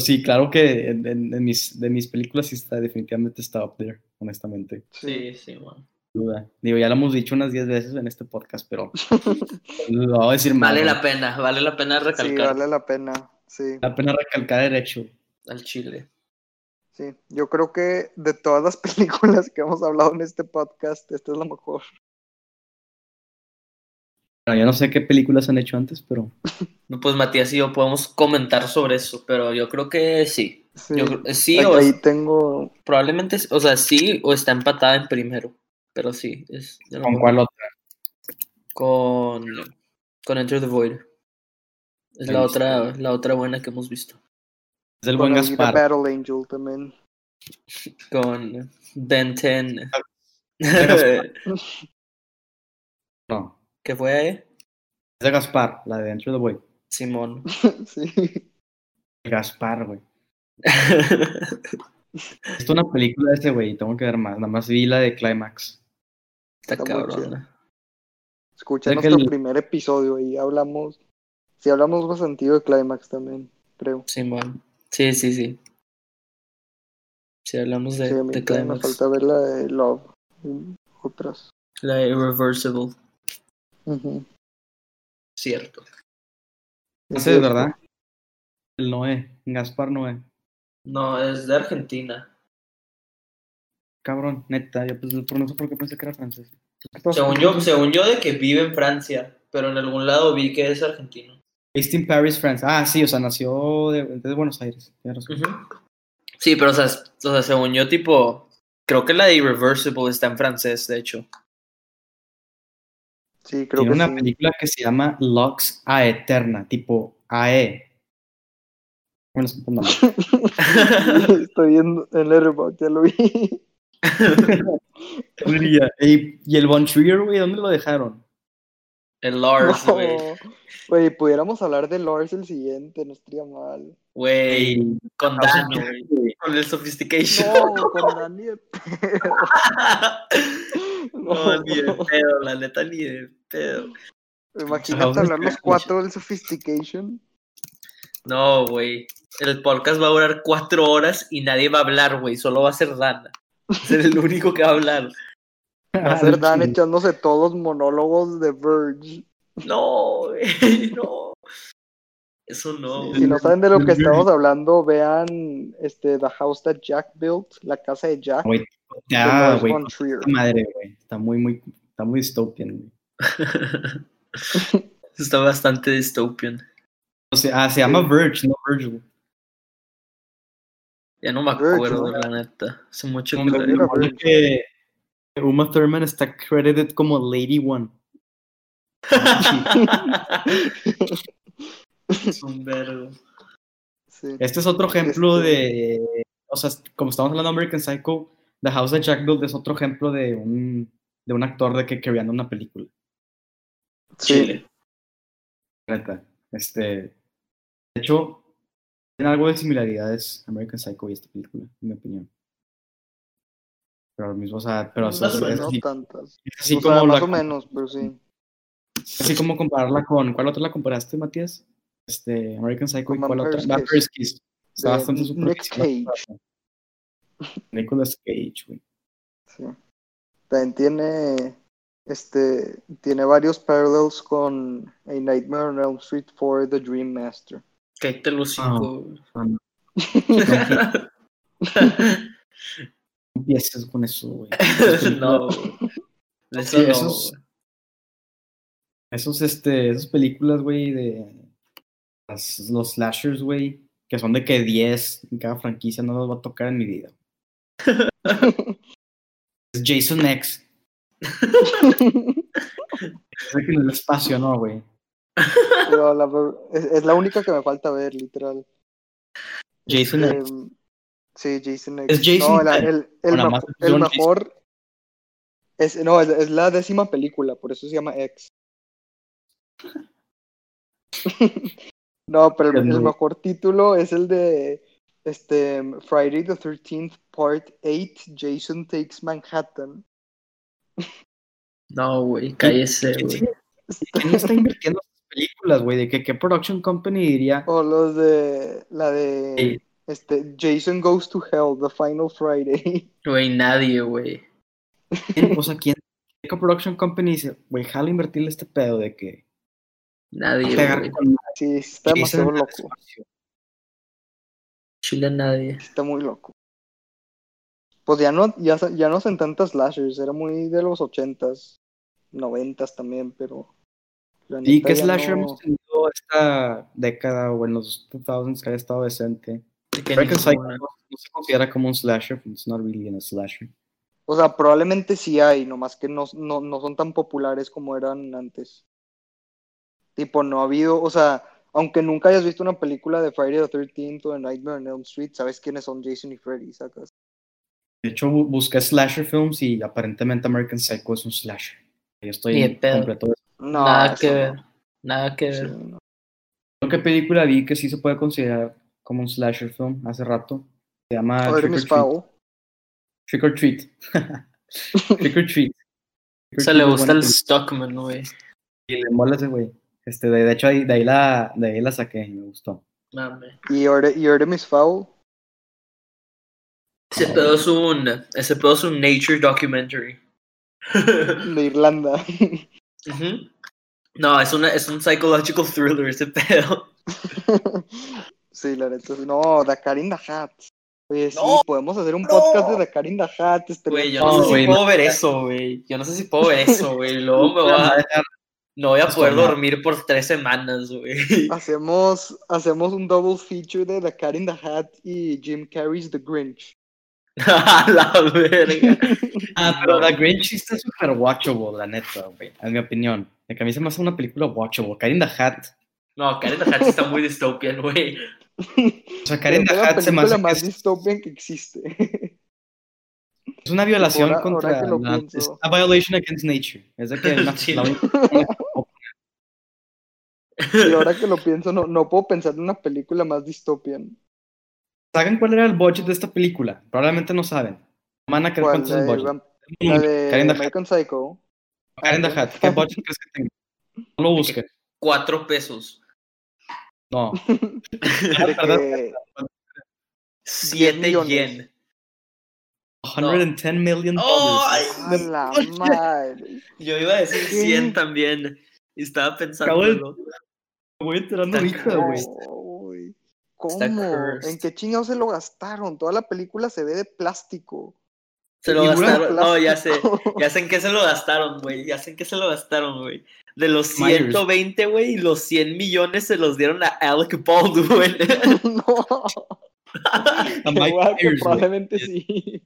[SPEAKER 1] Sí, claro que en, en- en mis, de mis películas sí está, definitivamente está up there, honestamente.
[SPEAKER 2] Sí, Simón.
[SPEAKER 1] sin duda. Digo, ya lo hemos dicho unas 10 veces en este podcast, pero lo voy a decir más.
[SPEAKER 2] Vale
[SPEAKER 1] güey.
[SPEAKER 2] la pena, vale la pena
[SPEAKER 3] Sí,
[SPEAKER 2] recalcar
[SPEAKER 3] vale la pena. Sí,
[SPEAKER 1] La pena recalcar el hecho.
[SPEAKER 2] al Chile.
[SPEAKER 3] sí. Yo creo que de todas las películas que hemos hablado en este podcast, esta es la mejor.
[SPEAKER 1] Bueno, yo no sé qué películas han hecho antes, pero
[SPEAKER 2] No, Pues Matías y yo podemos comentar sobre eso, pero yo creo que sí.
[SPEAKER 3] Sí.
[SPEAKER 2] Yo creo- sí,
[SPEAKER 3] Ahí-
[SPEAKER 2] o
[SPEAKER 3] ahí tengo
[SPEAKER 2] probablemente, o sea, sí, o está empatada en primero. Pero sí, es de lo
[SPEAKER 1] ¿con
[SPEAKER 2] mejor.
[SPEAKER 1] cuál otra?
[SPEAKER 2] con con Enter the Void. Es
[SPEAKER 1] Me
[SPEAKER 2] la
[SPEAKER 1] gusta.
[SPEAKER 2] otra, la otra buena que hemos visto.
[SPEAKER 1] Es del buen
[SPEAKER 3] con Elvira
[SPEAKER 1] Gaspar.
[SPEAKER 3] Battle Angel también.
[SPEAKER 2] Con Ben 10.
[SPEAKER 1] Gaspar. No,
[SPEAKER 2] ¿Qué fue ahí?
[SPEAKER 1] es de Gaspar, la de Dentro de Boy.
[SPEAKER 2] Simón.
[SPEAKER 3] sí.
[SPEAKER 1] Gaspar, güey. Es una película de ese güey, tengo que ver más. Nada más vi la de Climax.
[SPEAKER 2] Está
[SPEAKER 3] muy
[SPEAKER 2] cabrón.
[SPEAKER 3] Escucha
[SPEAKER 1] Ya que
[SPEAKER 3] nuestro
[SPEAKER 1] el-
[SPEAKER 3] primer episodio y hablamos. Sí, hablamos bastante de Climax también, creo.
[SPEAKER 2] Simón. Sí, sí, sí. Si hablamos de,
[SPEAKER 3] Sí, a mí
[SPEAKER 2] de
[SPEAKER 3] también me
[SPEAKER 2] Climax.
[SPEAKER 3] falta ver la de Love y otras.
[SPEAKER 2] La de Irreversible.
[SPEAKER 1] Ah,
[SPEAKER 3] Ujú.
[SPEAKER 2] Cierto.
[SPEAKER 1] Ese es verdad. El Noé, Gaspar Noé.
[SPEAKER 2] No, es de Argentina.
[SPEAKER 1] Cabrón, neta, yo pues, por no sé por qué pensé que era francés.
[SPEAKER 2] Según yo, según yo de que vive en Francia, pero en algún lado vi que es argentino.
[SPEAKER 1] Based in Paris, France. Ah, sí, o sea, nació de, de Buenos Aires. tienes razón.
[SPEAKER 2] Ujú. Sí, pero o sea, s- o sea, según yo, tipo, creo que la de Irreversible está en francés, de hecho.
[SPEAKER 3] Sí, creo
[SPEAKER 1] Tiene
[SPEAKER 3] que
[SPEAKER 1] una
[SPEAKER 3] sí.
[SPEAKER 1] película que se llama Lux a Eterna, tipo AE. Bueno, es un poco mal.
[SPEAKER 3] Estoy viendo en Letterboxd, ya lo vi.
[SPEAKER 1] y, y el Von Trier, güey, ¿dónde lo dejaron?
[SPEAKER 2] El Lars,
[SPEAKER 3] No.
[SPEAKER 2] güey.
[SPEAKER 3] Güey, pudiéramos hablar de Lars el siguiente, no estaría mal.
[SPEAKER 2] Güey,
[SPEAKER 1] Ey,
[SPEAKER 2] con Dan, güey.
[SPEAKER 1] güey,
[SPEAKER 2] Con el Sophistication.
[SPEAKER 3] No, con Dani de pedo.
[SPEAKER 2] No, ni de pedo, la neta, ni de pedo.
[SPEAKER 3] Imagínate hablar los cuatro del Sophistication.
[SPEAKER 2] No, güey. El podcast va a durar cuatro horas y nadie va a hablar, güey. Solo va a ser Dan. Va a ser el único que va a hablar.
[SPEAKER 1] Ah,
[SPEAKER 3] Va a ser Dan echándose todos los monólogos de Verge.
[SPEAKER 2] No, güey, no. Eso no,
[SPEAKER 3] Sí,
[SPEAKER 2] güey.
[SPEAKER 3] si no saben de lo que
[SPEAKER 1] Verge.
[SPEAKER 3] estamos hablando, vean este The House That Jack Built, la casa de Jack.
[SPEAKER 1] Güey,
[SPEAKER 3] de
[SPEAKER 1] Oh, Ya,
[SPEAKER 3] Lars
[SPEAKER 1] Ah, güey,
[SPEAKER 3] von Trier.
[SPEAKER 1] puta madre, güey. Está muy, muy, está muy dystopian, güey.
[SPEAKER 2] Está bastante dystopian.
[SPEAKER 1] O sea, ah, se llama
[SPEAKER 3] Sí.
[SPEAKER 1] Verge, no Virgil.
[SPEAKER 2] Ya no me
[SPEAKER 3] Verge,
[SPEAKER 2] acuerdo,
[SPEAKER 3] ¿no?
[SPEAKER 2] la neta. Hace mucho
[SPEAKER 1] No,
[SPEAKER 2] que
[SPEAKER 1] me
[SPEAKER 2] la vi.
[SPEAKER 3] era
[SPEAKER 1] acuerdo
[SPEAKER 3] Verge.
[SPEAKER 1] que Uma Thurman está credited como Lady One.
[SPEAKER 2] Es un verbo.
[SPEAKER 3] Sí.
[SPEAKER 1] Este es otro ejemplo
[SPEAKER 3] Este-
[SPEAKER 1] de. O sea, como estamos hablando de American Psycho, The House of Jack Build es otro ejemplo de un de un actor de que, que vean una película.
[SPEAKER 2] Chile.
[SPEAKER 1] Neta. Este. De hecho, tiene algo de similaridades American Psycho y esta película, en mi opinión. Pero al mismo, o sea, pero o sea,
[SPEAKER 2] Más o
[SPEAKER 1] es-
[SPEAKER 2] menos,
[SPEAKER 1] es-
[SPEAKER 3] no tantas.
[SPEAKER 1] es así
[SPEAKER 3] O sea,
[SPEAKER 1] como la-
[SPEAKER 3] más o menos, pero sí.
[SPEAKER 1] Así como compararla con. ¿Cuál otra la comparaste, Matías? Este, American Psycho y
[SPEAKER 3] Con
[SPEAKER 1] cuál otra.
[SPEAKER 3] Vampire's
[SPEAKER 1] Vampire's Kiss. Está
[SPEAKER 3] De
[SPEAKER 1] bastante
[SPEAKER 3] Nick
[SPEAKER 1] superficial. Nicolas Cage, güey.
[SPEAKER 3] Sí. También tiene este tiene varios parallels con A Nightmare on Elm Street for The Dream Master.
[SPEAKER 2] Cállate el hocico.
[SPEAKER 1] Ah, no. Empieces con eso, güey.
[SPEAKER 2] no. De eso
[SPEAKER 1] Sí,
[SPEAKER 2] no,
[SPEAKER 1] esos-
[SPEAKER 2] güey.
[SPEAKER 1] Esos, este, esas películas, güey, de las- los slashers, güey, que son de que 10 en cada franquicia no los va a tocar en mi vida. Es Jason X. Es el que en el espacio, ¿no, güey?
[SPEAKER 3] Pero la ver- es, es la única que me falta ver, literal.
[SPEAKER 1] Jason X.
[SPEAKER 3] Em, sí, Jason X.
[SPEAKER 1] Es Jason
[SPEAKER 3] no, la-
[SPEAKER 1] X.
[SPEAKER 3] el, el
[SPEAKER 1] O la
[SPEAKER 3] ma-
[SPEAKER 1] más
[SPEAKER 3] el
[SPEAKER 1] acción,
[SPEAKER 3] mejor es, no, es, es la décima película, por eso se llama X. no, pero el,
[SPEAKER 1] Qué
[SPEAKER 3] el
[SPEAKER 1] nulo.
[SPEAKER 3] mejor título es el de este Friday the 13th Part 8 Jason Takes Manhattan.
[SPEAKER 2] No, güey, cállese,
[SPEAKER 1] ¿Quién,
[SPEAKER 2] güey.
[SPEAKER 1] sigue- quién está invirtiendo en esas películas, güey? ¿De que, qué production company diría?
[SPEAKER 3] O los de la de
[SPEAKER 1] "Ey,
[SPEAKER 3] este Jason Goes to Hell The Final Friday.
[SPEAKER 2] Güey, nadie, güey.
[SPEAKER 1] ¿quién- o sea, ¿quién? ¿Qué production company dice, güey, jalo invertirle este pedo de que
[SPEAKER 2] Nadie,
[SPEAKER 1] pegar
[SPEAKER 2] güey.
[SPEAKER 1] con
[SPEAKER 3] Sí, está demasiado
[SPEAKER 1] Jason en el
[SPEAKER 3] loco.
[SPEAKER 1] espacio"?
[SPEAKER 2] Chile, nadie.
[SPEAKER 3] Está muy loco. Pues ya no, ya, se- ya no hacen tantas slashers, era muy de los ochentas, noventas también, pero. la
[SPEAKER 1] ¿Y
[SPEAKER 3] neta
[SPEAKER 1] qué
[SPEAKER 3] ya
[SPEAKER 1] slasher
[SPEAKER 3] no-
[SPEAKER 1] hemos tenido esta década o en los 2000s que ha estado decente?
[SPEAKER 2] De que
[SPEAKER 1] American Psycho
[SPEAKER 2] ninguna.
[SPEAKER 1] no no se considera como un slasher, pues, it's not really a slasher.
[SPEAKER 3] O sea, probablemente sí hay, nomás que no, no, no son tan populares como eran antes. Tipo, no ha habido, o sea, aunque nunca hayas visto una película de Friday the 13th o de Nightmare on Elm Street, sabes quiénes son Jason y Freddy, sacas.
[SPEAKER 1] De hecho, bu- busqué slasher films y aparentemente American Psycho es un slasher. Yo estoy
[SPEAKER 2] Ni de
[SPEAKER 1] en
[SPEAKER 2] pedo.
[SPEAKER 1] completo.
[SPEAKER 3] No,
[SPEAKER 2] Nada
[SPEAKER 3] eso
[SPEAKER 2] que
[SPEAKER 3] no.
[SPEAKER 2] ver. Nada que
[SPEAKER 3] Sí,
[SPEAKER 2] ver.
[SPEAKER 3] no.
[SPEAKER 1] Creo que película vi que sí se puede considerar como un slasher film hace rato. Se llama
[SPEAKER 3] Joder,
[SPEAKER 1] Trick,
[SPEAKER 3] mis
[SPEAKER 1] or Treat.
[SPEAKER 3] pavo.
[SPEAKER 1] Trick or Treat. Trick or Treat. Trick or
[SPEAKER 2] Se
[SPEAKER 1] Treat
[SPEAKER 2] le
[SPEAKER 1] es
[SPEAKER 2] gusta
[SPEAKER 1] buena
[SPEAKER 2] el Stockman, güey.
[SPEAKER 1] película y le mola ese güey. Este, de, de hecho, ahí, de, ahí la, de ahí la saqué y me gustó.
[SPEAKER 2] Mame.
[SPEAKER 3] Y Ore- y Artemis Fowl.
[SPEAKER 2] Ese pedo es un. Ese pedo es un nature documentary.
[SPEAKER 3] de Irlanda.
[SPEAKER 2] Ujú. No, es, una, es un psychological thriller ese pedo.
[SPEAKER 3] sí, la neta. sí. No, Dakar in the Hat. Oye, sí,
[SPEAKER 2] No,
[SPEAKER 3] podemos hacer un
[SPEAKER 2] no.
[SPEAKER 3] podcast de Dakar in the Hat. este,
[SPEAKER 2] Güey, yo
[SPEAKER 1] No,
[SPEAKER 2] no, sé
[SPEAKER 1] güey,
[SPEAKER 2] si
[SPEAKER 1] no.
[SPEAKER 2] puedo ver eso, güey. Yo no sé si puedo ver eso, güey. Luego me va, no voy a poder
[SPEAKER 1] Estornado.
[SPEAKER 2] dormir por tres semanas, güey.
[SPEAKER 3] Hacemos, hacemos un double feature de Dakar in the Hat y Jim Carrey's The Grinch.
[SPEAKER 2] A la verga.
[SPEAKER 1] Ah, pero The Grinch está súper watchable, la neta, güey. En mi opinión. De que a mí se me hace una película watchable. Karen the Hat.
[SPEAKER 2] No, Karen the Hat sí está muy dystopian, güey.
[SPEAKER 1] O sea, Karen the
[SPEAKER 3] Creo que
[SPEAKER 1] Hat se me hace que
[SPEAKER 3] Es la película más
[SPEAKER 1] es-
[SPEAKER 3] dystopian que existe.
[SPEAKER 1] es una violación
[SPEAKER 3] ahora- ahora
[SPEAKER 1] contra
[SPEAKER 3] que lo
[SPEAKER 1] la...
[SPEAKER 3] pienso.
[SPEAKER 1] Es a violation against nature. Es de que una-
[SPEAKER 2] Sí.
[SPEAKER 1] la única-
[SPEAKER 3] y ahora que lo pienso, no, no puedo pensar en una película más dystopian.
[SPEAKER 1] ¿Saben cuál era el budget de esta película? Probablemente no saben. No Van a creer
[SPEAKER 3] ¿Cuál?
[SPEAKER 1] cuánto es
[SPEAKER 3] La
[SPEAKER 1] el
[SPEAKER 3] de,
[SPEAKER 1] budget.
[SPEAKER 3] Vamp-
[SPEAKER 1] Un
[SPEAKER 3] la
[SPEAKER 1] número.
[SPEAKER 3] de
[SPEAKER 1] Karen the Hat.
[SPEAKER 3] American Psycho.
[SPEAKER 1] Karen the Hat. ¿Qué budget crees que tenga? No lo busques.
[SPEAKER 2] Cuatro pesos.
[SPEAKER 1] No.
[SPEAKER 3] De
[SPEAKER 1] Ah, Perdón.
[SPEAKER 3] que
[SPEAKER 2] Siete
[SPEAKER 3] millones.
[SPEAKER 2] yen.
[SPEAKER 1] 110 million
[SPEAKER 2] ¡Oh!
[SPEAKER 1] dollars.
[SPEAKER 3] A la madre.
[SPEAKER 2] Yo iba a decir
[SPEAKER 3] ¿Qué?
[SPEAKER 2] 100 también. Y estaba
[SPEAKER 1] Acabo de-
[SPEAKER 2] pensando.
[SPEAKER 1] Me voy enterando
[SPEAKER 2] Está
[SPEAKER 1] ahorita,
[SPEAKER 2] cabrón.
[SPEAKER 1] güey.
[SPEAKER 3] Uy,
[SPEAKER 2] Está
[SPEAKER 3] ¿Cómo?
[SPEAKER 2] cursed.
[SPEAKER 3] ¿En qué chingados se lo gastaron? Toda la película se ve de plástico.
[SPEAKER 2] Se lo
[SPEAKER 1] Y dura
[SPEAKER 2] gastaron. No, ya sé.
[SPEAKER 3] Plástico.
[SPEAKER 2] Ya sé en qué se lo gastaron, güey. Ya sé en qué se lo gastaron, güey. De los
[SPEAKER 1] Myers.
[SPEAKER 2] 120, güey, y los 100 millones se los dieron a Alec Baldwin.
[SPEAKER 3] no.
[SPEAKER 1] A
[SPEAKER 3] Te
[SPEAKER 1] Mike
[SPEAKER 3] voy a dar
[SPEAKER 1] Myers,
[SPEAKER 3] que
[SPEAKER 1] güey.
[SPEAKER 3] probablemente sí.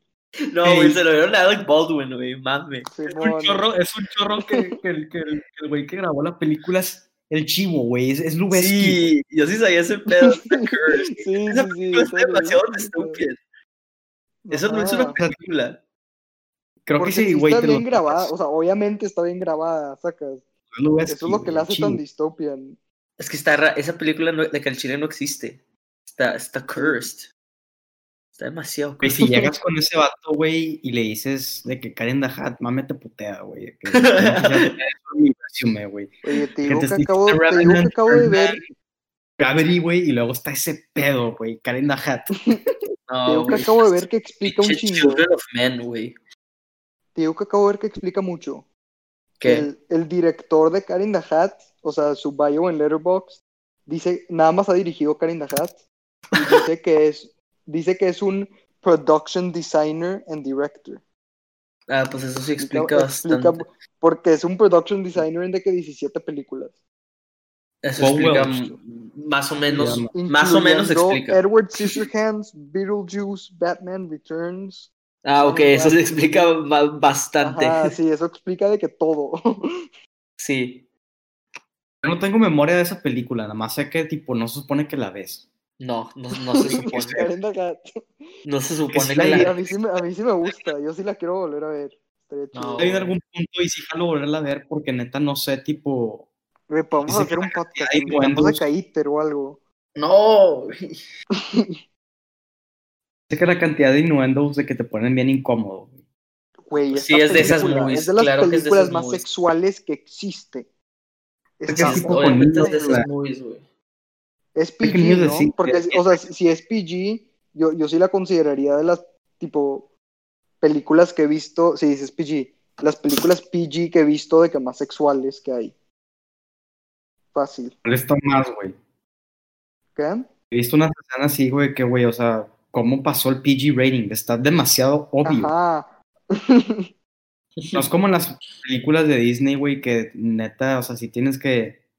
[SPEAKER 2] no, güey, se lo dieron a Alec Baldwin, güey. Mame.
[SPEAKER 1] Es un
[SPEAKER 3] Simón.
[SPEAKER 1] chorro, es un chorro que, que el que el- que el güey que grabó la película es el chivo, güey. Es, es Lubeski.
[SPEAKER 2] Sí, yo sí sabía ese pedo. está cursed.
[SPEAKER 3] Sí, sí,
[SPEAKER 2] Esa
[SPEAKER 3] sí.
[SPEAKER 2] película está
[SPEAKER 3] serio.
[SPEAKER 2] demasiado estúpida. Eso no es
[SPEAKER 3] Ajá.
[SPEAKER 2] una película.
[SPEAKER 1] Creo
[SPEAKER 3] Porque
[SPEAKER 1] que sí,
[SPEAKER 3] sí
[SPEAKER 1] güey.
[SPEAKER 3] está
[SPEAKER 1] te lo
[SPEAKER 3] bien grabada,
[SPEAKER 1] sacas.
[SPEAKER 3] o sea, obviamente está bien grabada, sacas.
[SPEAKER 1] No lo ves,
[SPEAKER 3] Eso es lo que le hace
[SPEAKER 1] chingo.
[SPEAKER 3] tan dystopian.
[SPEAKER 2] Es que está ra- esa película no- de que el chile no existe. Está, está cursed. Está demasiado
[SPEAKER 1] Güey,
[SPEAKER 2] cursed.
[SPEAKER 1] si llegas con ese vato, güey, y le dices de que Karen Dahat, mame te putea, güey. de que- tienes que hacer eso en mi resumen, güey.
[SPEAKER 3] Oye, te
[SPEAKER 1] Que
[SPEAKER 3] digo
[SPEAKER 1] te
[SPEAKER 3] que
[SPEAKER 1] existe
[SPEAKER 3] acabo, te digo que
[SPEAKER 1] Revenant,
[SPEAKER 3] acabo de ver,
[SPEAKER 1] Birdman, Gravity, güey, y luego está ese pedo, güey, Karen Dahat.
[SPEAKER 3] te digo
[SPEAKER 2] No,
[SPEAKER 3] que
[SPEAKER 2] güey.
[SPEAKER 3] acabo de ver que explica un
[SPEAKER 2] Pinche
[SPEAKER 3] chingo.
[SPEAKER 2] Children of Men, güey.
[SPEAKER 3] Te digo que acabo de ver que explica mucho.
[SPEAKER 2] Que
[SPEAKER 3] El, el director de Karin Dahat, o sea, su bio en Letterboxd, dice, nada más ha dirigido Karin Dahat. y dice que es, dice que es un production designer and director.
[SPEAKER 2] Ah, pues eso sí explica,
[SPEAKER 3] explica-
[SPEAKER 2] bastante.
[SPEAKER 3] Porque es un production designer en de que 17 películas.
[SPEAKER 2] Eso
[SPEAKER 1] Powell.
[SPEAKER 2] explica m- más o menos.
[SPEAKER 1] llama.
[SPEAKER 2] Más o menos
[SPEAKER 3] Incluyendo
[SPEAKER 2] explica.
[SPEAKER 3] Edward Scissorhands, Beetlejuice, Batman Returns.
[SPEAKER 2] Ah, ok, eso sí explica ba- bastante.
[SPEAKER 3] Ajá, sí, eso explica de que todo.
[SPEAKER 2] Sí.
[SPEAKER 1] Yo no tengo memoria de esa película, nada más sé que, tipo, no se supone que la ves.
[SPEAKER 2] No, no, no se supone.
[SPEAKER 3] Karin Dahat.
[SPEAKER 2] No se
[SPEAKER 1] sí
[SPEAKER 2] supone
[SPEAKER 1] la
[SPEAKER 2] que
[SPEAKER 3] Ay,
[SPEAKER 1] idea.
[SPEAKER 2] la.
[SPEAKER 3] a, mí sí me, a mí sí me gusta, yo sí la quiero volver a ver. Estaría
[SPEAKER 2] No,
[SPEAKER 3] chido.
[SPEAKER 1] Hay en algún punto y sí jalo volverla a ver porque neta no sé, tipo,
[SPEAKER 3] Güey, podemos
[SPEAKER 1] Dice
[SPEAKER 3] hacer un podcast
[SPEAKER 1] hay
[SPEAKER 3] en de
[SPEAKER 1] duendes.
[SPEAKER 3] Caíter o algo.
[SPEAKER 2] No, güey.
[SPEAKER 1] sé que la cantidad de innuendos de que te ponen bien incómodo. güey.
[SPEAKER 3] Güey,
[SPEAKER 2] Sí,
[SPEAKER 3] esta
[SPEAKER 2] es de esas
[SPEAKER 3] película
[SPEAKER 2] movies,
[SPEAKER 3] Es de las
[SPEAKER 2] claro que es de
[SPEAKER 3] películas
[SPEAKER 2] esas
[SPEAKER 3] más
[SPEAKER 2] movies.
[SPEAKER 3] sexuales que existe.
[SPEAKER 1] que
[SPEAKER 3] Está-
[SPEAKER 1] sí, tipo
[SPEAKER 2] Obviamente
[SPEAKER 1] con
[SPEAKER 2] es de
[SPEAKER 1] niños,
[SPEAKER 2] esas movies, güey.
[SPEAKER 3] es
[SPEAKER 1] que
[SPEAKER 3] PG,
[SPEAKER 1] niños de
[SPEAKER 3] ¿no?
[SPEAKER 1] cinco,
[SPEAKER 3] Porque,
[SPEAKER 1] de
[SPEAKER 3] o sea, si si es PG, yo, yo sí la consideraría de las, tipo, películas que he visto, si dices PG, las películas PG que he visto de que más sexuales que hay. Fácil.
[SPEAKER 1] Pero está más, güey.
[SPEAKER 3] ¿Qué?
[SPEAKER 1] He visto una escena así, güey, que, güey, o sea, ¿cómo pasó el PG rating? Está demasiado obvio.
[SPEAKER 3] Ajá.
[SPEAKER 1] No es como en las películas de Disney, güey, que neta, o sea, si tienes que.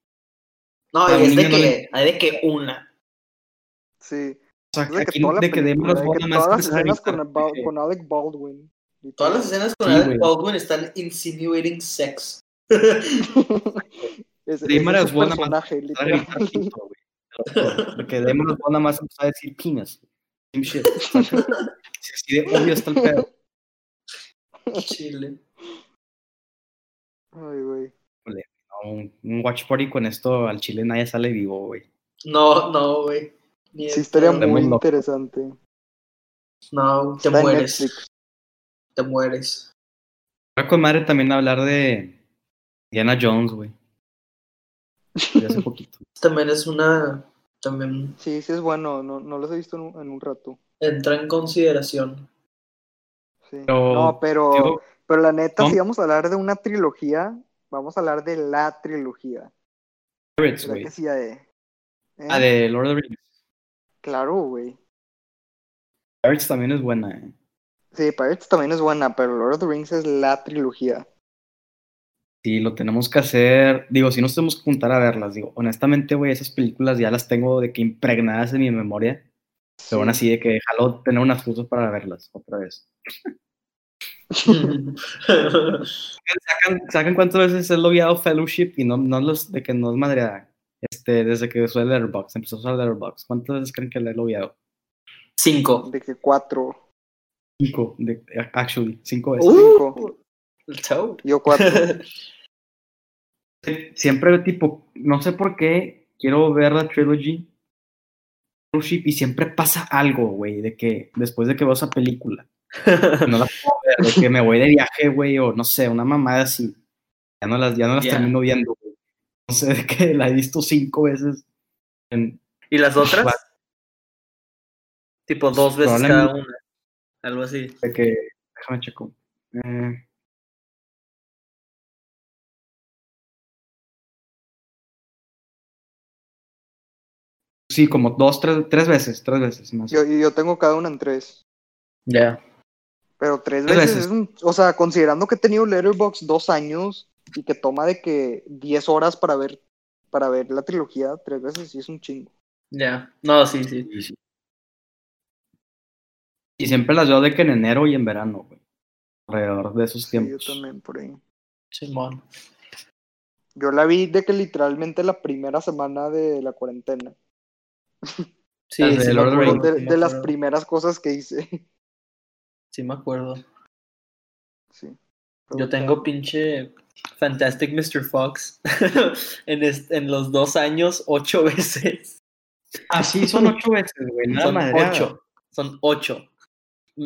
[SPEAKER 2] No,
[SPEAKER 1] Para
[SPEAKER 2] y
[SPEAKER 1] un
[SPEAKER 2] es de
[SPEAKER 1] niño no le-
[SPEAKER 2] que. Hay de que una.
[SPEAKER 3] Sí.
[SPEAKER 1] O sea,
[SPEAKER 3] Es Pues de que
[SPEAKER 1] aquí
[SPEAKER 3] toda la
[SPEAKER 1] de que
[SPEAKER 3] película,
[SPEAKER 1] demos
[SPEAKER 3] de que todas las escenas con, Ba- con Alec Baldwin.
[SPEAKER 2] Todas las escenas con
[SPEAKER 1] Sí,
[SPEAKER 2] Alec
[SPEAKER 1] güey.
[SPEAKER 2] Baldwin están insinuating sex.
[SPEAKER 3] Es,
[SPEAKER 1] De
[SPEAKER 3] ese
[SPEAKER 1] Mara
[SPEAKER 3] es
[SPEAKER 1] es
[SPEAKER 3] su
[SPEAKER 1] buena,
[SPEAKER 3] personaje, literal.
[SPEAKER 1] Porque Damon Albarn nada más empezó a decir penis. Same shit. O sea, sí, Así de obvio está el pedo.
[SPEAKER 2] Chile.
[SPEAKER 3] Ay, güey.
[SPEAKER 1] No, Un, un watch party con esto al chile nadie sale vivo, güey.
[SPEAKER 2] No, no, güey. Ni
[SPEAKER 3] Sí,
[SPEAKER 2] de
[SPEAKER 3] estaría
[SPEAKER 2] pedo.
[SPEAKER 3] muy
[SPEAKER 1] Estamos locos.
[SPEAKER 3] interesante.
[SPEAKER 2] No, te
[SPEAKER 3] Está en
[SPEAKER 2] mueres.
[SPEAKER 3] Netflix.
[SPEAKER 2] Te mueres.
[SPEAKER 1] Ahora con madre también hablar de Diana Jones, güey. De hace poquito.
[SPEAKER 2] También es una. También
[SPEAKER 3] Sí, sí es bueno. No, no los he visto en un, en un rato.
[SPEAKER 2] entra en consideración.
[SPEAKER 3] Sí.
[SPEAKER 1] Pero-
[SPEAKER 3] no, pero,
[SPEAKER 1] Yo-
[SPEAKER 3] pero la neta,
[SPEAKER 1] ¿no?
[SPEAKER 3] si vamos a hablar de una trilogía, vamos a hablar de la trilogía.
[SPEAKER 1] Pirates,
[SPEAKER 3] ¿Será
[SPEAKER 1] güey.
[SPEAKER 3] que sí, eh? ¿Eh?
[SPEAKER 1] Ah, de Lord of the Rings.
[SPEAKER 3] Claro, güey.
[SPEAKER 1] Pirates también es buena, eh.
[SPEAKER 3] Sí, Pirates también es buena, pero Lord of the Rings es la trilogía.
[SPEAKER 1] Sí, lo tenemos que hacer. Digo, si nos tenemos que juntar a verlas, digo, honestamente, güey, esas películas ya las tengo de que impregnadas en mi memoria. Pero aún así, de que jalo tener unas fotos para verlas otra vez. ¿Sacan, sacan cuántas veces he logueado Fellowship y no, no los de que no es madreada? Este, desde que usé Letterboxd, empezó a usar Letterboxd. ¿Cuántas veces creen que le he logueado?
[SPEAKER 2] Cinco.
[SPEAKER 3] De que cuatro.
[SPEAKER 1] Cinco, de, eh, actually, cinco veces.
[SPEAKER 3] Cinco.
[SPEAKER 2] El chau.
[SPEAKER 3] Yo cuatro.
[SPEAKER 1] Sie- Siempre, tipo, no sé por qué quiero ver la trilogy Fellowship y siempre pasa algo, güey, de que después de que veo esa película, no la puedo ver, de que me voy de viaje, güey, o no sé, una mamada así. Ya no las, ya no las
[SPEAKER 2] Ya.
[SPEAKER 1] termino viendo, güey. No sé, de que la he visto cinco veces en,
[SPEAKER 2] ¿Y las otras? tipo dos veces cada
[SPEAKER 1] Probablemente.
[SPEAKER 2] una. Algo así.
[SPEAKER 1] De que, déjame checo. Eh, Sí, como dos, tres, tres veces, tres veces más.
[SPEAKER 3] Yo, yo tengo cada una en tres.
[SPEAKER 2] Ya.
[SPEAKER 3] Pero tres
[SPEAKER 1] Tres
[SPEAKER 3] veces,
[SPEAKER 1] veces.
[SPEAKER 3] es un- o sea, considerando que he tenido Letterboxd dos años y que toma de que 10 horas para ver, para ver la trilogía, tres veces sí es un chingo.
[SPEAKER 2] Ya. No, sí, sí.
[SPEAKER 1] Y sí. Y siempre las veo de que en enero y en verano, güey. Alrededor de esos
[SPEAKER 3] Sí, yo
[SPEAKER 1] tiempos.
[SPEAKER 3] también por ahí.
[SPEAKER 2] Simón.
[SPEAKER 3] Yo la vi de que literalmente la primera semana de la cuarentena.
[SPEAKER 2] Sí,
[SPEAKER 1] Las de
[SPEAKER 2] sí, me
[SPEAKER 1] Lord of the
[SPEAKER 2] acuerdo,
[SPEAKER 1] Rings.
[SPEAKER 3] de
[SPEAKER 2] sí me
[SPEAKER 3] de las
[SPEAKER 2] acuerdo.
[SPEAKER 3] primeras cosas que hice.
[SPEAKER 2] Sí, me acuerdo.
[SPEAKER 3] Sí.
[SPEAKER 2] Yo tengo pinche Fantastic Mr. Fox en, est- en los dos años, ocho veces.
[SPEAKER 1] Así son ocho veces, güey. Nada
[SPEAKER 2] son
[SPEAKER 1] madreada.
[SPEAKER 2] ocho. Son ocho.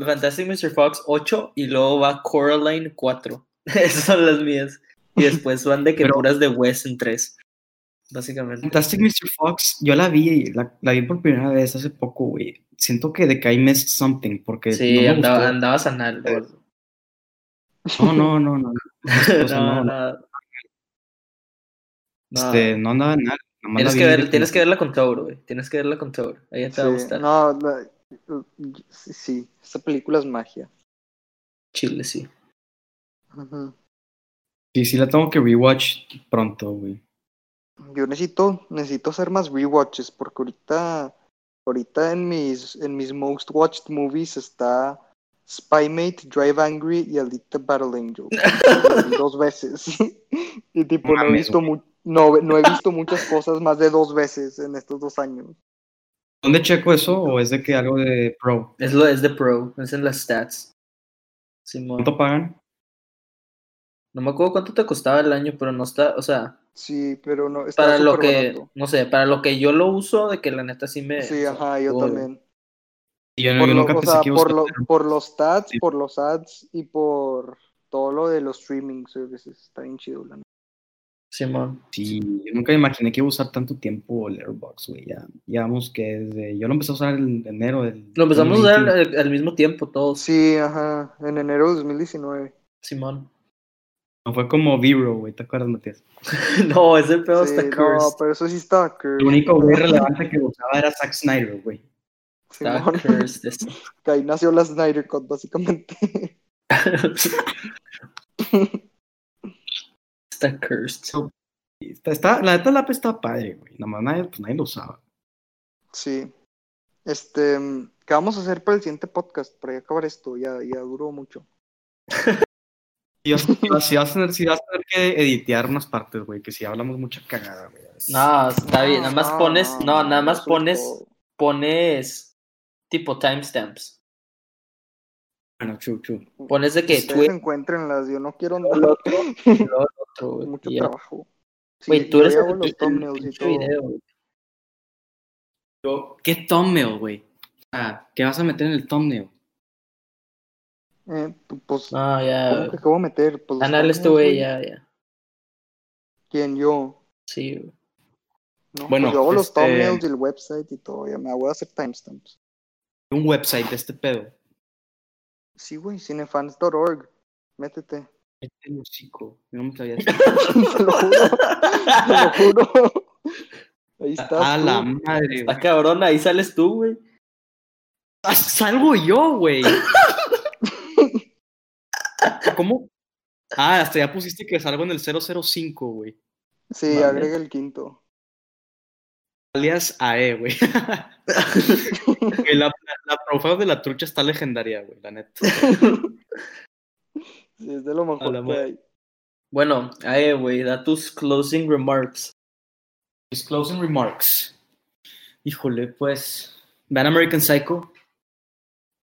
[SPEAKER 2] Fantastic Mr. Fox, ocho. Y luego va Coraline, cuatro. Esas son las mías. Y después van de que
[SPEAKER 1] Pero-
[SPEAKER 2] puras de Wes en tres. Básicamente.
[SPEAKER 1] Fantastic Mr. Fox, yo la vi, la, la vi por primera vez hace poco, güey. Siento que de que I missed something, porque
[SPEAKER 2] Sí,
[SPEAKER 1] no me
[SPEAKER 2] andaba,
[SPEAKER 1] gustó. Eh,
[SPEAKER 2] andabas anal, gordo.
[SPEAKER 1] No, no, no, no. O sea,
[SPEAKER 2] No,
[SPEAKER 1] pues, no,
[SPEAKER 2] no. No.
[SPEAKER 1] Este, no andaba en nada. nomás
[SPEAKER 2] Tienes
[SPEAKER 1] la
[SPEAKER 2] que,
[SPEAKER 1] vi
[SPEAKER 2] ver,
[SPEAKER 1] de
[SPEAKER 2] tienes que verla con Tauro, güey. Tienes que verla con Tauro. Ahí te va a gustar.
[SPEAKER 3] No, la- sí, sí, esta película es magia.
[SPEAKER 2] Chile, sí.
[SPEAKER 3] Ujú.
[SPEAKER 1] Sí, sí, la tengo que rewatch pronto, güey.
[SPEAKER 3] Yo necesito, necesito hacer más rewatches porque ahorita, ahorita en mis, en mis most watched movies está Spymate, Drive Angry y Alita Battle Angel. dos veces. y tipo, no he
[SPEAKER 1] Mames,
[SPEAKER 3] visto mu- no, no he visto muchas cosas más de dos veces en estos dos años.
[SPEAKER 1] ¿Dónde checo eso o es de que algo de pro?
[SPEAKER 2] Es, lo, es de pro, es en las stats. Simón.
[SPEAKER 1] ¿Cuánto pagan?
[SPEAKER 2] No me acuerdo cuánto te costaba el año, pero no está, o sea,
[SPEAKER 3] Sí, pero no, está
[SPEAKER 2] para lo que,
[SPEAKER 3] superbarato.
[SPEAKER 2] no sé, para lo que yo lo uso, de que la neta sí me... o
[SPEAKER 3] Sí,
[SPEAKER 2] sea,
[SPEAKER 3] ajá, yo
[SPEAKER 2] estuvo bien.
[SPEAKER 3] también.
[SPEAKER 1] Y Yo, no-
[SPEAKER 3] Por
[SPEAKER 1] yo
[SPEAKER 3] lo-
[SPEAKER 1] nunca
[SPEAKER 3] o
[SPEAKER 1] pensé
[SPEAKER 3] sea,
[SPEAKER 1] que iba a
[SPEAKER 3] por, lo-
[SPEAKER 1] usar-
[SPEAKER 3] por los stats,
[SPEAKER 1] Sí.
[SPEAKER 3] por los ads y por todo lo de los streaming services. Está bien chido, la neta.
[SPEAKER 2] Simón.
[SPEAKER 1] Sí, yo nunca imaginé que iba a usar tanto tiempo Letterboxd, güey. Ya, ya vamos que desde... Yo lo empecé a usar en enero del...
[SPEAKER 2] Lo empezamos a usar
[SPEAKER 1] 2021.
[SPEAKER 2] al, al mismo tiempo todos,
[SPEAKER 3] Sí, ajá, en enero de 2019.
[SPEAKER 2] Simón. eh.
[SPEAKER 1] No fue como V-Row, güey. ¿Te acuerdas, Matías?
[SPEAKER 2] no, ese pedo
[SPEAKER 3] Sí,
[SPEAKER 2] está
[SPEAKER 3] no,
[SPEAKER 2] cursed.
[SPEAKER 3] pero eso sí estaba
[SPEAKER 1] Lo
[SPEAKER 3] cursed.
[SPEAKER 1] único güey relevante que lo usaba era Zack Snyder, güey.
[SPEAKER 2] Está
[SPEAKER 3] pues, Simón,
[SPEAKER 2] cursed ese.
[SPEAKER 3] que ahí nació la Snyder Cut, básicamente.
[SPEAKER 2] está cursed.
[SPEAKER 1] Y Está, está- la neta, la app está padre, güey. Nada más nadie, pues, nadie lo usaba.
[SPEAKER 3] Sí. Este, ¿qué vamos a hacer para el siguiente podcast? Para ya acabar esto, ya, ya duró mucho.
[SPEAKER 1] Y vas, y vas- y vas a tener, sí vas a tener que editear unas partes, güey. Que si hablamos mucha cagada, güey.
[SPEAKER 2] No, está bien, nada más
[SPEAKER 3] No,
[SPEAKER 2] pones, no, nada más
[SPEAKER 3] eso es
[SPEAKER 2] pones,
[SPEAKER 3] todo.
[SPEAKER 2] pones tipo timestamps.
[SPEAKER 1] Bueno, chu, chu.
[SPEAKER 2] Pones de que
[SPEAKER 3] Ustedes
[SPEAKER 2] Twitter,
[SPEAKER 3] encuénrenlas, yo no quiero
[SPEAKER 2] el
[SPEAKER 3] nada,
[SPEAKER 2] otro, el otro, güey,
[SPEAKER 3] mucho
[SPEAKER 2] y ya.
[SPEAKER 3] trabajo. Sí,
[SPEAKER 2] Güey, tú
[SPEAKER 3] yo
[SPEAKER 2] eres
[SPEAKER 3] ya
[SPEAKER 2] el,
[SPEAKER 3] hago los
[SPEAKER 2] el- el
[SPEAKER 3] thumbnails y
[SPEAKER 2] pinche
[SPEAKER 3] todo.
[SPEAKER 2] video, güey.
[SPEAKER 1] Yo, ¿Qué thumbnail, güey? Ah, ¿qué vas a meter en el thumbnail?
[SPEAKER 3] Eh, pu- pues,
[SPEAKER 2] No,
[SPEAKER 3] ¿cómo
[SPEAKER 2] ya.
[SPEAKER 3] que acabo de meter? Pues, los
[SPEAKER 2] Anal este
[SPEAKER 3] thumbnails,
[SPEAKER 2] güey, ya, ya.
[SPEAKER 3] ¿Quién, yo?
[SPEAKER 2] Sí, güey.
[SPEAKER 3] No,
[SPEAKER 1] Bueno,
[SPEAKER 3] pues yo hago los
[SPEAKER 1] este-
[SPEAKER 3] thumbnails del website y todo, ya me voy a hacer timestamps.
[SPEAKER 1] Un website de este pedo.
[SPEAKER 3] Sí, güey, cinefans.org, métete.
[SPEAKER 1] Este hocico. Yo no sabía.
[SPEAKER 3] Te lo juro, te lo juro. Ahí está.
[SPEAKER 1] A
[SPEAKER 3] tú.
[SPEAKER 1] la madre,
[SPEAKER 2] Está
[SPEAKER 1] güey.
[SPEAKER 2] cabrón, ahí sales tú, güey.
[SPEAKER 1] Ah, Salgo yo, güey. ¿Cómo? Ah, hasta ya pusiste que salgo en el 005, güey.
[SPEAKER 3] Sí,
[SPEAKER 2] Vale.
[SPEAKER 3] agrega el quinto.
[SPEAKER 1] Alias AE, güey. Güey, la, la, la profile de la trucha está legendaria, güey, la neta.
[SPEAKER 3] Sí, es de lo
[SPEAKER 1] A la
[SPEAKER 3] mejor que
[SPEAKER 1] madre.
[SPEAKER 3] hay.
[SPEAKER 2] Bueno, ahí, güey, da tus closing remarks.
[SPEAKER 1] Mis closing remarks. Híjole, pues. Vean American Psycho.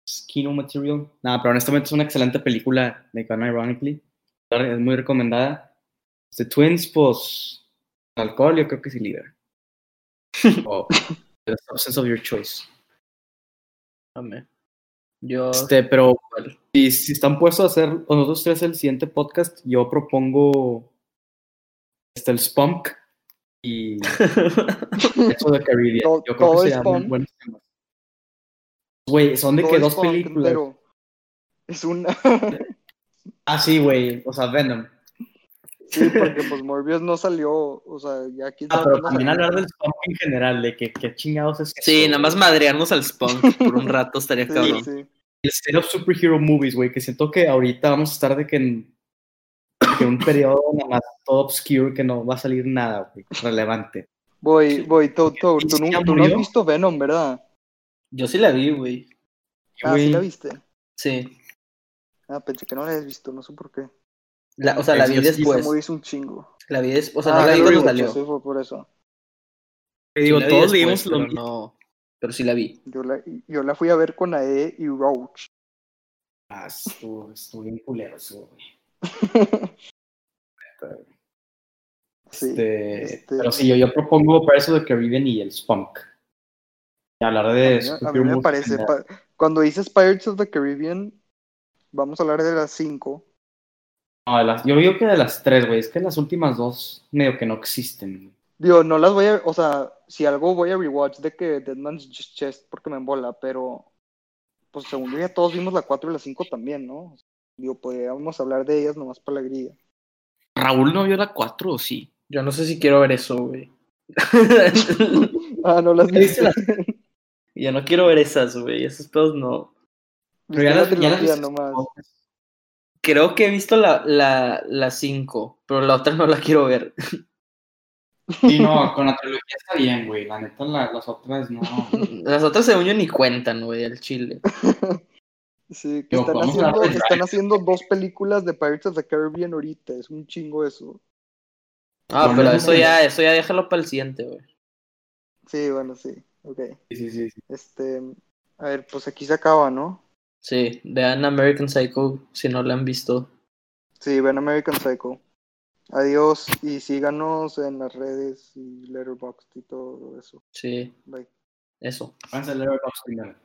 [SPEAKER 1] Es Kino Material. Nada, pero honestamente es una excelente película de Gun Ironically. Es muy recomendada. The Twins, pues. Alcohol, yo creo que sí libera. O The Substance of Your Choice.
[SPEAKER 2] Amén. Yo.
[SPEAKER 1] Este, pero si, si están puestos a hacer o nosotros tres el siguiente podcast, yo propongo este, el Spunk y eso de Caribbean.
[SPEAKER 3] Todo-
[SPEAKER 1] yo creo
[SPEAKER 3] todo
[SPEAKER 1] que
[SPEAKER 3] es
[SPEAKER 1] serían muy
[SPEAKER 3] Spunk.
[SPEAKER 1] buenos temas. Güey, son de
[SPEAKER 3] Todo
[SPEAKER 1] que
[SPEAKER 3] es
[SPEAKER 1] dos
[SPEAKER 3] punk,
[SPEAKER 1] películas.
[SPEAKER 3] pero Es una.
[SPEAKER 1] Ah, sí, güey. O sea, Venom.
[SPEAKER 3] Sí, porque pues Morbius no salió. O sea, ya aquí.
[SPEAKER 1] Ah, pero también hablar del Spunk en general, de que, que chingados es.
[SPEAKER 2] Sí,
[SPEAKER 1] eso,
[SPEAKER 2] nada
[SPEAKER 1] güey.
[SPEAKER 2] más madrearnos al Spunk por un rato estaría
[SPEAKER 3] Sí,
[SPEAKER 2] cabrón.
[SPEAKER 3] sí.
[SPEAKER 1] el state of superhero movies, güey, que siento que ahorita vamos a estar de que en de que un periodo nada más todo obscure que no va a salir nada, güey, relevante.
[SPEAKER 3] Voy, voy, Tau, Tau, Tú, nu-
[SPEAKER 1] ¿Ya
[SPEAKER 3] tú no has
[SPEAKER 1] murió?
[SPEAKER 3] visto Venom, ¿verdad?
[SPEAKER 2] Yo sí la vi, güey.
[SPEAKER 3] Ah, sí
[SPEAKER 1] Güey,
[SPEAKER 3] la viste.
[SPEAKER 2] Sí.
[SPEAKER 3] Ah, pensé que no la habías visto, no sé por qué.
[SPEAKER 2] La- o sea, la
[SPEAKER 1] Sí,
[SPEAKER 2] vi
[SPEAKER 1] sí, sí,
[SPEAKER 3] Pues,
[SPEAKER 2] después.
[SPEAKER 3] Morbius es un chingo.
[SPEAKER 2] La vi después. O sea,
[SPEAKER 3] Ah,
[SPEAKER 2] no la vi
[SPEAKER 3] yo
[SPEAKER 2] cuando
[SPEAKER 3] vi,
[SPEAKER 2] salió.
[SPEAKER 3] Sí, fue por eso.
[SPEAKER 1] te digo,
[SPEAKER 2] Sí la vi
[SPEAKER 1] todos
[SPEAKER 2] después,
[SPEAKER 1] leímos lo
[SPEAKER 2] pero
[SPEAKER 1] mismo.
[SPEAKER 2] no. Pero sí la vi.
[SPEAKER 3] Yo la, yo la fui a ver con AE y Roach.
[SPEAKER 1] Ah, estuvo, estuvo bien culero eso, güey.
[SPEAKER 3] Sí,
[SPEAKER 1] Este,
[SPEAKER 3] este-
[SPEAKER 1] Pero sí, yo, yo propongo para eso de Caribbean y el Spunk. Y hablar
[SPEAKER 3] A
[SPEAKER 1] de.
[SPEAKER 3] mí- a mí,
[SPEAKER 1] Spooky
[SPEAKER 3] me
[SPEAKER 1] Moose
[SPEAKER 3] parece.
[SPEAKER 1] en la-
[SPEAKER 3] pa- cuando dices Pirates of the Caribbean, vamos a hablar de las cinco.
[SPEAKER 1] no, de las- yo digo que de las tres, güey. Es que las últimas dos medio que no existen.
[SPEAKER 3] Digo, no las voy a. O sea, si algo voy a rewatch de que Dead Man's Ch- Chest porque me embola, pero. Pues según yo ya todos vimos la 4 y la 5 también, ¿no? Digo, podríamos hablar de ellas nomás para la grilla.
[SPEAKER 2] Raúl no vio la 4 o sí. Yo no sé si quiero ver eso, güey.
[SPEAKER 3] Ah, no las
[SPEAKER 1] Ya viste
[SPEAKER 3] viste.
[SPEAKER 1] la-
[SPEAKER 2] Yo no quiero ver esas, güey. Esos pedos no.
[SPEAKER 1] Pero ya
[SPEAKER 3] Viste
[SPEAKER 1] las- ya las
[SPEAKER 3] trilogía
[SPEAKER 1] viste.
[SPEAKER 3] nomás.
[SPEAKER 2] Creo que he visto la, la, la 5, pero la otra no la quiero ver.
[SPEAKER 1] Sí, no, con la trilogía está bien, güey. La neta, la- las otras no.
[SPEAKER 2] Las otras, según yo, ni cuentan, güey, al chile.
[SPEAKER 3] Sí, que
[SPEAKER 1] Digo,
[SPEAKER 3] están,
[SPEAKER 1] podemos hablar
[SPEAKER 3] haciendo,
[SPEAKER 1] de
[SPEAKER 3] están haciendo dos películas de Pirates of the Caribbean ahorita. Es un chingo eso.
[SPEAKER 2] Ah,
[SPEAKER 1] No,
[SPEAKER 2] pero
[SPEAKER 1] no,
[SPEAKER 2] eso
[SPEAKER 1] no.
[SPEAKER 2] ya, eso ya déjalo para el siguiente, güey.
[SPEAKER 3] Sí, bueno, sí. Ok.
[SPEAKER 1] Sí, sí, sí. sí.
[SPEAKER 3] Este. A ver, pues aquí se acaba, ¿no?
[SPEAKER 2] Sí, vean American Psycho si no la han visto.
[SPEAKER 3] Sí, ven American Psycho. Adiós y síganos en las redes y Letterboxd y todo eso.
[SPEAKER 2] Sí,
[SPEAKER 3] Bye.
[SPEAKER 2] eso.
[SPEAKER 1] Vamos a leer el box primero.